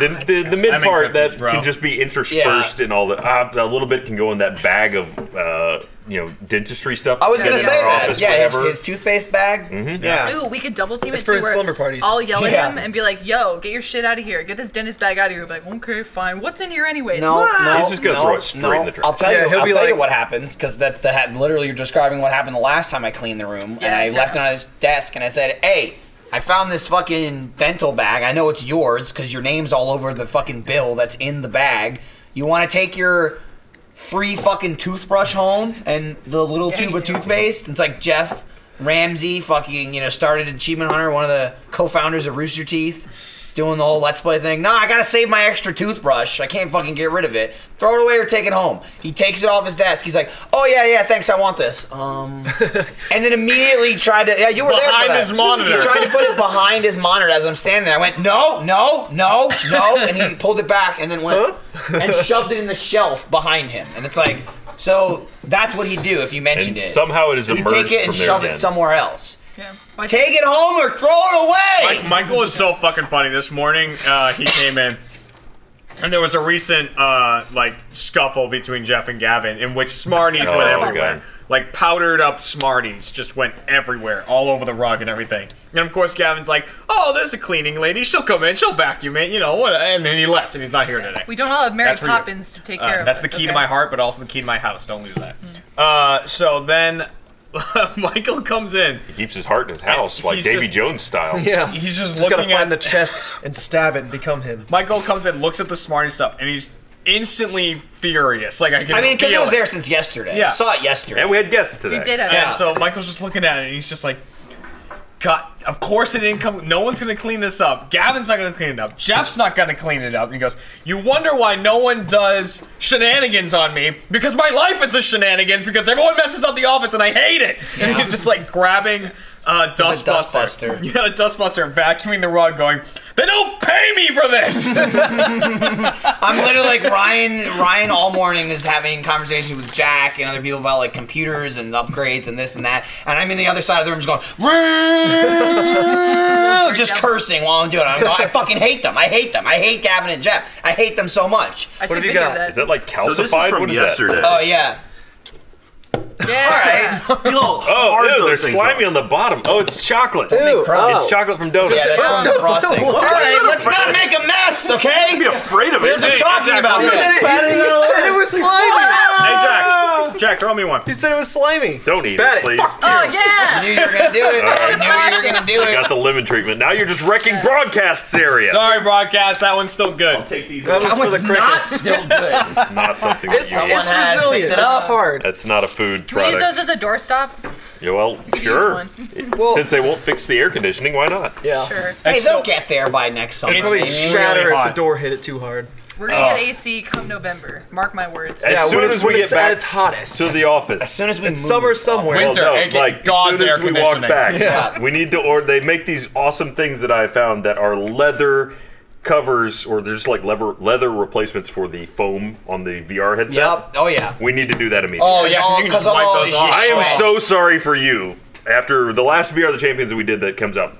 The, the, the mid
I make
part that
cookies, bro.
can just be interspersed and all that. Uh, a little bit can go in that bag of uh, you know dentistry stuff.
I was
that's
gonna
in
say
our
that.
office
Yeah, his,
whenever.
his toothpaste bag.
Mm-hmm.
Yeah.
Ooh, we could double team
It's
it
for
too,
his
where
slumber parties.
I'll yell at
Yeah.
him and be like, "Yo, get your shit out of here. Get this dentist bag out of here." Be like, okay, fine. What's in here anyways?
No,
What?
no,
He's just gonna
no,
throw it straight
no.
in the trash.
I'll tell
Yeah,
you.
he'll
I'll
be
tell you
like-
what happens because that the hat. Literally, you're describing what happened the last time I cleaned the room, and
Yeah,
I
yeah.
left it on his desk, and I said, "Hey." I found this fucking dental bag. I know it's yours because your name's all over the fucking bill that's in the bag. You want to take your free fucking toothbrush home and the little
Yeah,
tube of
yeah.
toothpaste? It's like Jeff Ramsey, fucking, you know, started Achievement Hunter, one of the co founders of Rooster Teeth, doing the whole Let's Play thing. No, I gotta save my extra toothbrush. I can't fucking get rid of it. Throw it away or take it home. He takes it off his desk. He's like, oh, yeah, yeah, thanks, I want this. Um, and then immediately tried to, yeah, you were there.
Behind
For that.
his monitor.
He tried to put it behind his monitor as I'm standing there. I went, no, no, no, no. And he pulled it back and then went, and shoved it in the shelf behind him. And it's like, so that's what he'd do if you mentioned
and
it.
somehow it is
you
emerged
take it and
from there
shove
again.
it somewhere else.
Yeah. Like,
Take it home or throw it away.
Mike, Michael is so fucking funny. This morning, uh, he came in, and there was a recent uh, like scuffle between Jeff and Gavin, in which Smarties
Oh,
went
okay.
everywhere. Like powdered up Smarties just went everywhere, all over the rug and everything. And of course, Gavin's like, "Oh, there's a cleaning lady. She'll come in. She'll vacuum it. You know what?" And then he left, and he's not here today.
We don't all have Mary
That's for you.
Poppins to take
Uh,
care of.
That's
us,
the key to
okay?
my heart, but also the key to my house. Don't lose that. Uh, so then Michael comes in.
He keeps his heart in his house,
He's
like Davy
just-
Jones style.
yeah.
He's
Just
just
gotta
looking at-
find the chest and stab it and become him.
Michael comes in, looks at the smarty stuff, and he's instantly furious. Like I can.
I mean, because it
feel
was there since yesterday.
Yeah.
I saw it yesterday.
And we had guests today.
We did have
And
yeah.
so Michael's just looking at it, and he's just like, "God, of course it didn't come. No one's gonna clean this up. Gavin's not gonna clean it up. Jeff's not gonna clean it up." And he goes, "You wonder why no one does shenanigans on me? Because my life is a shenanigans. Because everyone messes up the office, and I hate it." And he's just like grabbing. Uh,
a
dustbuster.
dustbuster.
Yeah, a dustbuster, vacuuming the rug, going, "They don't pay me for this."
I'm literally like Ryan. Ryan all morning is having conversations with Jack and other people about like computers and upgrades and this and that. And I'm in the other side of the room, just going, "Roo," just cursing while I'm doing it. I'm going, I fucking hate them. I hate them. I hate Gavin and Jeff. I hate them so much.
I took
have you
video
got?
of
Is that like calcified?
So this is
What
from
is that?
yesterday.
Oh yeah.
that. Yeah. All right.
Oh,
hard
ew,
those
they're
things
slimy on the bottom. Oh, it's chocolate.
Ew,
It's
oh.
chocolate from donuts.
Yeah, that's from the frosting.
Whoa.
All right, let's not make a mess, okay?
be afraid of it.
We're just talking about
He said
this.
it, he said it was slimy. Ah.
Hey Jack, Jack, throw me one.
He said it was slimy.
Don't eat it,
Bat it.
please.
Oh
I
yeah.
knew you were gonna do it. I knew you were gonna do it.
Got the lemon treatment. Now you're just wrecking broadcasts area.
Sorry, broadcast. That one's still good.
Take these.
That
That's
was for the crickets.
still good.
not something that you eat.
It's
had picked
resilient.
it
It's
up.
hard.
That's not a food
Can we use those
product.
as a doorstop?
Yeah, well,
could
sure.
use
Well,
Since they won't fix the air conditioning, why not?
yeah.
Sure.
Hey,
It's still-
they'll get there by next summer.
It's-
Probably
It's really
shatter if
hot.
the door hit it too hard.
We're gonna get AC come November. Mark my words.
As
yeah,
soon
when
as we
it's, when
get
it's
back
at its hottest.
To the
As
office.
soon as we
it's
move-
summer somewhere.
Winter,
Well,
aka
no, like as
God's
soon
air
as we walk
conditioning.
back,
Yeah.
we need to order. They make these awesome things that I found that are leather covers, or they're just like leather leather replacements for the foam on the VR headset.
Yep. Oh yeah.
We need to do that immediately.
Oh yeah, 'cause you can just
Cause all-
wipe
cause
those
all
off.
is
I am
Shred.
so sorry for you. After the last VR the Champions that we did that comes up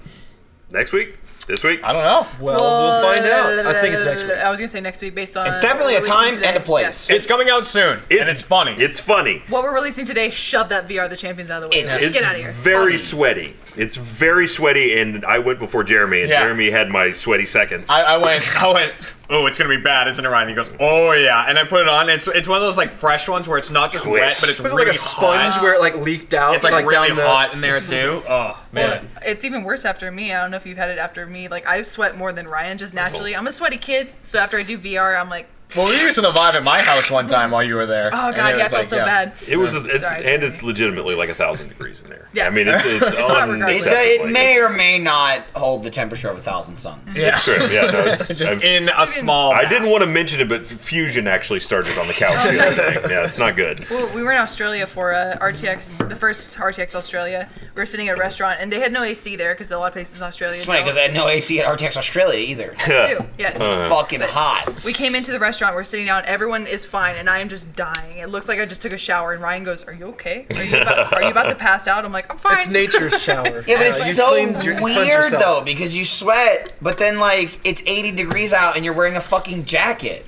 next week, this week.
I don't know.
well, we'll find out. I think it's next week.
I was gonna say next week based on.
It's definitely a
what we're releasing
time and a
today.
place.
It's coming out soon, and it's funny.
It's funny.
Yeah. What we're releasing today, shove that VR the champions out of the way.
It's-
Just
It's
Get out of here.
very sweaty. It's very sweaty, and I went before Jeremy, and
Yeah.
Jeremy had my sweaty seconds.
I, I went. I went. Oh, it's gonna be bad, isn't it, Ryan? He goes, Oh yeah, and I put it on. It's it's one of those like fresh ones where it's not just wet,
Squish.
but it's
Was it
really
like a sponge
hot.
where it like leaked out?
It's like, really
down the,
hot in there too. Oh man.
It's even worse after me. I don't know if you've had it after me. Like I sweat more than Ryan just naturally. I'm a sweaty kid, so after I do VR, I'm like,
Well, we were using the vibe at my house one time while you were there.
Oh god, yeah, I felt so bad.
It was, it's,
Sorry.
and it's legitimately like a thousand degrees in there.
Yeah.
I mean, it's, it's,
hot regardless.
unacceptable.
It, it may or may not hold the temperature of a thousand suns.
It's true. Yeah, no, it's,
Just
I've-
in a small.
I didn't want to mention it, but fusion actually started on the couch. the other
Oh,
day. Yeah, it's not good.
Well, we were in Australia for uh, RTX, the first RTX Australia. We were sitting at a restaurant, and they had no AC there because a lot of places in Australia
It's funny because I had no AC at RTX Australia either. It's
don't too. Yes.
Uh.
fucking hot.
we came into the restaurant. We're sitting down. Everyone is fine, and I am just dying. It looks like I just took a shower. And Ryan goes, "Are you okay? Are you about, are you about to pass out?" I'm like, "I'm fine."
It's nature's shower.
Yeah, but
Uh,
it's
you
so
cleanse your- you cleanse
weird
yourself.
though because you sweat, but then like it's 80 degrees out and you're wearing a fucking jacket.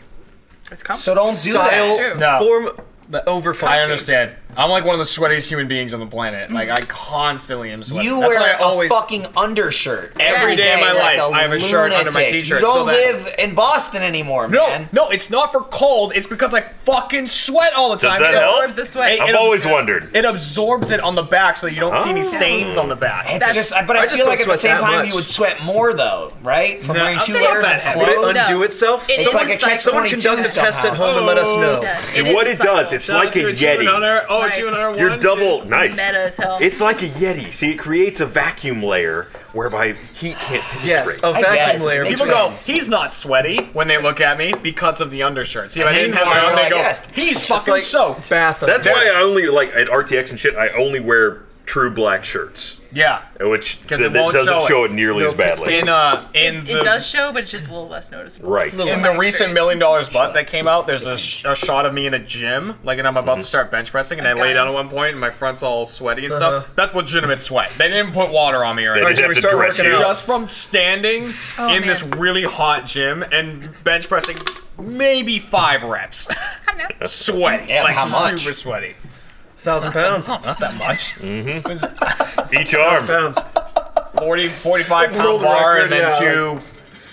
It's
So
comfortable.
don't do
Style,
that.
That's true.
No.
form, but over function.
I understand. I'm like one of the sweatiest human beings on the planet. Like I constantly am sweating.
You
That's
wear
why
a
I always.
fucking undershirt
Every day of my
like
life, I have a shirt under my
lunatic.
t-shirt,
You
so
don't
that-
live in Boston anymore,
no,
man.
no, it's not for cold. It's because I fucking sweat all the time.
that
so it
help?
absorbs
the sweat.
It-
I've
it
always
absorbs-
wondered.
It absorbs it on the back, so you don't see any
Oh.
stains on the back.
It's
That's-
just, but I,
I just
feel
don't
like at the
sweat
same
that
time
much.
you would sweat more though, right? From
No,
wearing
I'm
two
not
layers
that
of
heavy.
Would it
clothes.
undo
No.
itself?
It
It's
is
like a
recycled.
catch
Someone
22
conduct a test at
somehow.
home and let us know.
Yes,
And
Oh, is
what it does,
recyclable.
it's like a yeti.
Another, oh,
Nice.
achieve another
You're
one,
double.
two.
Nice.
Meta as hell.
It's like a yeti. See, it creates a vacuum layer whereby heat can't penetrate.
Yes, a
guess.
vacuum layer.
Makes
People
because-
go,
sense.
he's not sweaty when they look at me because of the undershirt. See, if I
And
didn't
then
have it
you're
on, they
like,
go,
yes.
he's
It's
fucking
like
soaked.
Bath.
That's why I only like at RTX and shit. I only wear true black shirts,
Yeah.
which
'Cause
that,
it
that
won't
doesn't
show it.
show it nearly
No
as
pit
badly.
In uh, in
it,
the
it does show, but it's just a little less noticeable.
Right.
in the recent
experience.
million dollars butt that came out, there's a, sh- a shot of me in a gym, like, and I'm
Mm-hmm.
about to start bench pressing, and I
I've got
lay
it.
down at one point, and my front's all sweaty and
Uh-huh.
stuff. That's legitimate sweat. They didn't put water on me or
They
anything.
didn't have
we
to
start
dress
working
you.
out.
Just from standing
Oh,
in this
man.
really hot gym and bench pressing, maybe five reps, sweaty,
Yeah,
like
how much?
super sweaty.
thousand pounds.
Not that much.
Mm-hmm. Each arm.
Pounds.
40, 45 pound
World
bar
record,
and then
yeah.
two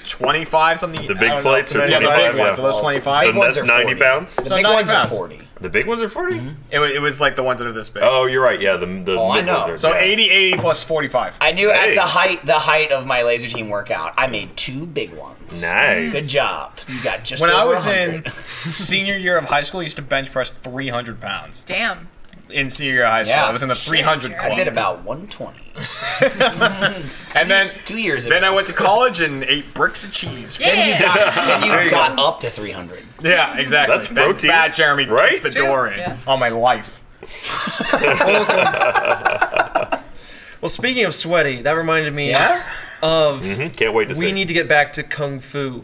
25 something.
The big plates are
Yeah, the
25,
big ones.
yeah.
Are those 25?
And
ones
that's
are
90
40.
pounds.
The
So
big
90
ones are
pounds. Mm-hmm.
40.
The big ones are 40.
It, wa- it was like the ones that are this big.
Oh, you're right. Yeah, the the
Oh, I
mid ones
know.
are-
so
yeah.
80, 80 plus 45.
I knew
Hey.
at the height the height of my laser team workout, I made two big ones.
Nice.
Good job. You got just
when I
over
was
100.
in senior year of high school, I used to bench press 300 pounds.
Damn.
In senior year of high school,
Yeah.
I was in the
Shit,
300
Jared.
club.
I did about 120.
and then
Two years ago.
then I went to college and ate bricks of cheese. Yeah,
Then you
Yeah.
got, then you got up to 300.
exactly.
That's
Then
protein,
Fat Jeremy kicked
right?
the
True,
door in
yeah.
on my life.
Well, speaking of sweaty, that reminded me
Yeah?
of
Mm-hmm.
Can't wait to see.
we need to get back to kung fu.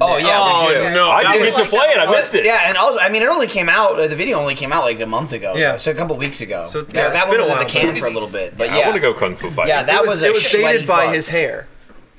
Oh, yeah. we do.
no.
I
that
didn't
was-
get to play it. I missed it.
Yeah, and also, I mean, it only came out. uh, The video only came out like a month ago.
Yeah.
so a couple weeks ago. So
So,
that,
yeah, it's
that one
been a
was in the
while, but-
can for a little bit. But yeah,
I want to go kung fu fighting.
Yeah, that
It
was,
was,
a
it was
sweaty
dated by
fuck.
his hair.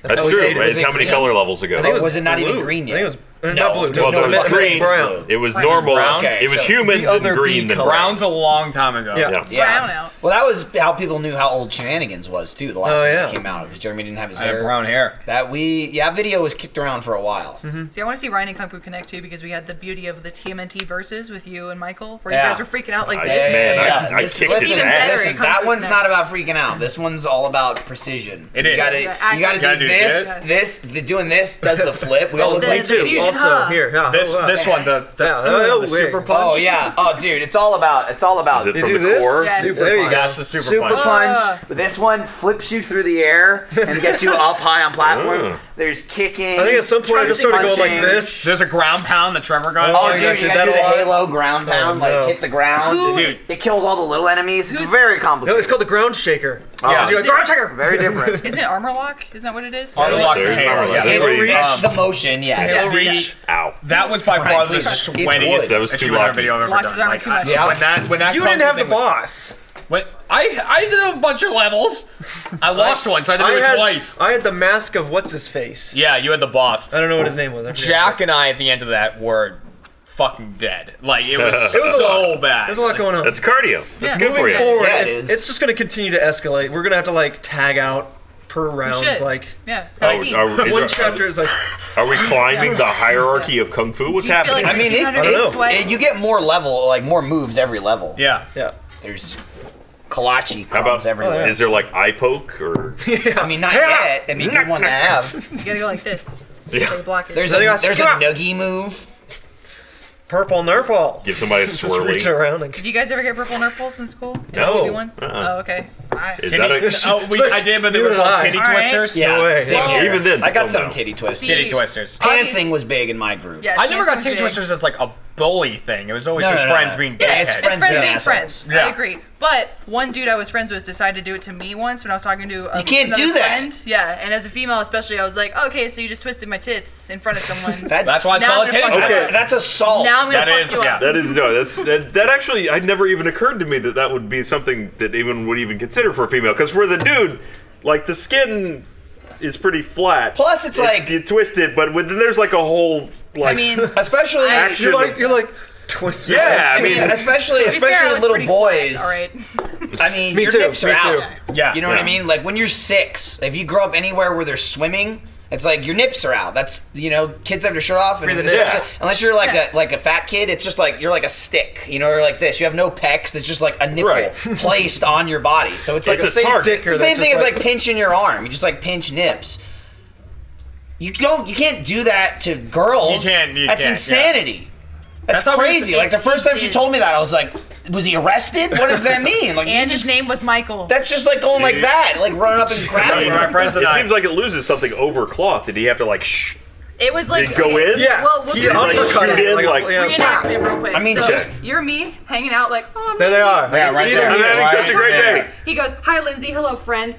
That's
how
true.
we dated
right?
his
It's how many
green?
color levels ago?
I think
Or was it not even
blue.
green
I
yet?
think it was uh, not
No,
blue.
it
It was,
well,
no,
there
it
was
fucking
green.
brown.
blue.
It was normal.
brown?
It was
Okay, so
human,
the
then
other
green,
bee
then
color.
brown.
Brown's a long time ago.
Yeah.
Yeah.
Yeah.
Brown out.
Well, that was how people knew how old Shenanigans was too. The last
Oh,
time
yeah.
it came out, because Jeremy didn't have his
I had
hair.
brown hair.
That we, yeah, that video was kicked around for a while.
Mm-hmm.
See, I want to see Ryan and Kung Fu Connect too because we had the beauty of the TMNT verses with you and Michael, where
Yeah.
you guys were freaking out like
I-
this.
man, I- I
This-
kicked
listen,
his
Even
ass.
better,
listen,
it comes
that
with
one's
next.
not about freaking out. This one's all about precision.
It
you
is.
Gotta,
Yeah,
you gotta,
I-
do
You gotta do
this, Oh, this, the doing this does the flip. We all look
The-
like
the
two.
fusion
also
hub.
here. Yeah,
This
oh, wow.
this one, the, the,
Yeah, oh,
the
wait.
super punch.
Oh yeah. Oh dude, it's all about it's all about
Is it
You
from
do
the
this.
core?
Yes.
There you go.
That's the super,
Super
punch.
punch.
Ah.
This one flips you through the air and gets you up high on platform.
Ah.
There's kicking.
I think at some point I just started going like
punching.
this.
There's a ground pound that Trevor got.
Oh,
I
dude,
did
you
that
gotta do
a
the
lot. Oh,
Halo ground pound,
no.
like hit the ground.
Dude.
It kills all the little enemies. It's
Who's-
very
No,
complicated.
it's called the ground shaker.
Oh.
Yeah.
You're like, "Ground shaker!"
Very different.
Isn't it armor lock? Isn't that what it is?
Armor Oh, lock's
There's
a hammer.
armor lock.
Yeah,
That's
that's
It
what
pretty-
you-
reached
um,
the motion, yes.
Halo Reach.
Ow.
That was by far the
Frankly, it's
sweatiest
wood.
That was too
achievement
lucky.
video I've ever
Locks
done.
aren't
Like,
too much.
I- When that, when that
You
Kung
didn't
Fu
have the
thing was-
boss.
When, I I did a bunch of levels. I lost one, so I had to
I
do it
had,
twice.
I had the mask of what's his face.
Yeah, you had the boss.
I don't know what his name was. I forget.
Jack and I at the end of that were fucking dead. Like it was, it was so bad.
There's a lot going on.
That's cardio. That's good for
Moving
you.
forward,
Yeah, it
if-
is.
it's just going to continue to escalate. We're going to have to like tag out per round.
Should.
Like
yeah.
Are,
Teens.
are- is-
one
are-
chapter is like
Are we climbing the hierarchy of kung fu? What's
Do you feel
happening?
like
I mean, it,
200
I don't know.
it's,
sweat.
it- you get more level, like more moves every level.
yeah.
yeah. Oh,
There's kolache
How
crumbs
about
everywhere.
is there like eye poke or
I mean, not yet. I mean, good one to have.
You gotta go like this.
Yeah.
So you block it.
There's
They
a
got-
there's a
come on.
noogie move.
Purple Nurple.
Give somebody a
Just reach
swirly.
around and
Did you guys ever get purple nurples in school? In
No.
Obi Wan?
Uh-uh.
Oh, okay. I,
Is that a,
Oh, we, I did, but they were
Neither did
called
I.
titty
All right.
twisters.
Yeah,
way.
same
Whoa.
here.
Even then,
I got
still
some
no.
titty twist.
See-
Titty twisters.
Dancing was big in my group.
Yes,
I never got
dancing's
titty
big.
twisters as like a bully thing. It was always
No,
just
no, no,
friends
no.
being
yeah, it's,
dickheads.
friends,
being
being
assholes.
friends.
Yeah.
I agree. But one dude I was friends with decided to do it to me once when I was talking to a,
You can't
another
do that.
friend. Yeah, and as a female especially, I was like, okay, so you just twisted my tits in front of someone.
That's,
That's why it's
Now
called a
they're
titty
fucking-
twister.
That's, that's assault.
Now I'm gonna
That
fuck
is-
you up.
yeah.
That is no. That's that, that actually. I never even occurred to me that that would be something that even would even consider for a female. Because for the dude, like the skin is pretty flat.
Plus, it's
It-
like-
you twist it, but with, then there's like a whole like.
I mean,
especially
I-
Action.
You're like you're like twisted.
yeah,
I mean, especially
to be fair, I
especially
was
little
pretty flat,
boys.
All right.
I mean,
Me
your
too,
nips are
me
out.
too.
Yeah.
You know what
Yeah.
I mean? Like when you're six, if you grow up anywhere where they're swimming, it's like your nips are out. That's you know, kids have their shirt off. And
the nips.
especially- Unless you're like
Yeah.
a like a fat kid, it's just like you're like a stick. You know, or like this. You have no pecs. It's just like a nipple
Right.
placed on your body. So it's like
It's
the
a
same,
target.
it's the
that
same
just,
thing as
like-
like pinching your arm. You just like pinch nips. You don't. You can't do that to girls.
You can't- you
That's
can't, yeah.
insanity. That's,
That's how we used to
crazy. Like the first time she told me that, I was like, "Was he arrested? What does that mean?" Like you
And
just
his name was Michael.
that's just like going like that, like running up and grabbing.
My friends
it
and I.
seems like it loses something over cloth. Did he have to like shh,
it was like
Did it go
okay,
in?
Yeah.
Well, we'll
he
do
like
it.
undercut
shoot
it.
in,
Like,
like-
yeah.
Reenact me real quick.
I mean,
so
check.
you're me hanging out like, oh, I'm
There they
Lindsay.
are. Yeah,
And
right
see them.
there.
I'm having
Right.
such a great day.
He goes, hi, Lindsay. Hello, friend.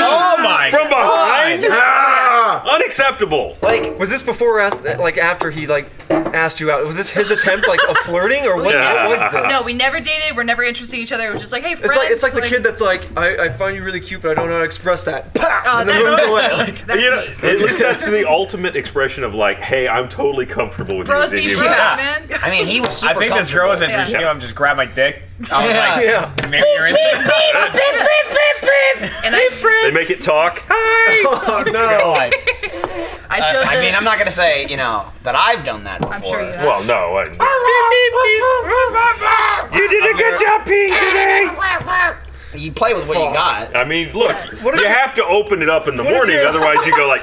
Oh my.
from behind? Ah, unacceptable.
Like
Was this before or ask- like after he like asked you out? Was this his attempt like of flirting or what
Yeah.
was this?
No, we never dated. We're never interested in each other. It was just like, hey, friends.
It's like it's like the kid that's like I, I find you really cute but I don't know how to express that. Pow!
Oh,
and then
that's
runs
me.
away. Like,
That's
you know,
me.
at least that's the ultimate expression of like, hey, I'm totally comfortable with
Bros
you.
be
Xavier.
bros, man.
I mean, he was. Super
I think this girl was interested in
Yeah.
him. Just grab my dick. I was like,
yeah.
maybe you're into
And I,
They make it talk.
Oh no.
like,
I showed the,
uh, I mean, I'm not gonna say you know that I've done that before.
I'm sure you have.
Well, no. I,
You did a good job, Pete, today.
You play with what you got.
I mean, look,
if
you
you-
have to open it up in the
if
morning,
you-
otherwise you go like.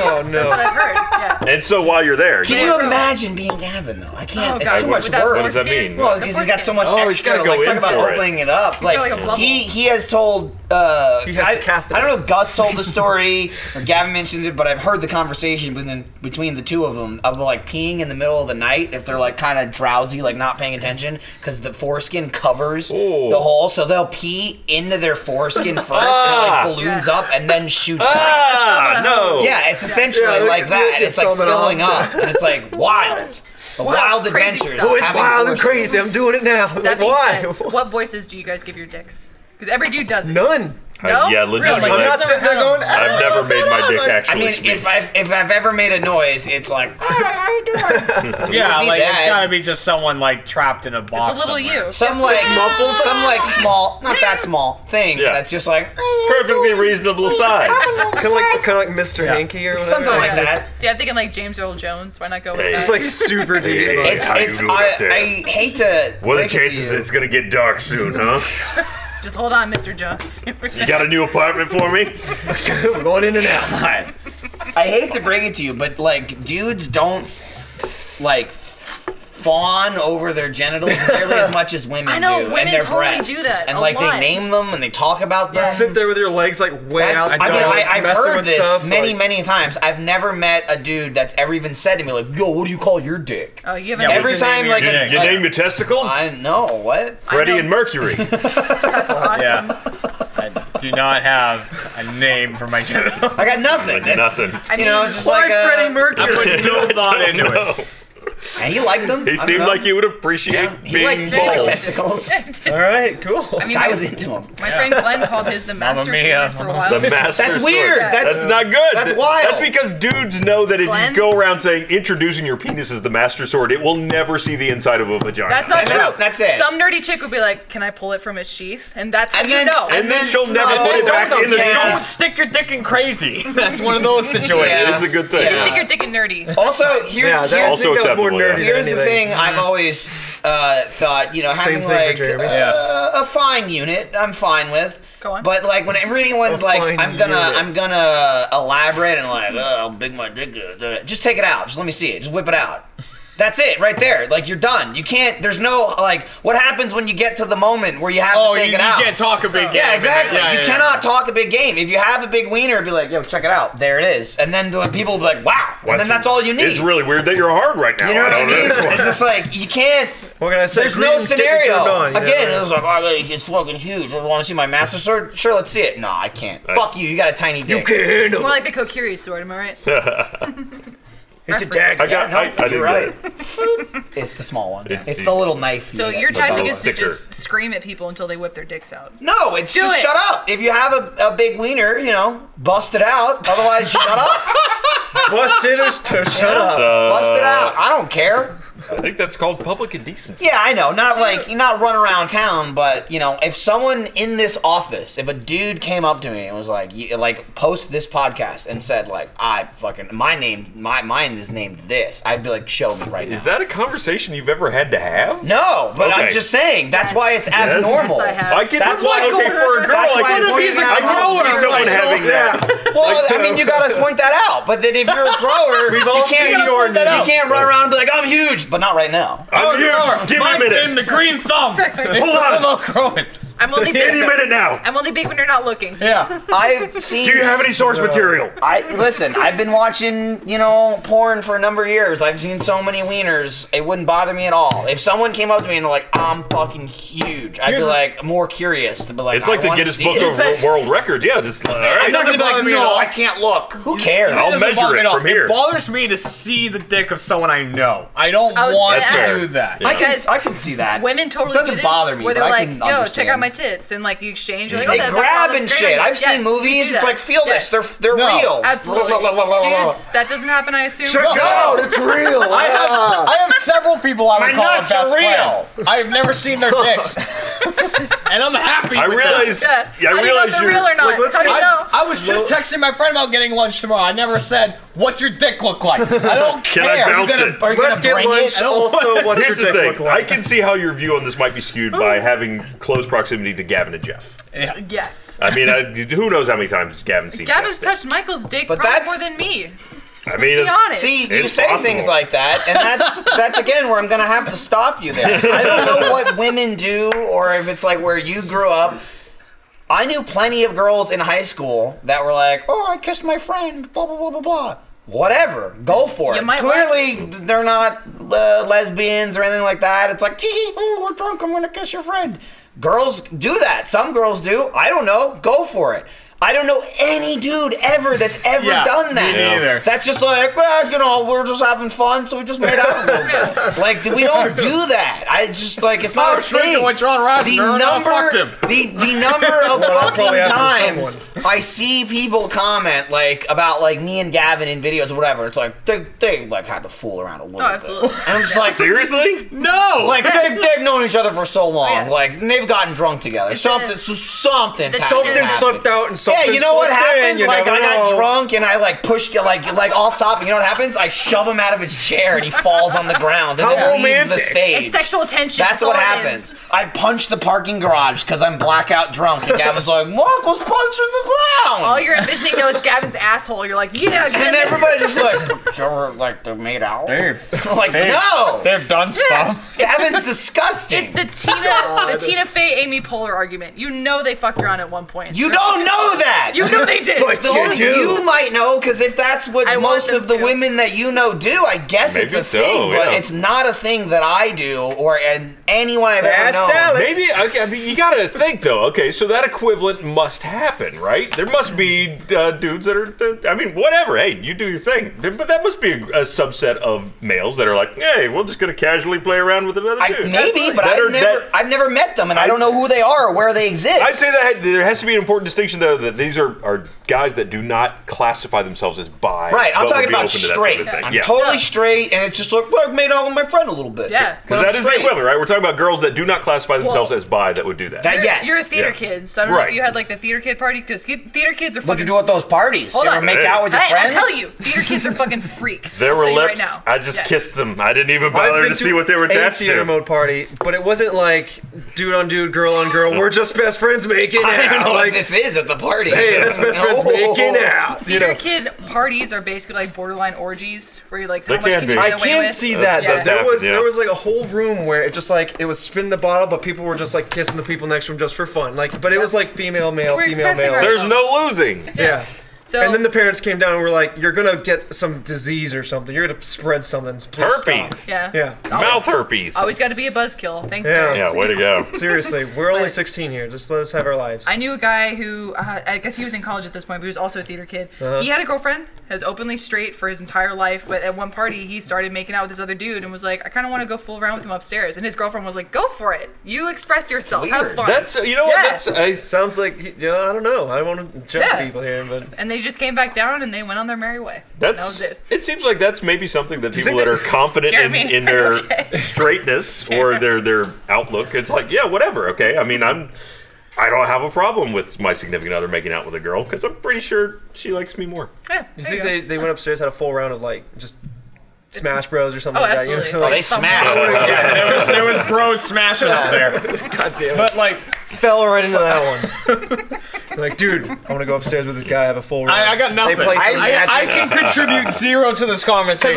Oh
That's what
no.
I heard. Yeah.
and so while you're there, you
Can
Yeah,
you
bro.
imagine being Gavin though? I can't.
Oh,
it's
God.
too
With
much
that
work.
what does that
foreskin?
mean?
Well, because he's got so much
Oh, he's
extra.
gotta go
like,
in
talk about
for it.
opening it up. Like,
like a bubble.
he he has told. Uh,
He has
I,
a catheter.
I don't know if Gus told the story or Gavin mentioned it, but I've heard the conversation between between the two of them of like peeing in the middle of the night if they're like kind of drowsy, like not paying attention, because the foreskin covers
Ooh.
the hole, so they'll pee into their foreskin first,
Ah.
and it, like balloons up and then shoots. out.
ah, no.
Yeah, it's essentially
Yeah, they-
like that.
they-
and it's like
they film it all.
filling up, and it's like wild, The wild,
crazy
adventures.
stuff.
Oh, it's
having
wild and
foreskin.
crazy. I'm doing it now.
That
Like,
being
why?
said, what voices do you guys give your dicks? Because every dude does it.
None.
I-
No?
yeah, legitimately.
Really?
I'm not
I've never
sitting there
had
going.
them.
I've never made my dick
act.
I
actually
mean,
speak.
if I've if I've ever made a noise, it's like "Ah,
Yeah,
Be
like
that.
it's gotta be just someone like trapped in a box.
A little
somewhere.
you.
some like muffled, some like small, not that small thing.
Yeah.
That's just like
perfectly reasonable size.
Kind of like kind of like Mr. Hanky or whatever.
something like that.
See, I'm thinking like James Earl Jones. Why not go with
Hey.
that?
Just like super deep.
Yeah.
like-
It's
How you
it's
doing up there?
I, I hate to.
What are the
break it to
chances
you.
it's gonna get dark soon, huh?
Just hold on, Mr. Jones.
You got a new apartment for me?
We're going in and out.
I hate to bring it to you, but like dudes don't like fawn over their genitals nearly as much as women
I know,
do,
women
and their
totally
breasts,
do that
and
a
like
lot.
they name them and they talk about them.
Sit there with your legs like way
That's,
out.
I
the
mean,
door,
I, I've
messing
heard
with
this
stuff,
many,
like-
many times. I've never met a dude that's ever even said to me like, "Yo, what do you call your dick?"
oh, you haven't.
Yeah,
Every
what's the name
time,
of
like,
your
a-
dick?
You
like
name your testicles?
I know what.
Freddie
know.
and Mercury.
awesome.
Yeah. I do not have a name for my genitals.
I got nothing.
Nothing.
It's-
I
You
mean,
know, it's just
Why
like uh,
Freddie Mercury?
Put no thought into it.
and he liked them. I
He
don't
seemed
know.
like he would appreciate
He liked,
being
he liked
balls.
testicles.
All right, cool.
I mean,
I
my,
was into him.
my friend Glenn called his the
Mamma
master
mia.
sword for a while.
The master
That's
sword.
weird. That's,
That's not good.
that's wild.
That's because dudes know that if
Glenn?
you go around saying introducing your penis is the master sword, it will never see the inside of a vagina.
That's not
And
true.
that's- that's it.
Some nerdy chick would be like, "Can I pull it from its sheath?" And that's how
And
you
then-
know.
and then
then-
she'll never
no,
put it
that
back
sounds
in the
bad.
door.
Don't stick your dick in crazy. That's one of those situations.
It is a good thing.
Stick your dick in nerdy.
also here's
Yeah, that,
here's
I
Also
think that was more
acceptable, yeah.
nerdy
Here's
than
the
anything. Mm-hmm.
thing I've always uh, thought, you know, having
Same thing for
like
Jeremy.
uh, a fine unit, I'm fine with.
Go on.
But like whenever anyone like
fine
I'm gonna
unit.
I'm gonna elaborate and like oh, how big my dick is, uh, just take it out, just let me see it, just whip it out. That's it, right there. Like you're done. You can't. There's no like. What happens when you get to the moment where you have
Oh,
to
you,
take
you
it out?
can't talk a big game.
Yeah, exactly.
Yeah,
you
yeah,
cannot talk a big game. If you have a big wiener, be like, yo, check it out. There it is. And then the people will be like, wow. and then that's all you need.
It's really weird that you're hard right now.
you know what I
don't
mean? it's just like you can't.
What can I say?
There's
Green
no
stick and
scenario.
turned on, you know?
Again, it was like, oh, like, it's fucking huge. I want to see my master sword. Sure, let's see it. No, I can't. Fuck you. You got a tiny dick.
can't handle
More like the Kokiri sword, am I right?
It's a dick.
I got- I- I didn't
you're
get
right. it's the small one. It's,
It's
the little knife.
So
thing
your
that's
tactic
the
is to
Sticker.
just scream at people until they whip their dicks out.
No, it's
Do
just
it.
shut up. If you have a, a big wiener, you know, bust it out. Otherwise, shut up.
Bust it or sh- or shut up.
Bust it out. I don't care.
I think that's called public indecency.
Yeah, I know. Not like not run around town, but you know, if someone in this office, if a dude came up to me and was like, you, like post this podcast and said like, I fucking my name, my mine is named this, I'd be like, show me right
Is
now.
that a conversation you've ever had to have?
no, but I'm
Okay.
just saying that's why it's abnormal.
Yes, I have.
I can. That's
That's why
why okay
Michael-
for a girl.
that's
I
why
can,
I'm What if he's a
I can
grower,
see someone
Michael?
having that. uh,
Well, I mean, you gotta point that out. But then if you're a grower,
We've all
you can't
seen
you
your
that
name.
You can't run around and be like, I'm huge, but not right now.
I'm here.
Sure.
Give me a
Mine's been
minute.
the green thumb.
Hold on.
Hello, Crowan.
I'm only
Give me a
big.
minute now.
I'm only big when you're not looking.
Yeah.
I've seen.
Do you have any source material?
I listen. I've been watching, you know, porn for a number of years. I've seen so many wieners. It wouldn't bother me at all if someone came up to me and were like, "I'm fucking huge." I'd
Here's
be
a-
like more curious to be like,
It's like
I
the
wanna
Guinness
see
Book
it.
of World- World Records. Yeah, just all right.
I'm not gonna be like, no,
Doesn't bother me at all.
I can't look. Who cares?
I'll
doesn't
measure
bother
it
me at all.
from here.
It bothers me to see the dick of someone I know. I don't
I was
want
gonna
to
ask.
do that.
I can,
Because
I can see that.
Women totally
doesn't
do this,
bother me.
Where they're
but I
like,
can
"Yo, check out
understand.
my tits," and like you exchange. You're like,
They
oh, that- that-
grab
oh, that's
and
great.
shit.
Like,
I've seen
yes, you do
movies. It's
that.
like feel
Yes.
this. They're they're
No,
real.
Absolutely.
La, la, la, la, la, la.
Dudes, that doesn't happen. I assume.
Check it out. It's real.
I have, I have several people I would
My
call a
nuts are
best
real.
friend. I've never seen their dicks, and I'm happy.
I
with
realize.
this.
Yeah.
Yeah,
How
I
do you know if
realize
they're
you're.
real or not?
Like, let's
How do
get-
you know?
I was just texting my friend about getting lunch tomorrow. I never said, "What's your dick look like?" I don't
Can I
care. Are you
bounce
gonna-
it?
are you
Let's
gonna
get
bring it?
lunch.
I don't
Also, what's
Here's the
your dick
thing.
look like?
I can see how your view on this might be skewed
Oh.
by having close proximity to Gavin and Jeff.
Yes.
I mean, I, who knows how many times Gavin's seen
Gavin's
Jeff's
touched Michael's dick
But
probably
that's-
more than me.
dick. I mean,
Be
it's-
honest.
See, you
It's
say
possible.
things like that, and that's that's again where I'm gonna have to stop you there. I don't know what women do, or if it's like where you grew up. I knew plenty of girls in high school that were like, "Oh, I kissed my friend," blah blah blah blah blah. Whatever, go for
You
it.
might
Clearly, they're not uh, lesbians or anything like that. It's like, tee hee, oh, we're drunk. I'm gonna kiss your friend. Girls do that. Some girls do. I don't know. Go for it. I don't know any dude ever that's ever
Yeah,
done that.
me neither.
That's just like, well, you know, we're just having fun, so we just made out a little bit. Like, we don't do that. I just like it's not
I
a
was drinking
thing.
with John Rice,
Oh, the
nerd, I
number,
fucked him.
the the number of
I'll probably
fucking
have to
times I see people comment like about like me and Gavin in videos or whatever. It's like they they like had to fool around a little.
Oh, absolutely.
Bit. And I'm just like.
Seriously?
No.
Like they've, they've known each other for so
Oh,
long,
Yeah.
like and they've gotten drunk together. Something, so something,
It's
something,
happened.
slipped out and something
yeah, you know what
slipped in,
happened?
you
Like I
never
got
know.
drunk and I like pushed like like off top. And you know what happens? I shove him out of his chair and he falls on the ground and
How
then leaves the
romantic.
stage.
It's sexual tension.
That's what
all it
happens.
is.
I punch the parking garage because I'm blackout drunk, and Gavin's like, "Mark was punching the ground."
All you're envisioning though is Gavin's asshole. You're like, yeah,
and
Gavin.
everybody's just like, "Sure, like they're made out."
They've,
like, no,
they've done stuff.
Gavin's disgusting.
It's the Tina, the Tina Fey, Amy Poehler argument. You know they fucked around at one point.
you don't know that.
You know they did.
the only you might know because if that's what
I want
most
them
of the
to.
women that you know do, I guess
Maybe
it's a
so,
thing. But
yeah.
it's not a thing that I do or and anyone I've
That's
ever known.
Dallas.
Maybe okay, I mean, you gotta think though. Okay, so that equivalent must happen, right? There must be uh, dudes that are. that- I mean, whatever. Hey, you do your thing. There- But that must be a, a subset of males that are like, hey, we're just gonna casually play around with another
I,
dude.
maybe, but
That
I've
are-
never,
that-
I've never met them, and I,
I'd
don't know who they are or where they exist.
I'd say that there has to be an important distinction, though, that these are, are guys that do not classify themselves as bi.
Right, I'm
but would
talking
be
about
open to that
straight.
Sort of thing.
I'm
yeah.
totally straight, and it's just like well, I made out with my friend a little bit.
Yeah.
But
'Cause
I'm
that is the
straight.
equivalent, right? We're talking about girls that do not classify themselves
Well-
as bi that would do that.
That, yes.
You're a theater
Yeah.
kid, so I don't know
Right.
if you had like the theater kid party because theater kids are fucking.
What'd you do at those parties?
Hold
you ever
on.
make
Hey.
out with your
Hey,
friends?
I tell you, theater kids are fucking freaks.
there
I'll
were
tell you
lips.
Right now.
I just
Yes.
kissed them. I didn't even
I've
bother
been
to see what they were
a
attached
theater
to.
mode party, but it wasn't like dude on dude, girl on girl. We're just best friends making
I don't
out.
know
Like,
what this is at the party.
Hey,
Best friend's making out.
Theater kid parties are basically like borderline orgies where you're like, how
They
much can,
can be.
you get
I
I
away
can
with?
see that.
Yeah.
though. There was
Yeah.
there was like a whole room where it just like it was spin the bottle, but people were just like kissing the people next to them just for fun. Like, but it was like female, male,
We're
female,
expressing
male.
our-
There's no losing.
yeah.
So
and then the parents came down and were like, "You're gonna get some disease or something. You're gonna spread something. Please stop."
Herpes.
yeah.
Yeah.
Mouth herpes.
Always got to be a buzzkill. Thanks,
Yeah.
parents.
Yeah, way to go.
Seriously, we're only 16 here. Just let us have our lives.
I knew a guy who, uh, I guess he was in college at this point, but he was also a theater kid.
Uh-huh.
He had a girlfriend, has openly straight for his entire life, but at one party he started making out with this other dude and was like, I kind of want to go fool around with him upstairs. And his girlfriend was like, Go for it. You express yourself. Have fun.
That's you know what?
Yeah.
That's uh, I,
Sounds like you know, I don't know. I don't want to judge
Yeah.
people here, but
and they just came back down and they went on their merry way.
that's
that was it.
seems like that's maybe something that people that are confident in,
Jeremy,
in their
okay.
straightness or their their outlook. It's like yeah, whatever. Okay, I mean I'm. I don't have a problem with my significant other making out with a girl because I'm pretty sure she likes me more.
Yeah,
you
there
think
you
they,
go.
they went upstairs had a full round of like just Smash Bros or something
Oh,
like that?
absolutely.
so,
Oh, they
like,
smashed.
Yeah, there was there was bros smashing up there.
God damn it.
But like,
fell right into that one. like, dude, I want to go upstairs with this guy. Have a full round.
I, I got nothing.
play some
I, I can contribute zero to this conversation.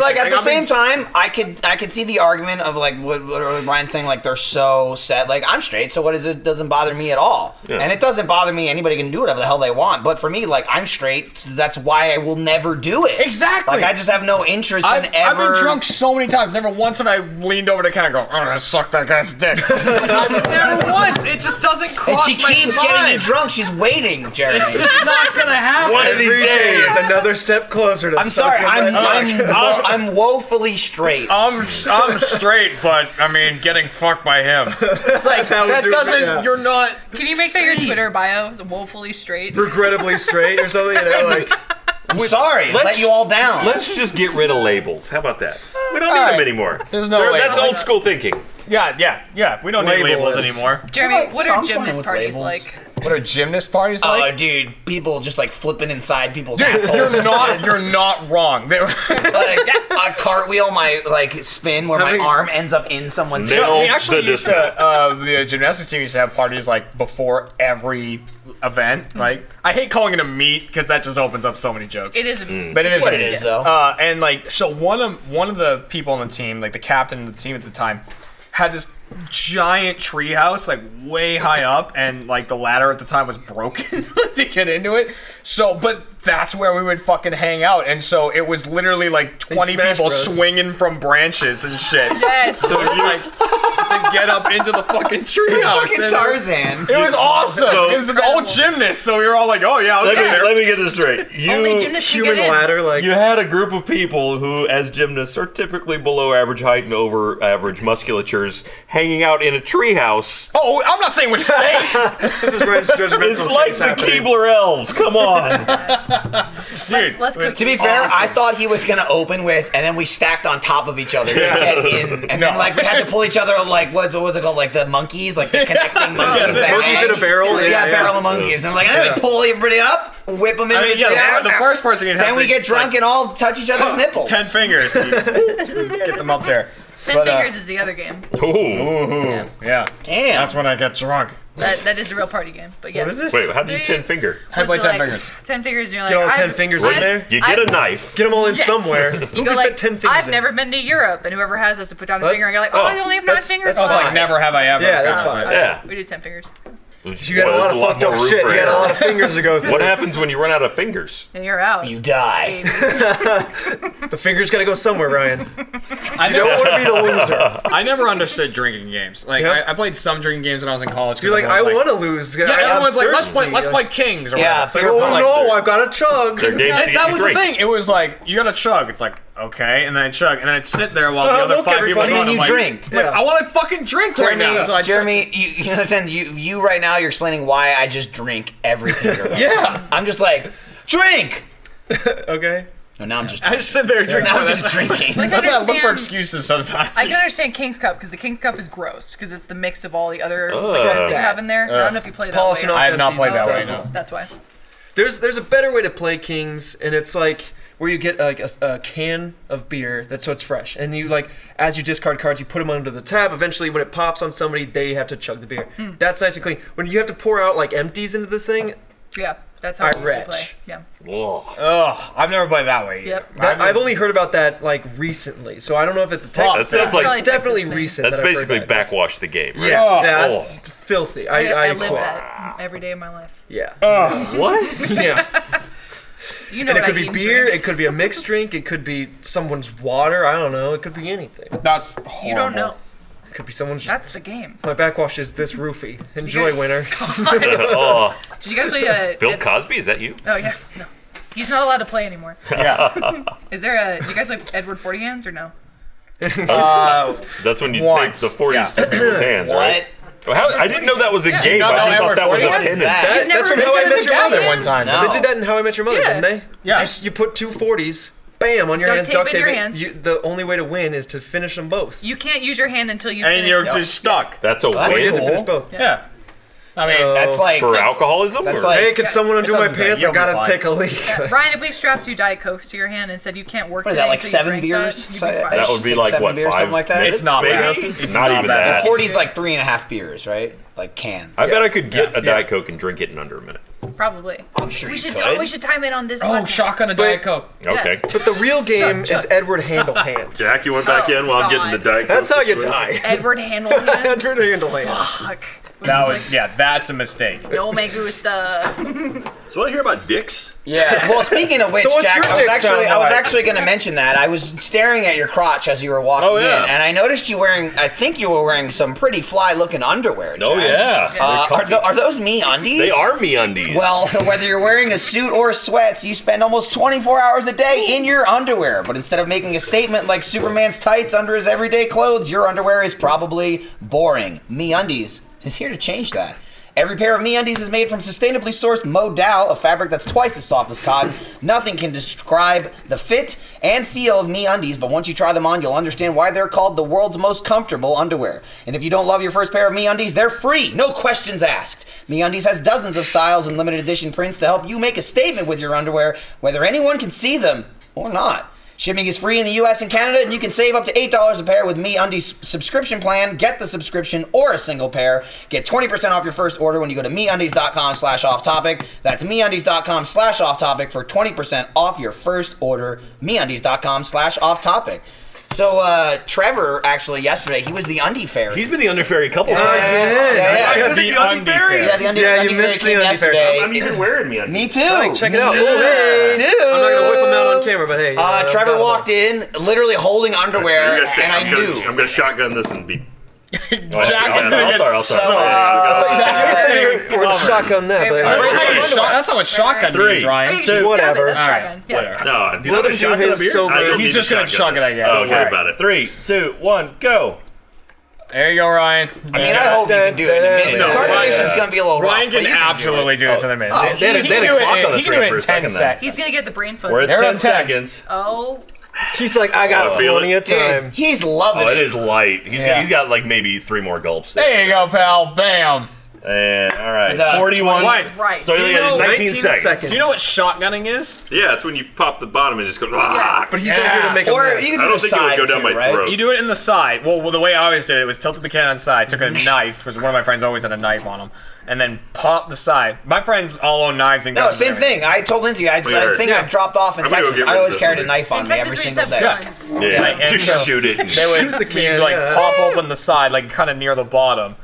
Because like at the
I'm
same time, I could I could see the argument of like what, what Brian's saying, like they're so set. Like I'm straight, so what is it? Doesn't bother me at all,
Yeah.
and it doesn't bother me. Anybody can do whatever the hell they want. But for me, like I'm straight, so that's why I will never do it.
Exactly.
Like I just have no interest
I've,
in ever.
I've been drunk so many times. Never once have I leaned over to Ken and go, I'm gonna suck that guy's dick. I've never once. It just doesn't
And
cross
she
my
keeps
mind.
getting you drunk. She's waiting, Jeremy.
It's just not gonna happen.
One of these days,
It's another step closer to.
I'm sorry.
sucking
I'm
that
I'm,
cock.
wo- I'm woefully straight.
I'm I'm straight, but I mean, getting fucked by him. It's like that,
would do it,
doesn't.
yeah.
You're not.
Can you make that your Twitter bio? It's woefully straight.
regrettably straight or something. You know, like
I'm sorry.
let's-
Let you all down.
Let's just get rid of labels. How about that? We don't need
All right.
them anymore.
There's no
They're-
way.
That's old school thinking.
Yeah, yeah, yeah. We don't
need labels anymore.
Jeremy,
Like,
what are
I'm fine
gymnast
with
parties
labels.
like?
What are gymnast parties
Oh,
like?
dude, people just like flipping inside people's assholes.
You're not. You're not wrong. They were-
like a cartwheel, my like spin where my
Having-
arm ends up in someone's.
Nails
we
the
actually used
dismount.
to, uh, the gymnastics team used to have parties like before every event. Like I hate calling it a meet because that just opens up so many jokes.
It is a
But it is
what it is, though.
Uh, and like, so one of one of the people on the team, like the captain of the team at the time, had this giant treehouse, like way high up, and like the ladder at the time was broken to get into it. So, but that's where we would fucking hang out, and so it was literally like twenty
Smash
people
Bros.
swinging from branches and shit.
Yes.
So you like to get up into the fucking treehouse.
Fucking
and-
Tarzan.
It was awesome.
So-
it was this old gymnast, so we were all like, "Oh yeah, I'll
Let,
get
me,
there."
let me get this straight.
Only
You
gymnasts can
human
get in.
ladder. Like
you had a group of people who, as gymnasts, are typically below average height and over average musculatures, hanging out in a treehouse.
Oh, I'm not saying we're safe.
this is where judgmental
It's like
things
the
happening.
Keebler elves. Come on.
let's, let's go.
To be fair, I thought he was gonna open with, and then we stacked on top of each other to get in, and then like we had to pull each other up, like what, what was it called, like the monkeys, like the connecting monkeys. that
monkeys
hang.
in a barrel,
Yeah,
yeah, yeah.
barrel of monkeys. And I'm like, and then we pull everybody up, whip them into
I mean,
the
yeah,
treehouse,
the, the first person you'd have
Then
to
we get drunk
like,
and all touch each other's nipples.
ten fingers. You get them up there.
Ten
But, uh,
fingers is the other game.
Ooh.
Ooh, yeah.
Damn.
That's when I get drunk.
That, that is a real party game. But yeah.
What is this?
Wait, how do you ten finger?
I play
Was it
10
like
fingers.
Ten fingers, and you're like,
Get all
I've-
10 fingers in
I've-
there?
You get a
I've-
knife.
Get them all in
Yes.
somewhere. Who
You
can
go
fit
like,
ten fingers
I've
in?
never been to Europe, and whoever has has to put down a
That's-
finger, and you're like, oh,
oh,
I only have nine
that's-
fingers.
that's
Oh,
fine.
Like never have I ever.
Yeah, that's fine.
okay.
Yeah.
We do ten fingers,
You got
Boy,
a lot
that's
of
lot
fucked
more
up
room
shit.
for
You got a
error.
lot of fingers to go through.
What happens when you run out of fingers?
and you're out.
You die.
Baby.
The fingers got to go somewhere, Ryan.
I
You don't
never,
want to be the loser.
I never understood drinking games. Like
Yeah.
I, I played some drinking games when I was in college. 'cause
You're like, I
everyone's
want to lose.
Yeah, everyone's like, let's play,
thirsty."
let's play Kings or
Yeah,
whatever. It's like,
Oh
They're like-
no, I've got a chug.
Their game's to
And
eat
that
and
was
drink.
the thing. It was like you gotta chug. It's like okay, and then I chug, and then I'd sit there while the
Oh,
other
look,
five people.
everybody,
go,
and
I'm
you
like,
drink.
like,
Yeah.
I want to fucking drink right now. So I just-
Jeremy, you, you understand? You you right now you're explaining why I just drink everything.
yeah,
I'm just like drink.
Okay.
No, now I'm just
I just sit there and drink.
now I'm
That's-
just drinking.
I can
That's why I look for
understand-
excuses sometimes.
I can understand King's Cup because the King's Cup is gross because it's the mix of all the other
Ugh.
flavors that you have in there. I don't know if you play that
Paul
way.
Sinatra
I have not played
these
that way,
days.
no.
That's why.
There's there's a better way to play Kings, and it's like where you get like a, a can of beer that's so it's fresh, and you like as you discard cards, you put them under the tab. Eventually, when it pops on
Hmm.
somebody, they have to chug the beer. That's nice and clean. When you have to pour out like empties into this thing,
Yeah. That's how
I
we play.
retch.
Yeah.
Ugh.
Ugh, I've never played that way.
Yep.
That, I've only heard about that like recently, so I don't know if it's a Texas.
That's, that's
Probably
like
it's definitely
Texas thing.
recent.
that's
that I've heard
basically
that.
backwash the game. Right?
Yeah,
Oh.
Ugh.
yeah, that's filthy. I, I,
I, I live
quit.
that every day of my life.
Yeah,
What?
yeah.
You know
and it
what
could
I
be
eat
beer.
drink.
It could be a mixed drink. It could be someone's water. I don't know. It could be anything.
That's horrible.
You don't know.
It could be someone's. Just,
That's the game.
my backwash is this roofie. Enjoy,
guys-
winner.
oh,
Did you guys play
uh,
a?
Bill Cosby? Is that you?
oh yeah. No. He's not allowed to play anymore.
Yeah.
Is there a? Do you guys play Edward Forty Hands or no?
Uh,
That's when you
Once,
take the four
yeah.
yeah. people's hands, right?
What?
Well, How, I didn't know that was a game.
No, no,
I just thought that was a
Forty.
Edward
penance.
What is
That-
I've
that's
never
from
been
How I
to
Met
the
Your Mother.
goddamn
one time.
No.
They did that in How I Met Your Mother,
Yeah.
didn't they?
Yeah.
You, s- you put two 40s, bam, on your
Duct
hands,
tape
duct
in
tape.
your
it.
hands.
You, the only way to win is to finish them both.
You can't use your hand until you.
and
finish
you're
the-
just stuck.
That's a
That's
So you
win
have to
cool.
finish both.
Yeah. I mean,
So-
That's like
for alcoholism.
That's
or-
like-
Hey, can
Yes.
someone undo
It
my
doesn't
pants?
take-
I gotta
you'll be
take a leak.
Ryan, if we strapped two Diet Cokes to your hand and said you can't work
What is
today
that, like
until you
seven
drink that,
beers?
you'd be
So-
fine.
that would be
Six,
like
seven
what
beer,
five
something like that?
minutes,
It's not
maybe?
bad. It's
not,
not
even
bad.
The
that.
forties like three and a half beers, right? Like cans.
I bet I could get
Yeah.
a diet coke and drink it in under a minute.
Probably.
am sure
We
you
should.
could.
Oh, we should time it on this.
Oh,
podcast.
shotgun a Diet
But-
Coke.
Okay.
But the real game is Edward Handle Hands.
Jack, you went back
Oh,
in while I'm getting the
God.
diet.
That's
Coke
how you
situation.
die.
Edward Handle Hands.
Edward Handle Hands.
Fuck.
that was yeah. That's a mistake.
No me gusta.
So what I hear about dicks?
Yeah. Well, speaking of which,
So what's
Jack,
your
I was
dick
actually
sound
I was
like?
actually going to mention that I was staring at your crotch as you were walking
Oh, yeah.
in, and I noticed you wearing. I think you were wearing some pretty fly looking underwear.
Oh
Jack.
yeah.
Uh, are, tho- are those me undies?
They are me undies.
Well, whether you're wearing a suit or sweats, you spend almost 24 hours a day in your underwear. But instead of making a statement like Superman's tights under his everyday clothes, your underwear is probably boring. MeUndies is here to change that. Every pair of MeUndies is made from sustainably sourced modal, a fabric that's twice as soft as cotton. Nothing can describe the fit and feel of MeUndies, but once you try them on, you'll understand why they're called the world's most comfortable underwear. And if you don't love your first pair of MeUndies, they're free, no questions asked. MeUndies has dozens of styles and limited edition prints to help you make a statement with your underwear, whether anyone can see them or not. Shipping is free in the US and Canada, and you can save up to $8 a pair with Me Undies subscription plan. Get the subscription or a single pair. Get 20% off your first order when you go to MeUndies.com slash off topic. That's MeUndies.com slash off topic for 20% off your first order. MeUndies.com slash off topic. So, uh, Trevor, actually, yesterday, he was the undie fairy.
He's been the under fairy a couple
Yeah,
times.
yeah,
yeah, yeah.
I
Yeah,
got the
the undie
unfair.
fair.
yeah, the undie,
Yeah, you
undie
missed
fairy
the
came
undie fairy.
yesterday.
I'm even wearing me undies.
Me too.
check it out.
Me
Oh, hey.
too.
I'm not gonna whip them out on camera, but hey.
Uh, Trevor walked in literally holding underwear,
You guys think
and I
I'm
knew.
Gonna, I'm gonna shotgun this and be.
Jack is gonna
I'll
get
start, I'll
so-
Or shotgun that. but-
Wait,
That's how you shot- That's how a shotgun
Three.
means, Ryan.
Wait, you stab
whatever.
it. That's
All right,
shotgun. Yeah.
Whatever.
No, do not
him
a
do
shotgun
his
up here?
sober-
I don't
He's
need to
just gonna
shotgun
chug it, I
this.
guess.
Oh, okay
Alright.
about it. Three, two, one, go.
There you go, Ryan.
I mean, I hope you can do it in a minute.
No, uh,
The carbonation's
yeah.
gonna be a little rough.
Ryan
but
can
you do
absolutely
it.
do this in a minute.
Oh,
They had a-
He
they had
can
a
do it
clock
in-
on the
he can
thing
do it
for
in
a
10
second there.
seconds.
He's gonna get the brain fuzz.
We're at
There
ten
was ten.
seconds.
Oh,
He's like, I got
Oh, I feel it.
plenty of
Dude,
time.
he's loving
Oh, it
it.
is light. He's
Yeah.
he's got like maybe three more gulps. There.
There you go, pal. Bam.
And uh, all right,
Is that-
forty-one.
Wait,
right.
So they
You know,
got 19,
19
seconds.
seconds.
Do you know what shotgunning is?
Yeah, it's when you pop the bottom and just go. "Ah."
But he's not here to make a
Or
mess.
you
I
can do
don't think it
the
would
side
go down
too,
my
right?
throat.
You do it in the side. Well, well, the way I always did it was tilted the can on the side, took a knife, because one of my friends always had a knife on him, and then popped the side. My friends all own knives and
No,
guns. and
same
everything.
thing. I told Lindsay. I, I
Weird.
think I've dropped off in
I'm gonna go
Texas.
get
I
rid
always
of
carried a
this.
knife
in
on me
Texas,
every
we used
single
to
day.
have guns.
Yeah,
Like, and
just
so-
shoot it. and
They
sh-
would
Shoot the
you'd,
can,
like
yeah.
pop open the side, like kind of near the bottom,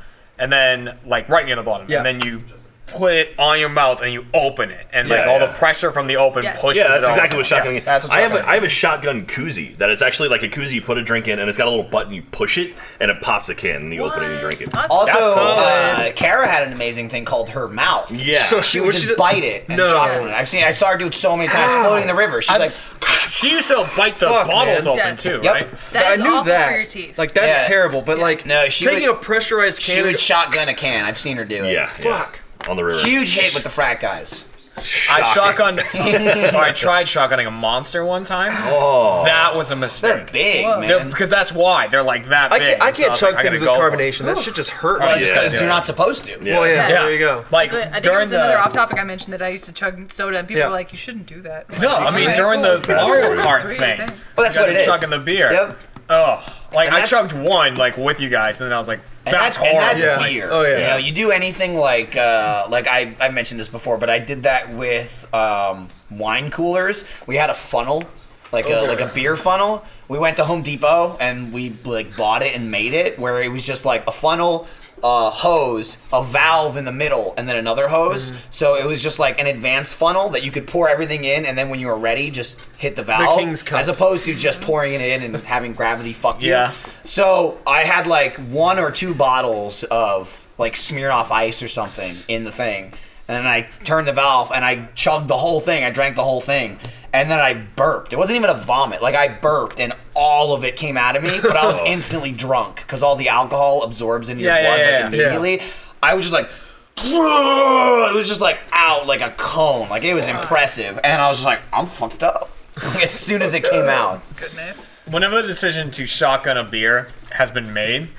and then like right near the bottom,
Yeah.
and then you put it on your mouth and you open it, and like
Yeah,
all
yeah.
the pressure from the open
Yes.
pushes.
Yeah, that's
it all.
exactly what shotgun.
Yeah, that's what
I have
shotgunning
a, I have a shotgun koozie that is actually like a koozie you put a drink in, and it's got a little button. You push it, and it pops a can, and you open it and you drink it.
Awesome.
Also,
That's
uh, Kara had an amazing thing called her mouth.
Yeah.
So
She
she
would
was
just bite it and
No.
shotgun it. I've seen. I saw her do it so many times, floating in the river. She
I've
like,
s- She used to bite the
Fuck,
bottles
man.
open
Yes.
too,
Yep.
right?
that
I
is
knew
awful
that.
for your teeth.
Like that's
Yes.
terrible, but like
No, she
taking
would-
a pressurized can.
she would shotgun a can. I've seen her do it.
yeah,
Fuck.
yeah. on the river.
Huge hit with the frat guys.
I shotgunned, or I tried shotgunning a monster one time.
Oh,
That was a
They're
mistake.
big,
Whoa.
They're-
man.
because that's why they're like that
I
big.
can't, I
and so
can't
was like,
chug
I gotta
things with
go for it. Oh,
carbonation. That shit just hurts.
Right.
Oh, Just
Yeah,
because
yeah.
you're not supposed to.
yeah.
Well, yeah,
Yeah.
there you go.
Like
So I think it
during
was another
the
off topic I mentioned that I used to chug soda and people
Yeah.
were like, you shouldn't do that. I'm
no,
like,
I mean
"Okay,
during
cool."
the Mario
That's
Kart
sweet,
thing.
thanks.
But that's
You guys
what it
are
is.
Chugging the beer.
Yep.
Ugh. Like I
that's-
chugged one like with you guys, and then I was like,
And
That's
that- and
horrible.
that's
Yeah.
beer.
Oh, yeah.
You know, you do anything like uh, like I I mentioned this before, but I did that with um, wine coolers. We had a funnel, like a like a beer funnel. We went to Home Depot and we like bought it and made it where it was just like a funnel. A hose, a valve in the middle, and then another hose.
Mm-hmm.
So it was just like an advanced funnel that you could pour everything in, and then when you were ready, just hit the valve.
king's cup.
As opposed to just pouring it in and having gravity fuck you.
Yeah.
So I had like one or two bottles of like Smirnoff Ice or something in the thing, and then I turned the valve and I chugged the whole thing. I drank the whole thing, and then I burped. It wasn't even a vomit. Like I burped, and all of it came out of me. But I was instantly drunk because all the alcohol absorbs into your
Oh. Yeah, yeah,
blood
yeah,
like
yeah.
immediately. I was just like. It was just like out like a cone, like it was impressive, and I was just like, I'm fucked up. Like as soon as it came out,
Oh, Goodness.
Whenever the decision to shotgun a beer has been made,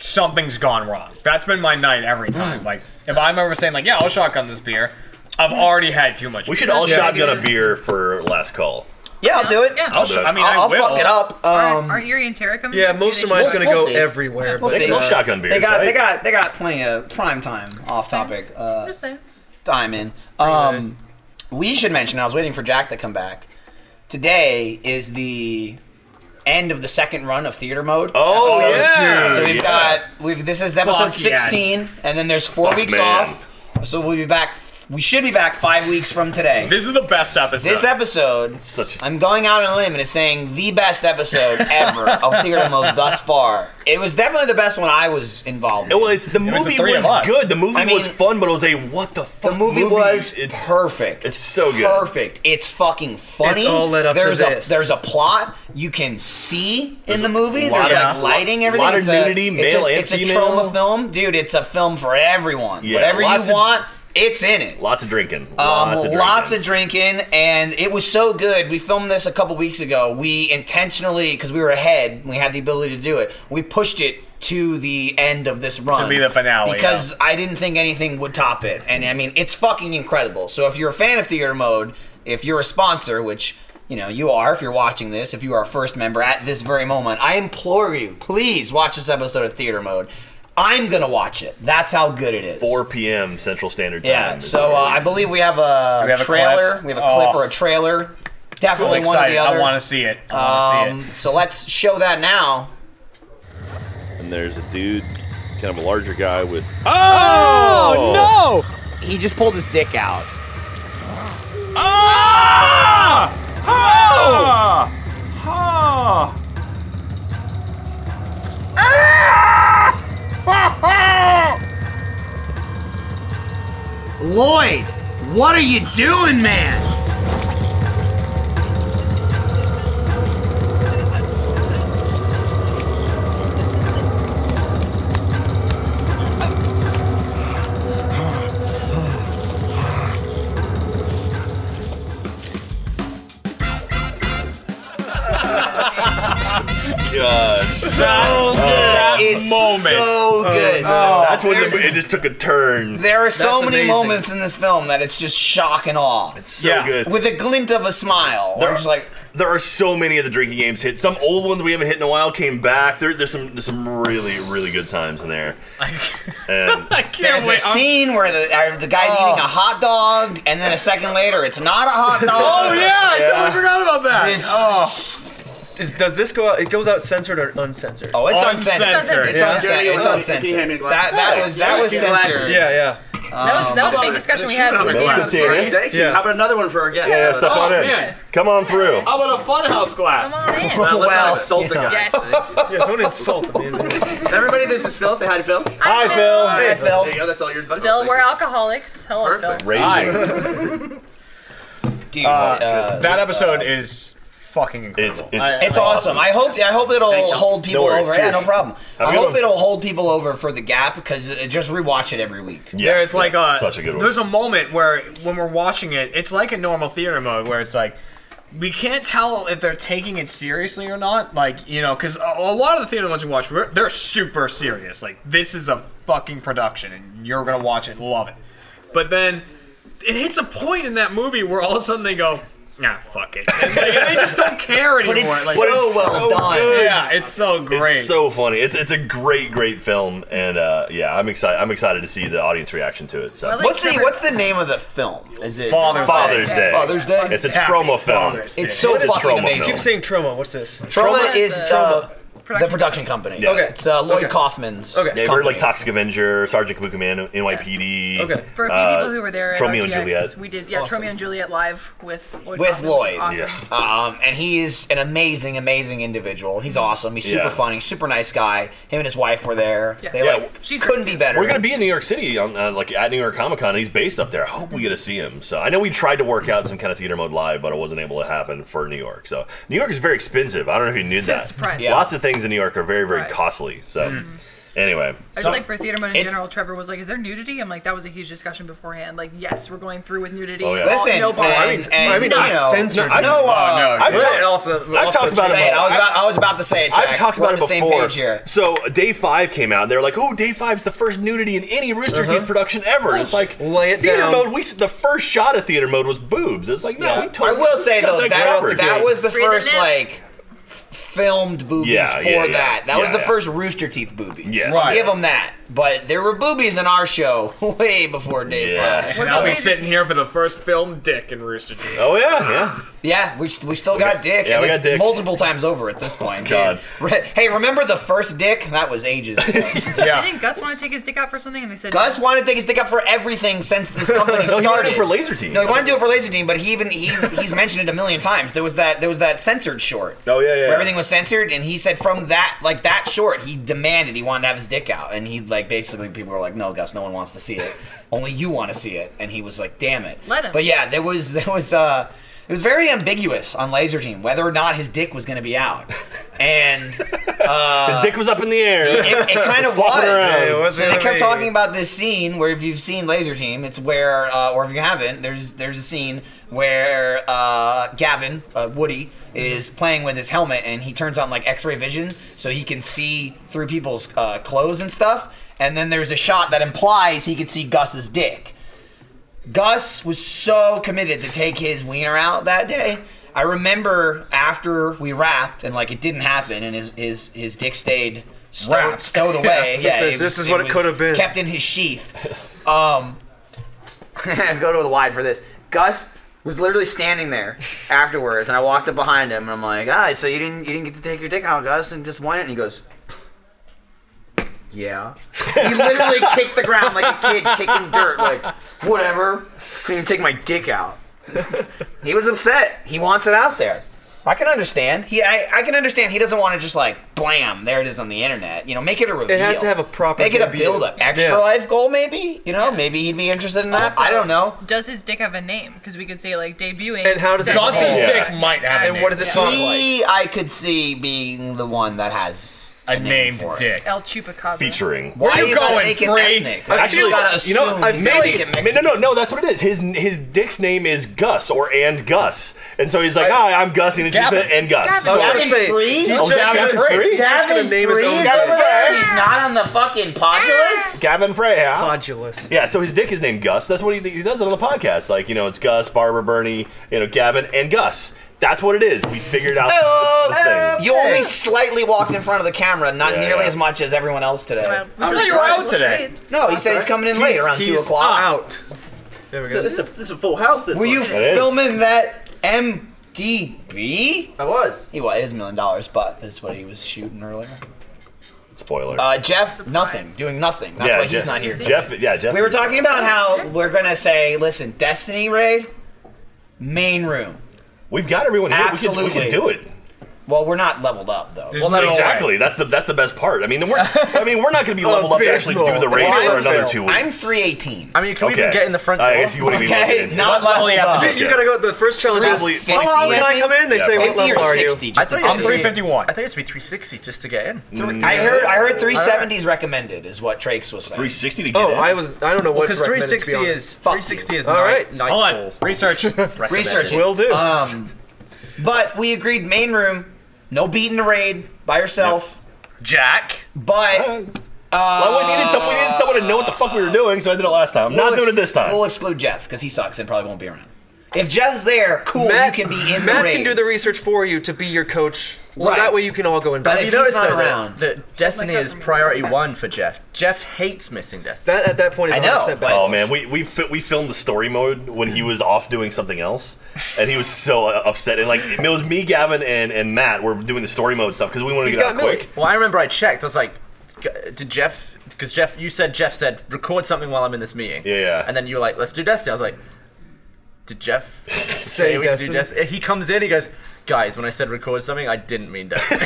something's gone wrong. That's been my night every
Hmm.
time. Like, if I'm ever saying, like, yeah, I'll shotgun this beer, I've already had too much.
We should
beer.
all
Yeah.
shotgun a beer for last call.
yeah, I'll do it.
Yeah.
I'll do it.
I mean,
I'll, I'll
will.
fuck it up.
Are
Um,
are Yuri and Tara coming?
Yeah,
Maybe
most
they
of mine's
should-
gonna
we'll
go
see.
everywhere.
we'll
but, uh,
see.
They love shotgun beers.
they got
right?
they got they got plenty of prime time off topic uh,
Just saying.
time in. Um, we should mention. I was waiting for Jack to come back. Today is the end of the second run of theater mode.
Oh, yeah.
So we've
Yeah.
got we've this is episode
Fuck yes.
16, and then there's four
Fuck,
weeks
man.
off. So we'll be back. We should be back five weeks from today.
This is the best episode.
This episode,
Such-
I'm going out on a limb and it's saying the best episode ever of Theater Mode thus far. It was definitely the best one I was involved in.
Well, it's, the
was the
movie
three
was,
of us.
good. The movie
I mean,
was fun, but it was a what the fuck?
the movie was
It's
perfect.
it's so good.
Perfect. It's fucking funny.
It's all led up to
there's a,
this.
There's a plot you can see in the movie.
lot
There's like
of-
lighting,
lot-
everything.
lot of
it's a-
nudity,
it's
male
a,
and
it's a
female.
trauma film, dude. It's a film for everyone.
Yeah,
Whatever
lots of-
you want, it's in it.
Lots of drinking.
Um,
Lots of drinking.
lots of drinking, and it was so good. We filmed this a couple weeks ago. We intentionally, because we were ahead, and we had the ability to do it. We pushed it to the end of this run to
be the finale,
because I didn't think anything would top it. And I mean, it's fucking incredible. So if you're a fan of Theater Mode, if you're a sponsor, which you know you are, if you're watching this, if you are a first member at this very moment, I implore you, please watch this episode of Theater Mode. I'm gonna watch it. That's how good it is.
4 p.m. Central Standard Time.
Yeah, so uh, I believe we have a
have a
trailer.
clip?
we have a clip
Oh.
or a trailer.
I'm
Definitely one or
excited.
the other.
I want to see it. I want
um,
to see it.
so let's show that now.
and there's a dude, kind of a larger guy with.
Oh, no!
He just pulled his dick out.
Ah! Ah!
Lloyd, what are you doing, man?
Oh, God.
it's
moment.
so good.
Oh,
Oh,
That's when the, it just took a turn.
there are so
That's
many
amazing.
moments in this film that it's just shock and awe,
It's so
Yeah.
good.
with a glint of a smile. We're
There-
just like,
There are so many of the drinking games hit. Some old ones we haven't hit in a while came back. There, there's some there's some really really good times in there. And
I can't
there's a
wait. I'm- Oh.
scene where the uh, the guy's eating a hot dog, and then a second later, it's not a hot dog.
Oh, yeah, I
Yeah.
totally forgot about that.
It's,
Oh. Is- does this go out? It goes out censored or uncensored?
Oh, it's
Uncensored.
uncensored. It's
Yeah.
uncensored. It's uncensored. That that was that was
Two glasses.
censored.
Yeah, yeah.
That was, that was a
Um,
big discussion we had. over the
Let's
hour.
go see it, eh?
Thank you.
Yeah.
How about another one for our guest?
yeah, step
Oh,
on
Oh,
in.
man.
Come on through.
How about a funhouse glass?
Come on in.
Well, let's
Well,
not insult the guy.
Yes.
Yeah, don't insult me.
Everybody, this is Phil. Say hi to Phil.
Hi,
Hey, Phil.
There you go. That's all yours, buddy.
Phil, we're alcoholics. Hello,
Perfect.
Phil.
Raising.
Dude, uh,
that episode is fucking incredible.
It's it's,
It's awesome. I hope I hope it'll hold people
No worries.
over.
Cheers.
Yeah, no problem.
Have a
I
good
hope
one.
it'll hold people over for the gap because uh, just rewatch it every week.
yeah,
there's like a,
such a good one.
there's a moment where when we're watching it, it's like a normal theater mode where it's like we can't tell if they're taking it seriously or not. Like you know, because a, a lot of the theater modes we watch, we're, they're super serious. Like this is a fucking production, and you're gonna watch it, and love it. But then it hits a point in that movie where all of a sudden they go, nah, fuck it. Like, they just don't care anymore.
But it's
like,
so
it's
well
so
done.
good.
yeah, it's so great.
It's so funny. It's it's a great, great film, and uh, yeah, I'm excited. I'm excited to see the audience reaction to it. So
Well,
What's the
Trevor-
What's the name of the film? Is it
Father's
Father's
Day.
Day.
Father's Day?
It's a trauma film.
Father's Day.
It's so
What is
fucking
Trauma
amazing.
film?
Keep saying trauma. What's this?
Trauma,
Trauma
is
is,
the,
uh,
the production company.
Yeah. Okay.
It's uh, Lloyd
Okay.
Kaufman's.
Okay.
Yeah,
company.
you heard like Toxic Avenger, Sergeant Kabuki Man, NYPD.
Okay.
For a few
uh,
people who were there at
Romeo
RTX,
and Juliet.
we did yeah,
Awesome.
Romeo and Juliet live with Lloyd.
With
Kaufman, which
Lloyd,
is awesome.
yeah.
Um, and he is an amazing, amazing individual. He's awesome. He's super
Mm-hmm. Yeah.
funny, super nice guy. Him and his wife were there.
Yes.
They
Yeah,
like
she's
couldn't
great,
be
too.
better.
We're gonna be in New York City on uh, like at New York Comic Con. He's based up there. I hope we get to see him. So I know we tried to work out some kind of theater mode live, but it wasn't able to happen for New York. So New York is very expensive. I don't know if you knew that.
Surprise.
Yeah.
Lots of things in New York are very, very
Surprise. Mm-hmm.
costly. So anyway,
I
so-
just like for theater mode in
it-
general, Trevor was like, "Is there nudity?" I'm like, that was a huge discussion beforehand. Like, yes, we're going through with nudity.
Oh, yeah.
all-
Listen,
no bars.
and, and,
I mean,
you
not
know,
censored.
I know. Uh,
I've
Right
talked-
off the-
I've
off
talked
the
about it
saying, I was
I-
about, I was about to say it. Jack.
I've talked
We're
about
on
it
the same
before.
page here.
So day five came out, and they're like, "Oh, day five's the first nudity in any Rooster
Uh-huh.
Teeth production ever." And it's like
Lay it
theater
down.
mode. We s- the first shot of theater mode was boobs. It's like no, we
I
totally
will say
got
though that
covered.
that, was the
Breathe it
first
in.
like f- filmed boobies
Yeah,
for
yeah, yeah.
that. That was
Yeah,
the
yeah.
first Rooster Teeth boobies.
Yes.
Right.
Give them that. But there were boobies in our show way before day
Yeah.
five.
and I'll be sitting here for the first film dick in Rooster Teeth.
Oh yeah, yeah.
Yeah, we, we still got dick.
yeah,
and
we got
it's
dick.
multiple times over at this point. dude.
God.
Re- Hey, remember the first dick? That was ages ago.
Didn't Gus want to take his dick out for something? And they said,
Gus wanted to take his dick up for everything since this company
No,
started.
he wanted it for Laser Team.
No, he wanted to do it for Laser Team, but he even he he's mentioned it a million times. There was that there was that censored short.
Oh, yeah, yeah,
Where
yeah.
everything was censored, and he said from that like that short, he demanded he wanted to have his dick out, and he like basically people were like, no, Gus, no one wants to see it. Only you want to see it, and he was like, damn it.
Let him.
But yeah, there was there was uh. It was very ambiguous on Laser Team whether or not his dick was going to be out, and
His
uh,
dick was up in the air.
it, it kind of was.
flopping around. It
was
so they
gonna
kept
be-
talking about this scene where if you've seen Laser Team, it's where, uh, or if you haven't, there's there's a scene where uh, Gavin uh, Woody is playing with his helmet and he turns on like X-ray vision so he can see through people's uh, clothes and stuff. And then there's a shot that implies he could see Gus's dick. Gus was so committed to take his wiener out that day. I remember after we wrapped and like it didn't happen and his his his dick stayed stowed,
Wrapped.
stowed away.
He
yeah,
says, "This is what it
was
could have been."
Kept in his sheath. Um,
go to the wide for this. Gus was literally standing there afterwards, and I walked up behind him, and I'm like, "Ah, so you didn't you didn't get to take your dick out, Gus, and just want it?" And he goes, "Yeah." he literally kicked the ground like a kid kicking dirt, like whatever. Couldn't even take my dick out.
he was upset. He wants it out there. I can understand. He, I, I can understand. He doesn't want to just like blam. There it is on the internet. You know, make it a reveal.
It has to have a proper
Make it a
debut.
build up. Extra
Yeah.
life goal, maybe. You know, maybe he'd be interested in that.
Also,
I don't know.
Does his dick have a name? Because we could say like debuting.
And how does it-
Sesame
Gus's
Street.
dick might have a
And what does it
Yeah.
talk like?
He, I could see being the one that has
A named
for it.
dick.
El Chupacabra.
Featuring.
Why
you
you gotta
going,
make it
free?
ethnic? Why you just gotta
you know,
assume
I
you
feel
make
like,
it
I mean, no,
Mexican?
no, no. That's what it is. His his dick's name is Gus or and Gus, and so he's like, "Hi, I'm Gus, and it's
Gavin.
and Gus."
I was
So-
gonna
Gavin
say
Free?
he's
Oh,
just
Gavin
gonna,
Free?
he's just gonna
Gavin
name his
Free
own
is
dick.
over there? He's not on the fucking podulus.
Gavin Frey, huh?
Podulous.
Yeah, so his dick is named Gus. That's what he, he does it on the podcast. Like, you know, it's Gus, Barbara, Bernie, you know, Gavin, and Gus. That's what it is. We figured out
oh,
the, the thing.
You only slightly walked in front of the camera, not
Yeah,
nearly
yeah.
as much as everyone else today.
Well, we
I
just
thought you were
tried.
out
We'll
today.
trade.
no, he said he's coming in late
He's-
around two
he's
o'clock.
Out. There we go.
So this is a, this is a full house. This
Were you
one.
is.
filming that MDB?
I was.
He well, it is a million dollars, but that's what he was shooting earlier.
Spoiler.
Uh, Jeff, nothing,
Surprise.
doing nothing. That's why he's
Jeff-
not here.
Jeff, yeah, Jeff.
We were talking about how we're gonna say, listen, Destiny raid, main room.
We've got everyone here. We can- We can,
Absolutely.
do it.
Well, we're not leveled up though.
There's no
exactly. That's the that's the best part. I mean, we're I mean, we're not going to be leveled up to actually do the
Abysmal.
raid
It's
for
Lionsville.
another two weeks.
I'm 318.
I mean, can we
Okay.
even get in the front door?
I guess you wouldn't even
okay,
get into
not
it.
level
leveled
you have
up.
to
You, you gotta go. The first challenge is.
Probably-
Hello, can I come in? They
Yeah,
say, what
50 or
level are you?
60, just
think
depends.
it's-
I'm 351.
I think it's be 360 just to get in.
Mm.
I heard I heard 370 is recommended, is what Trakes was saying.
360 to get
Oh,
in.
I was. I don't know what.
Because 360 is
Fuck
360 is
All
night-
right.
nightfall.
Hold on. Research.
recommended.
Research it.
Will do.
Um, but we agreed main room, no beating the raid by yourself.
Jack.
But uh,
Uh, well, we, needed some, we needed someone to know what the fuck we were doing, so I did it last time. I'm not
we'll
doing
ex-
it this time.
We'll exclude Jeff because he sucks and probably won't be around. If Jeff's there, cool,
Matt-
you can be in
Matt
the raid.
can do the research for you to be your coach, so
Right.
that way you can all go and.
But if you notice though, that,
around-
that Destiny is priority one for Jeff. Jeff hates missing Destiny.
That at that point is
I know,
100% bad.
Oh man, we we fi- we filmed the story mode when he was off doing something else, and he was so uh, upset. And like it was me, Gavin, and and Matt were doing the story mode stuff because we wanted
He's
to get out
got Millie.
quick.
Well, I remember I checked. I was like, "J- did Jeff? Because Jeff, you said Jeff said record something while I'm in this meeting.
Yeah, yeah.
And then you were like, let's do Destiny. I was like, did Jeff
Say
say we should do
Destiny.
Destiny? He comes in. He goes, guys, when I said record something, I didn't mean Destiny.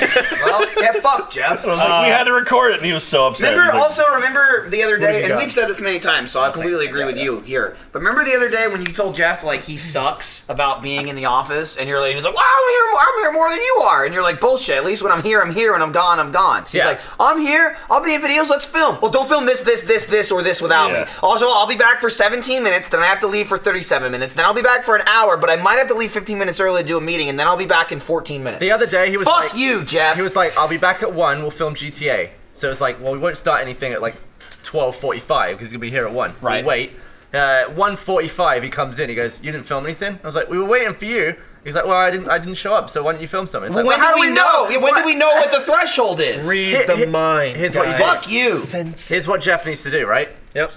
well, get fucked, Jeff.
I was like, we had to record it, and he was so upset. He
Remember,
was like,
also remember the other day,
you
and
got?
we've said this many times, so I completely agree with you here. But remember the other day when you told Jeff like he sucks about being in the office, and you're like, he's like, "Well, I'm here, I'm here more than you are," and you're like, "Bullshit." At least when I'm here, I'm here, and I'm gone, I'm gone. So he's
Yeah.
like, "I'm here, I'll be in videos, let's film." Well, don't film this, this, this, this, or this without
Yeah.
me. Also, I'll be back for 17 minutes, then I have to leave for 37 minutes, then I'll be back for an hour, but I might have to leave 15 minutes early to do a meeting, and then I'll be back in 14 minutes.
The other day, he was
fuck
like-
you, Jeff.
he was like, I'll be back at one. We'll film GTA. So it's like, well, we won't start anything at like twelve forty-five because he's gonna be here at one. We'll
Right.
wait. Uh, one forty-five, he comes in. He goes, "You didn't film anything." I was like, "We were waiting for you." He's like, "Well, I didn't. I didn't show up. So why don't you film something?" It's like,
when
"Well,
do we know? When do we know what the threshold is?
Read
Hit-
the
hit-
mind.
here's what you
guys.
Fuck you.
Sense.
Here's what Jeff needs to do, right?
Yep.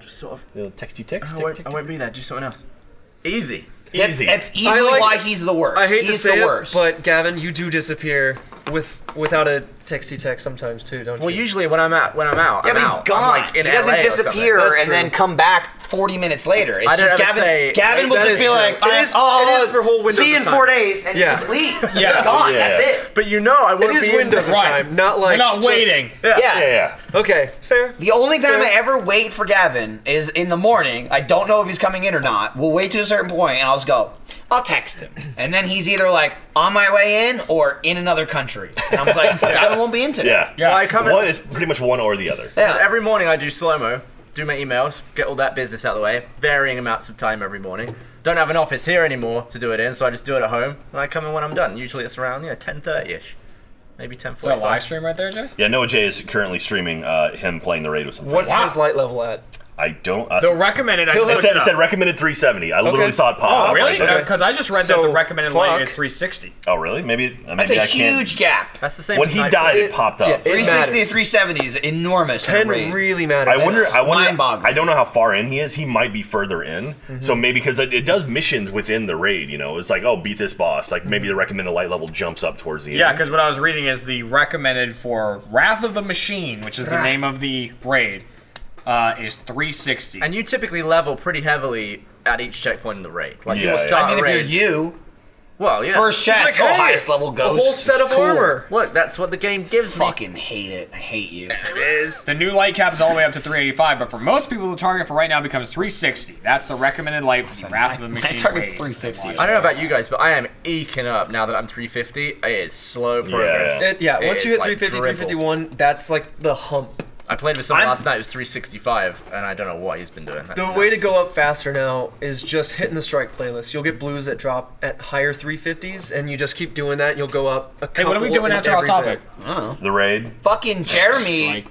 Just sort of.
you know, texty text.
I won't, I won't be there. Do something else. Easy.
Easy.
That's
I
easily
like-
why he's the worst.
I hate
he's
to say
the
it,
worst.
but Gavin, you do disappear with without a texty text sometimes too, don't
Well,
you?
usually when I'm out, when I'm out,
Yeah,
I'm
but he's
out.
gone.
I'm like in
he doesn't
LA or something.
disappear
That's
and
true.
then come back.
40 minutes later, it's
I don't
just
ever
Gavin.
say-
Gavin will
That
just
is
be
true.
like,
It is-
"Oh,
it is for whole windows
See you
of
in
time."
four days, and
Yeah.
he just leaves.
Yeah.
He's gone.
Yeah.
That's it.
But you know, I
it
wouldn't
is
be in
windows
there.
of time, not like
We're not
just-
waiting.
Yeah.
yeah, yeah.
Okay, fair.
The only
Fair.
time I ever wait for Gavin is in the morning. I don't know if he's coming in or not. We'll wait to a certain point, and I'll just go. I'll text him, and then he's either like on my way in or in another country. And I'm just like, Gavin won't be in today.
yeah.
Well, I come in-
One is pretty much one or the other.
Yeah.
Every morning I do slow mo, do my emails, get all that business out of the way, varying amounts of time every morning. Don't have an office here anymore to do it in, so I just do it at home. And I come in when I'm done. Usually it's around yeah 10:30 ish, maybe 10:45.
Is that a live stream right there, Jay?
Yeah, Noah J is currently streaming uh, him playing the raid with something.
What's his light level at?
I don't. Uh,
The recommended. I just
it
looked
said,
it
it said
up.
recommended 370. I literally saw it pop
Oh
up.
really?
Like,
Because I just read that
So,
the recommended light
fuck.
is 360.
oh really? Maybe maybe
That's a
I can't.
huge gap.
That's the same.
when
as
he
night
died,
shift.
it, popped up.
yeah, it-
360 to
matters.
370 is enormous. in a
Ten
raid.
really matters.
I wonder.
It's
I wonder.
mind-boggling.
I don't know how far in he is. He might be further in.
Mm-hmm.
So maybe because it, it does missions within the raid. You know, it's like oh, beat this boss. Like maybe the recommended light level jumps up towards the end.
Mm-hmm. Yeah, because what I was reading is the recommended for Wrath of the Machine, which is the name of the raid, uh, is 360.
and you typically level pretty heavily at each checkpoint in the raid. Like you
Yeah,
will
yeah.
start
I mean,
a raid.
if you're you,
well, yeah.
first chest,
like,
oh,
hey,
highest level goes.
whole set of armor.
Look, that's what the game gives me.
Fucking hate it. I hate you.
the new light cap is all the way up to 385, but for most people, the target for right now becomes 360. That's the recommended light for the Wrath of the Machine.
target's
raid.
350.
I don't know about you guys, but I am eking up now that I'm 350. It is slow progress.
yeah.
It- yeah,
It
once you
is
hit
like
350,
dribble.
351, that's like the hump.
I played with someone
I'm-
last night who was 365, and I don't know what he's been doing. That's
The way to
nuts.
go up faster now is just hitting the strike playlist. You'll get blues that drop at higher 350s, and you just keep doing that. and You'll go up. A
Hey, what are we
couple
doing
in
after off
every
topic?
bit.
The raid.
Fucking Jeremy.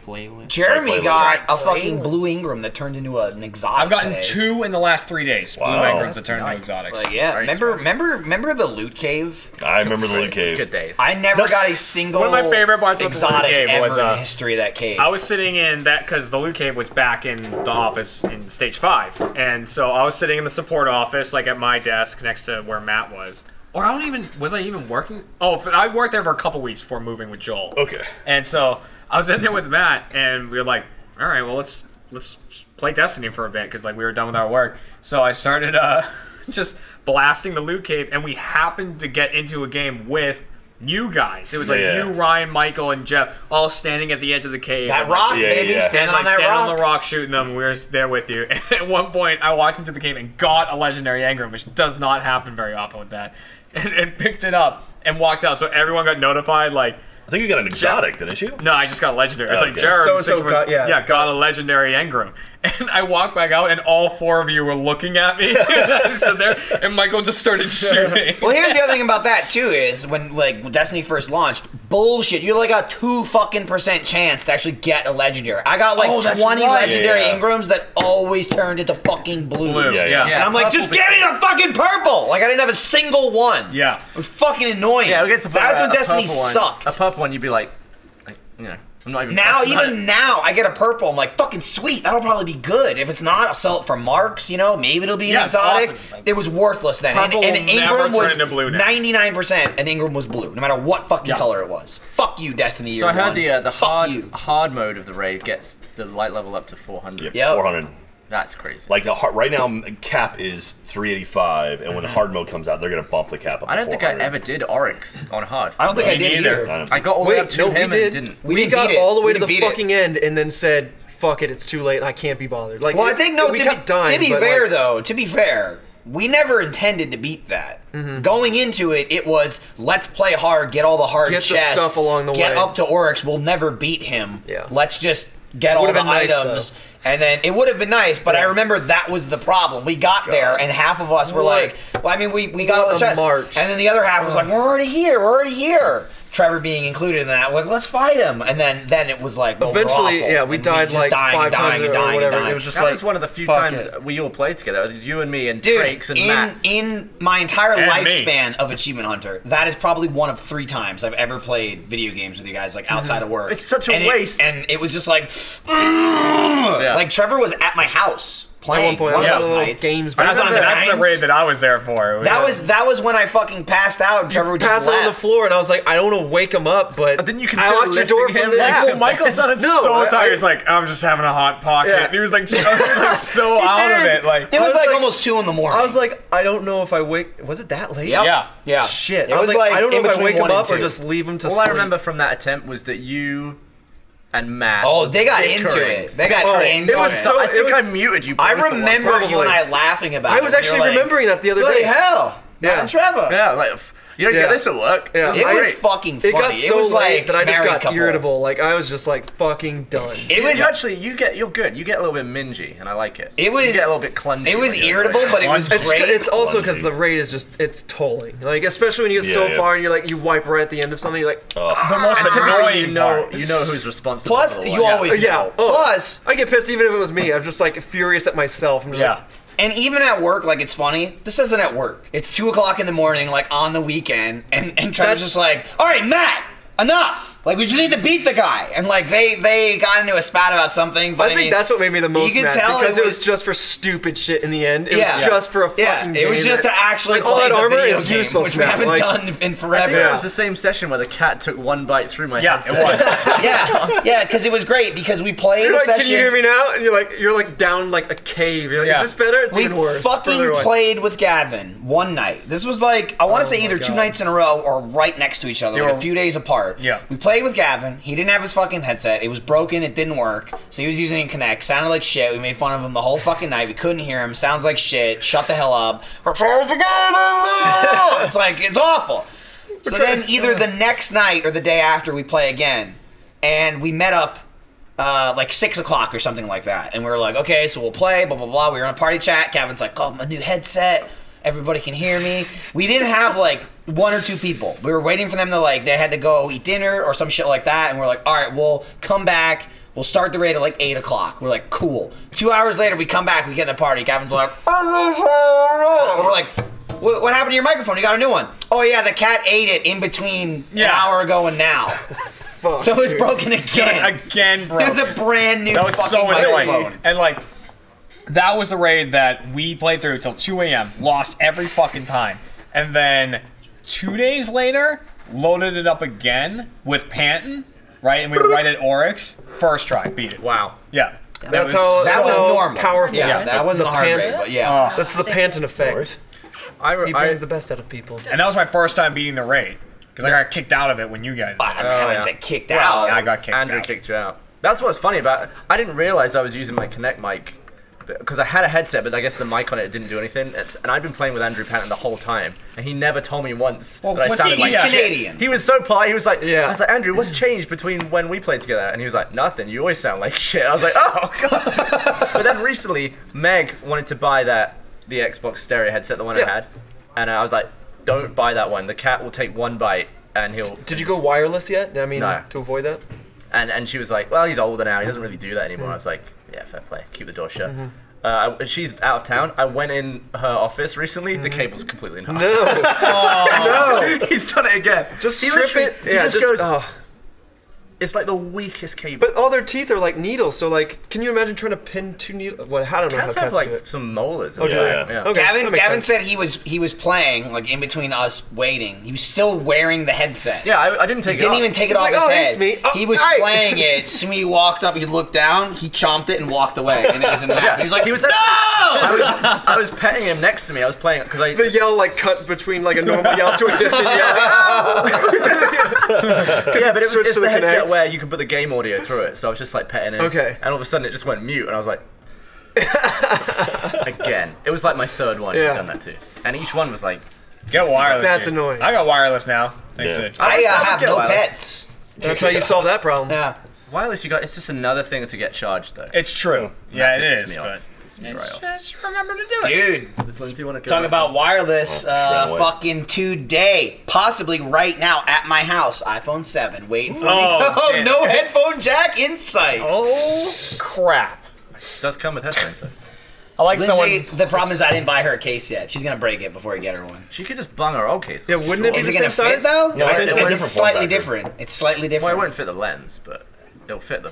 Jeremy
Strike playlist.
got a fucking blue Ingram that turned into an exotic.
I've gotten
today.
two in the last three days. Blue
Wow.
Mangroves that
That's
turned into
nice.
exotics.
Like, yeah, remember, remember, remember the loot cave?
I remember the loot
It's
cave.
good days.
I never got a single.
One of my favorite parts of the loot
exotic
cave
ever
was, uh,
in the history of that cave.
I was sitting in that because the loot cave was back in the office in stage five, and so I was sitting in the support office, like at my desk next to where Matt was. Or I don't even was I even working? Oh, f- I worked there for a couple weeks before moving with Joel.
Okay.
And so I was in there with Matt, and we were like, "All right, well let's let's play Destiny for a bit," because like we were done with our work. So I started uh, just blasting the loot cave, and we happened to get into a game with. You guys, it was like
Yeah.
you, Ryan, Michael, and Jeff, all standing at the edge of the cave.
that
and, like,
rock,
Yeah,
baby,
yeah.
standing
and like
on that
standing
rock.
on the rock shooting them. We were there with you. And at one point, I walked into the cave and got a legendary Engram, which does not happen very often with that, and, and picked it up and walked out. So everyone got notified. Like,
I think you got an exotic, didn't you? Oh,
no, I just got a legendary. It's like
Okay.
Jared,
So-and-so got- yeah.
got a legendary Engram,
And I walked back out, and all four of you were looking at me. and I stood there, and Michael just started shooting.
well, here's the other thing about that too is when like Destiny first launched, bullshit. You like got two fucking percent chance to actually get a legendary. I got like
Oh, that's
20
right.
legendary
Yeah, yeah.
Ingrams that always turned into fucking blues.
Blues, Yeah, yeah. yeah.
And I'm like, just get me the fucking purple. Like I didn't have a single one.
Yeah,
it was fucking annoying.
Yeah, we get to the point
That's
where
when
a
Destiny
purple one-
sucked.
A purple one, you'd be like, like, you know, I'm not even.
Now,
that's not
even now, I get a purple. I'm like, fucking sweet. That'll probably be good. If it's not, I'll sell it for marks. You know, maybe it'll be an
Yeah, it's
exotic.
awesome.
It was worthless then. And,
Purple
and
will never turn
Ingram was
into blue now.
99%, and Ingram was blue, no matter what fucking color it was. Fuck you, Destiny.
So
Year
I heard
one.
the uh, the hard hard mode of the raid gets the light level up to 400.
Yeah, 400.
That's crazy.
Like the hard, right now, m- cap is 385, and when
Mhm.
Mm-hmm.
hard mode comes out, they're gonna bump the cap up.
I
to
don't think I
400.
ever did Oryx on hard.
I don't think I Me did neither. either.
I got all the way
Wait,
up to
no,
him
we did.
and didn't.
We, got all the way to the fucking end and then said, "Fuck it, it's too late. I can't be bothered." Like,
well, I
it-
think, no,
we
to,
kept
be,
dying,
to be
but,
fair,
like-
though, to be fair, we never intended to beat that.
Mm-hmm.
Going into it, it was let's play hard, get all the hard
Get the
chests,
stuff along the
get
way.
up to Oryx. We'll never beat him. Yeah. Let's just get all
Would've
the
been nice,
items, and then it would have been nice. But I remember that was the problem. We got there, and half of us were
What?
like, "Well, I mean, we we got all the
What a
chests,"
march.
and then the other half was like, "We're already here. We're already here." Trevor being included in that, like, let's fight him, and then then it was like, well, we're
Eventually,
awful,
yeah, we
and
died,
just
like,
dying,
five times
dying,
or
dying,
whatever.
dying.
It was just
that was one of the few
fuck
times
it.
we all played together. It was You and me and
Dude,
Drakes and
in
Matt.
in my entire
And me.
lifespan of Achievement Hunter, that is probably one of three times I've ever played video games with you guys, like outside of work.
It's such a
And it-
waste.
and it was just like, "Ugh." like Trevor was at my house playing
point,
one
yeah.
of those
Little
nights.
games
And I was
back
on
then.
the
That's the
nines.
raid that I was there for.
That was that was when I fucking passed out. and Trevor would just
passed out on the
left.
floor, and I was like, "I don't want to wake him up," but didn't you
consider
I locked your door
lifting
from
him?
the-
Like, well, Michael sounded
No,
so
I-
tired.
I-
He's like, I'm just having a hot pocket.
Yeah.
He was like, so- he was so out of it. Like
I
almost two in the morning.
I was like, I don't know if I wake. Was it that late?
Yep. Yeah. Yeah.
Shit.
It
I was,
was
like,
like
I don't know
in
if I
between
wake him
one and
up or
two.
just leave him to
all
sleep.
I remember from that attempt was that you and Matt. Oh,
Oh, they got into
bickering.
it. They got into
I think I muted you.
I
both at one
remember
point.
you and I laughing about.
I
it,
was
and you're
actually
like,
remembering that the other
"Bloody
day."
hell, Matt
Yeah.
and Trevor.
Yeah, like f- you don't
Yeah.
get this at work.
Yeah,
This is
I-
great.
it was
fucking
It got so late that I just got
couple.
irritable. Like I was just like fucking done.
It was actually you get you're good. You get a little bit mingy, and I like it.
It
you
was-
get a little bit clungy. when you're awake.
It's, It's also because the rate is just it's tolling. Like especially when you get
Yeah,
so
yeah.
far and you're like you wipe right at the end of something. You're like
The most
"Ah."
annoying You know- part. you know who's responsible
Plus
for the line. Yeah.
yeah.
Yeah.
Oh,
Plus-
I get pissed even if it was me. I'm just like furious at myself. I'm just like
And even at work, like it's funny. This isn't at work. It's two o'clock in the morning, like on the weekend, and and Trevor's
That's-
just like, "All right, Matt, enough. Like we just need to beat the guy." And like they they got into a spat about something. But I,
I think
mean,
that's what made me the most
You can
mad
tell
because it was, just for stupid shit in the end. It
Yeah.
was just for a fucking.
Yeah, it was
game
just
that-
to actually
like, all that
play the
armor
video
is
game,
uself
which we
now.
haven't
like,
done in
I think
forever.
it was the same session where the cat took one bite through my
Yeah,
headset.
yeah, yeah, because it was great because we played
You're
a
like,
session.
can you hear me now? And you're like, you're like down like a cave. You're like, is this better? It's
we
even worse. Further
fucking
away. Oh
played with Gavin one night. This was like I want to say either two nights in a row or right next to each other,
They
like
were-
a few days apart. Yeah. We played with Gavin. He didn't have his fucking headset. It was broken. It didn't work. So he was using Connect. Sounded like shit. We made fun of him the whole fucking night. We couldn't hear him. Sounds like shit. Shut the hell up. it's like it's awful. So then either the next night or the day after we play again, and we met up uh, like six o'clock or something like that. And we were like, okay, so we'll play, blah blah blah. We were on a party chat. Gavin's like, oh, my new headset. Everybody can hear me. We didn't have like one or two people. We were waiting for them to like they had to go eat dinner or some shit like that. And we're like, all right, we'll come back. We'll start the raid at like eight o'clock. We're like, cool. Two hours later, we come back. We get in the party. Gavin's like, we're like. What, what happened to your microphone? You got a new one. Oh yeah, the cat ate it in between an hour ago and now. so it's
dude.
broken again.
again, bro.
It's a brand new
That was so
fucking
annoying.
microphone.
And like, that was the raid that we played through till 2 a.m. Lost every fucking time, and then two days later, loaded it up again with Panton, right? And we were right at Oryx. First try, beat it.
Wow.
Yeah.
That's how that's how powerful.
Yeah,
the- the pant-
Oh.
that's the Panton effect. he brings the best out of people.
And that was my first time beating the raid. Because I got kicked out of it when you guys. I
Well,
Yeah, I got kicked
Oh, Andrew
out.
kicked you out. That's what's funny about. I didn't realize I was using my Connect mic because I had a headset, but I guess the mic on it didn't do anything. It's, and I've been playing with Andrew Patton the whole time, and he never told me once that I
what's
sounded
he-
like
he's
shit.
Canadian.
He was so polite. He was like, "Yeah." I was like, "Andrew, what's changed between when we played together?" And he was like, "Nothing. You always sound like shit." I was like, "Oh god." but then recently, Meg wanted to buy that the Xbox stereo headset, the one I had, and I was like, "Don't buy that one. The cat will take one bite." And he'll.
Did you go wireless yet? I mean,
No.
to avoid that.
And and she was like, "Well, he's older now. He doesn't really do that anymore." I was like, "Yeah, fair play. Keep the door shut."
Mm-hmm.
Mhm.
Uh, I- she's out of town. I went in her office recently. The cable's completely in half.
Mm-hmm. No. Oh.
no. He's done it again.
Just
He
strip
literally-
it.
He just, goes.
"Oh, It's
like the weakest cable.
But all their teeth are like needles, so like, can you imagine trying to pin two needles? What? I don't know
Cats
how
have
cats do
like
it.
some molars.
Oh, do they? Yeah. Okay,
Gavin,
that makes
Gavin
sense.
said he was he was playing like in between us waiting. He was still wearing the headset.
Yeah, I, I didn't
he didn't even take
He's
it off
like,
his
"Oh, hey,
head.
Smee. Oh,
he was
hi."
playing it. Smee walked up. He looked down. He chomped it and walked away. And it was in the
Yeah.
He was like,
He was
no.
actually- I was, I was petting him next to me. I was playing because I.
The yell like cut between like a normal yell to a distant yell. Like,
yeah, but it was
switch
it's
to
the
the
headset
Kinect.
where you can put the game audio through it. So I was just like petting it.
Okay.
And all of a sudden it just went mute, and I was like, again. It was like my third one.
Yeah.
I've done that too, and each one was like.
Get wireless.
That's
dude.
annoying.
I got wireless now. Thanks.
Yeah.
Sid.
I, uh, have no pets.
That's how you solve that problem.
Yeah.
Wireless, you got. It's just another thing to get charged, though.
It's true.
Yeah,
it is,
But
Just remember to do it.
Dude,
Does Lindsay wanna go
talk
back?
about
Oh,
wireless
ran
uh,
Oh, away.
fucking today, possibly right now at my house. iPhone 7 waiting
Oh,
for me. Oh,
damn.
no headphone jack insight.
Oh, crap.
does come with headphones. Though.
I
like
Lindsay,
someone-
The problem is I didn't buy her a case yet. She's gonna break it before I get her one.
She could just bung her old case. Yeah,
wouldn't
Is it gonna fit though?
Yeah,
I don't
it's,
think
it's,
it's slightly different. It's slightly
Well, it
different.
won't fit the lens, but it'll fit the.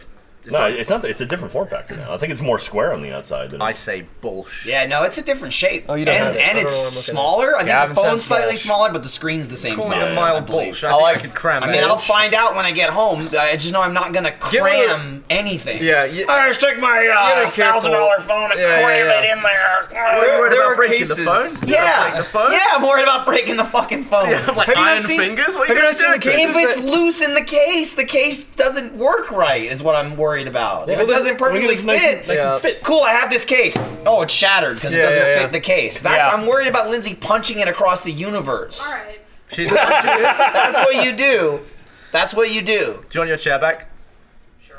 no, it's not. that- It's a different form factor now. I think it's more square on the outside. Than
I say bullsh.
Yeah, no, it's a different shape.
Oh, you don't
and
have it. I
and
don't
it's
know what I'm looking at.
smaller. I think
Gavin
the
says
phone's slightly
bulge.
smaller, but the screen's the same
Calling it
size.
a mild
believe.
bulge. I I think like- I could
cram
I
it.
mean, I'll
Bulge.
find out when I get home. I just know I'm not gonna cram anything.
Yeah, you,
I just took my
You're
uh,
not careful.
thousand dollar phone and
Yeah, yeah,
cram
yeah.
it in there.
What are you worried
There
about
are
breaking the phone? You're
Yeah,
about breaking the phone?
yeah, I'm worried about breaking the fucking phone.
Yeah, I'm like, iron fingers? What are you gonna do?
If
Cases
it's
that-
loose in the case, the case doesn't work right. Is what I'm worried about.
Yeah,
if it
but
doesn't
it's- when
perfectly
it's nice and-
fit,
nice and Yeah. fit.
Cool, I have this case. Oh, it's shattered because it
Yeah,
doesn't
yeah, yeah.
fit the case. That's
Yeah.
I'm worried about Lindsay punching it across the universe. All
right.
She's,
That's what you do. That's what you do.
Do you want your chair back?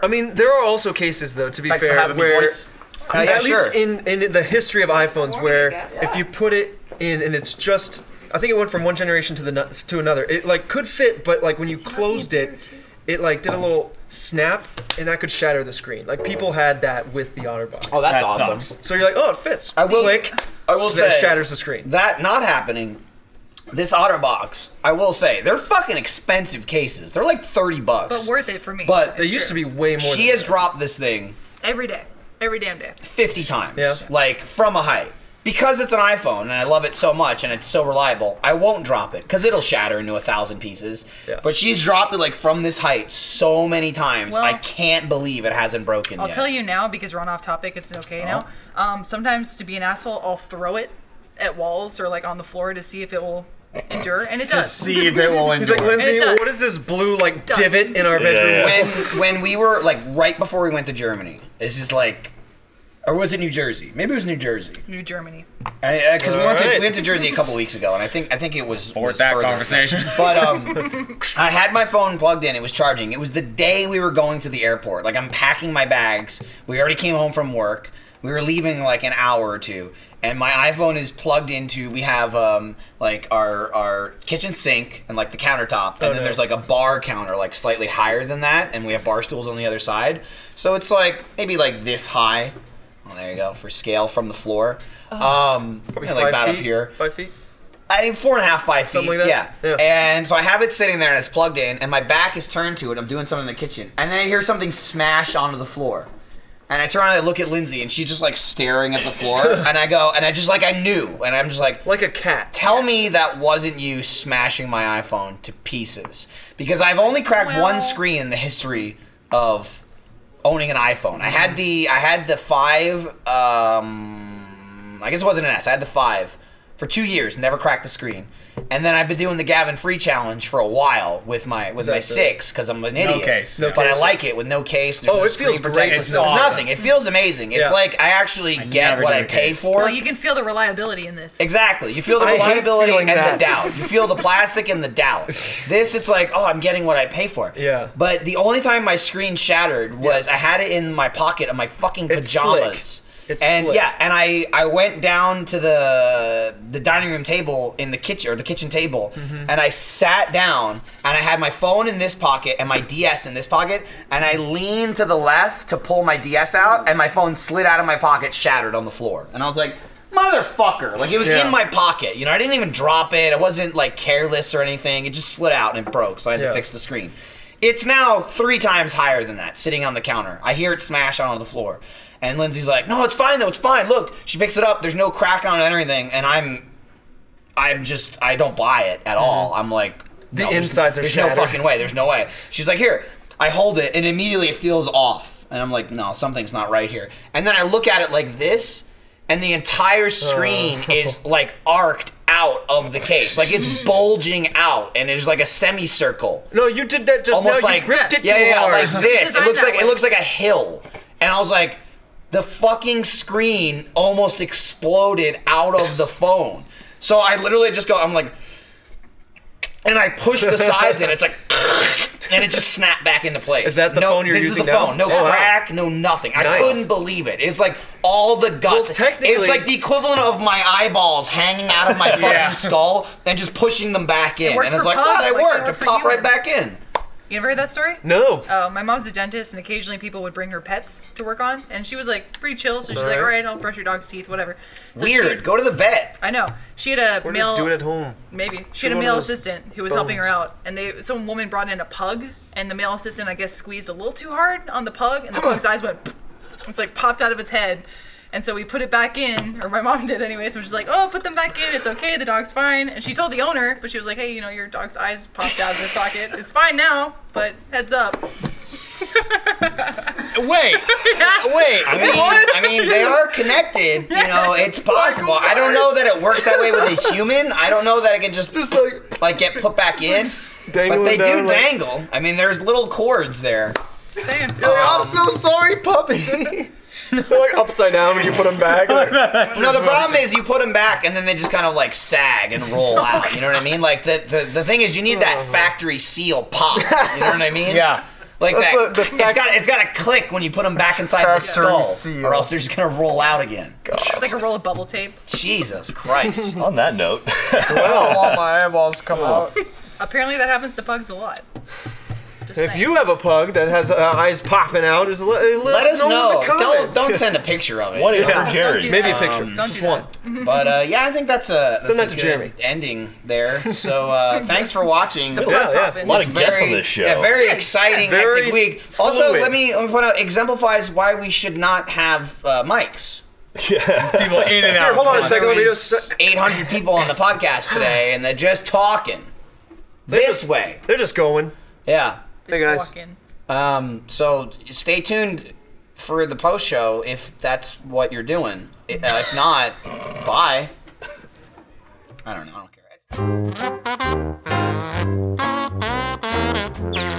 I mean, there are also cases though, to be
Thanks for
fair,
having me,
where
boys.
I mean,
Yeah,
at
sure.
least in in the history of iPhones, where if you put it in and it's just, I think it went from one generation to the no- to another. It like could fit, but like when you closed it, it like did a little snap, and that could shatter the screen. Like people had that with the OtterBox.
Oh, that's That awesome. sucks.
So you're like, oh, it fits.
I will-
click.
I will
that
say-
shatters the screen.
That not happening. This OtterBox, I will say, they're fucking expensive cases. They're like thirty bucks.
But worth it for me.
But
It's
to be way more. She has dropped this thing
every day, every damn day.
50 times. Like from a height. Because it's an iPhone and I love it so much and it's so reliable, I won't drop it because it'll shatter into a thousand pieces. But she's dropped it like from this height so many times.
Well-
I can't believe it hasn't broken
I'll
yet.
tell you now because we're on off topic. It's okay
Oh.
Uh-huh.
now. Um, sometimes to be an asshole, I'll throw it at walls or like on the floor to see if it will endure, and it
To
does.
see if it will
He's like,
endure.
Lindsay,
And it does.
what is this blue like
does.
divot in our
Yeah,
bedroom?
yeah,
wall?
yeah. When when we were like right before we went to Germany, this is like, or was it New Jersey? Maybe it was New Jersey.
New Germany.
Because uh, we, went to-
Alright.
we went to Jersey a couple weeks ago, and I think I think it was. was
that
further.
conversation.
But um, I had my phone plugged in. It was charging. It was the day we were going to the airport. Like I'm packing my bags. We already came home from work. We were leaving in, like an hour or two, and my iPhone is plugged into. We have um like our our kitchen sink and like the countertop, and
Oh,
then
no.
there's like a bar counter like slightly higher than that, and we have bar stools on the other side. So it's like maybe like this high. Well, there you go for scale from the floor. um,
Probably
yeah, like
five
about
feet,
up here.
Five feet.
I four and a half, five
Something
feet.
like
Yeah.
that?
And so I have it sitting there and it's plugged in, and my back is turned to it. I'm doing something in the kitchen, and then I hear something smash onto the floor. And I turn around and I look at Lindsay, and she's just like staring at the floor. and I go, and I just like I knew, and I'm just like,
like a cat.
Tell me that wasn't you smashing my iPhone to pieces, because I've only cracked one screen in the history of owning an iPhone. I
Mm-hmm.
had the I had the five. Um, I guess it wasn't an S. I had the five for two years, never cracked the screen, And then I've been doing the Gavin Free Challenge for a while with my with my
Exactly.
six because I'm an
No
idiot.
case, No yeah.
but
case.
I like it with no case. There's
Oh,
no
it feels
screen protect-
great.
It's
It's awesome.
nothing. It feels amazing. It's
Yeah.
like I actually get
never
what
do
I
a
pay
case.
for.
Well, you can feel the reliability in this.
Exactly. You feel the
I hate
reliability
feeling
and
that.
the doubt. You feel the plastic and the doubt. This, it's like, oh, I'm getting what I pay for. Yeah. But the only time my screen shattered was I had it in my pocket of my fucking
It's slick.
pajamas.
It's
and
slick.
yeah, and I I went down to the the dining room table in the kitchen or the kitchen table, and I sat down and I had my phone in this pocket and my DS in this pocket, and I leaned to the left to pull my DS out, and my phone slid out of my pocket, shattered on the floor, and I was like, motherfucker! Like it was
Yeah.
in my pocket, you know. I didn't even drop it. I wasn't like careless or anything. It just slid out and it broke, so I had
Yeah.
to fix the screen. It's now three times higher than that, sitting on the counter. I hear it smash on the floor. And Lindsay's like, no, it's fine though, it's fine. Look, she picks it up, there's no crack on it or anything, and I'm I'm just I don't buy it at all. I'm like
Mm-hmm. The
there's-
insides are
There's
shattered.
no fucking way, there's no way. She's like, here, I hold it, and immediately it feels off. And I'm like, no, something's not right here. And then I look at it like this, and the entire screen
Oh.
is like arced out of the case. Like it's bulging out, and it's like a semicircle.
No, you did that just
almost
now. You
like
gripped it
yeah,
too
yeah, yeah,
hard.
like this. It
Designed
looks
that
like it
way.
looks like a hill, and I was like, the fucking screen almost exploded out of the phone. So I literally just go, I'm like, and I push the sides, and it's like. And it just snapped back into place.
Is that the
no,
phone you're
this
using
is the
now?
phone. No
Oh, wow.
crack, no nothing. I
Nice.
couldn't believe it. It's like all the guts.
technically-
it's like the equivalent of my eyeballs hanging out of my fucking
Yeah.
skull and just pushing them back in.
It works
and it's
for
like,
pups,
oh, they
like they
worked.
work
It
for
popped right
humans.
back in.
You ever heard that story?
No.
Oh, my mom's a dentist, and occasionally people would bring her pets to work on, and she was like pretty chill. So she's like,
Alright.
"All right, I'll brush your dog's teeth, whatever." So she-
Weird. Go to the vet.
I know. She had a
Or
male.
just do it at home.
Maybe she
She
had a
wanted
male
those
assistant who was helping her
bones.
out, and they some woman brought in a pug, and the male assistant I guess squeezed a little too hard on the pug, and the pug's eyes went. It's like popped out of its head, and so we put it back in, or my mom did anyway. So she's like, "Oh, put them back in. It's okay. The dog's fine." And she told the owner, but she was like, "Hey, you know your dog's eyes popped out of the socket. It's fine now, but heads up."
Wait, wait.
I mean, I mean, they are connected. You know, it's possible. I don't know that it works that way with a human. I don't know that it can just, like, get put back in. but they
dangling
do
down, like-
dangle. I mean, there's little cords there.
Just saying.
I'm so sorry, puppy.
They're like upside down when you put them back. no, the
reversed.
problem is you put them back and then they just kind of like sag and roll out. You know what I mean? Like the the, the thing is you need that factory seal pop. You know what I mean?
Uh-huh. Yeah.
Like
That's
that.
the- the
it's
fact-
got it's got to click when you put them back inside the
Factory
skull,
seal.
or else they're just gonna roll out again.
It's like a roll of bubble tape.
Jesus Christ.
On that note,
well,
all my eyeballs
Oh.
come out.
Apparently, that happens to pugs a lot.
If you have a pug that has uh, eyes popping out, just let, let,
Let us know.
In the
Don't-
comments.
don't send a picture of it.
What
What if for Jerry? Don't do
Maybe a
that.
picture.
Um,
just one.
But uh, yeah, I think that's a
Send that
that's
to
a good
Jeremy.
ending there. So uh, thanks for watching.
The blood Yeah, yeah. popping. A lot of
It's
guests on
very-
this show.
Yeah, very
Yeah.
exciting,
Very
hectic week.
s-
Also,
fluid.
let me let me point out exemplifies why we should not have uh, mics.
People in and out.
Here, hold on a
There
second. Let me
is-
just 800 people on the podcast today, and they're just talking this way.
They're just going.
Yeah.
Hey guys.
Um, so stay tuned for the post show if that's what you're doing. I- Uh, if not, bye. I don't know. I don't care.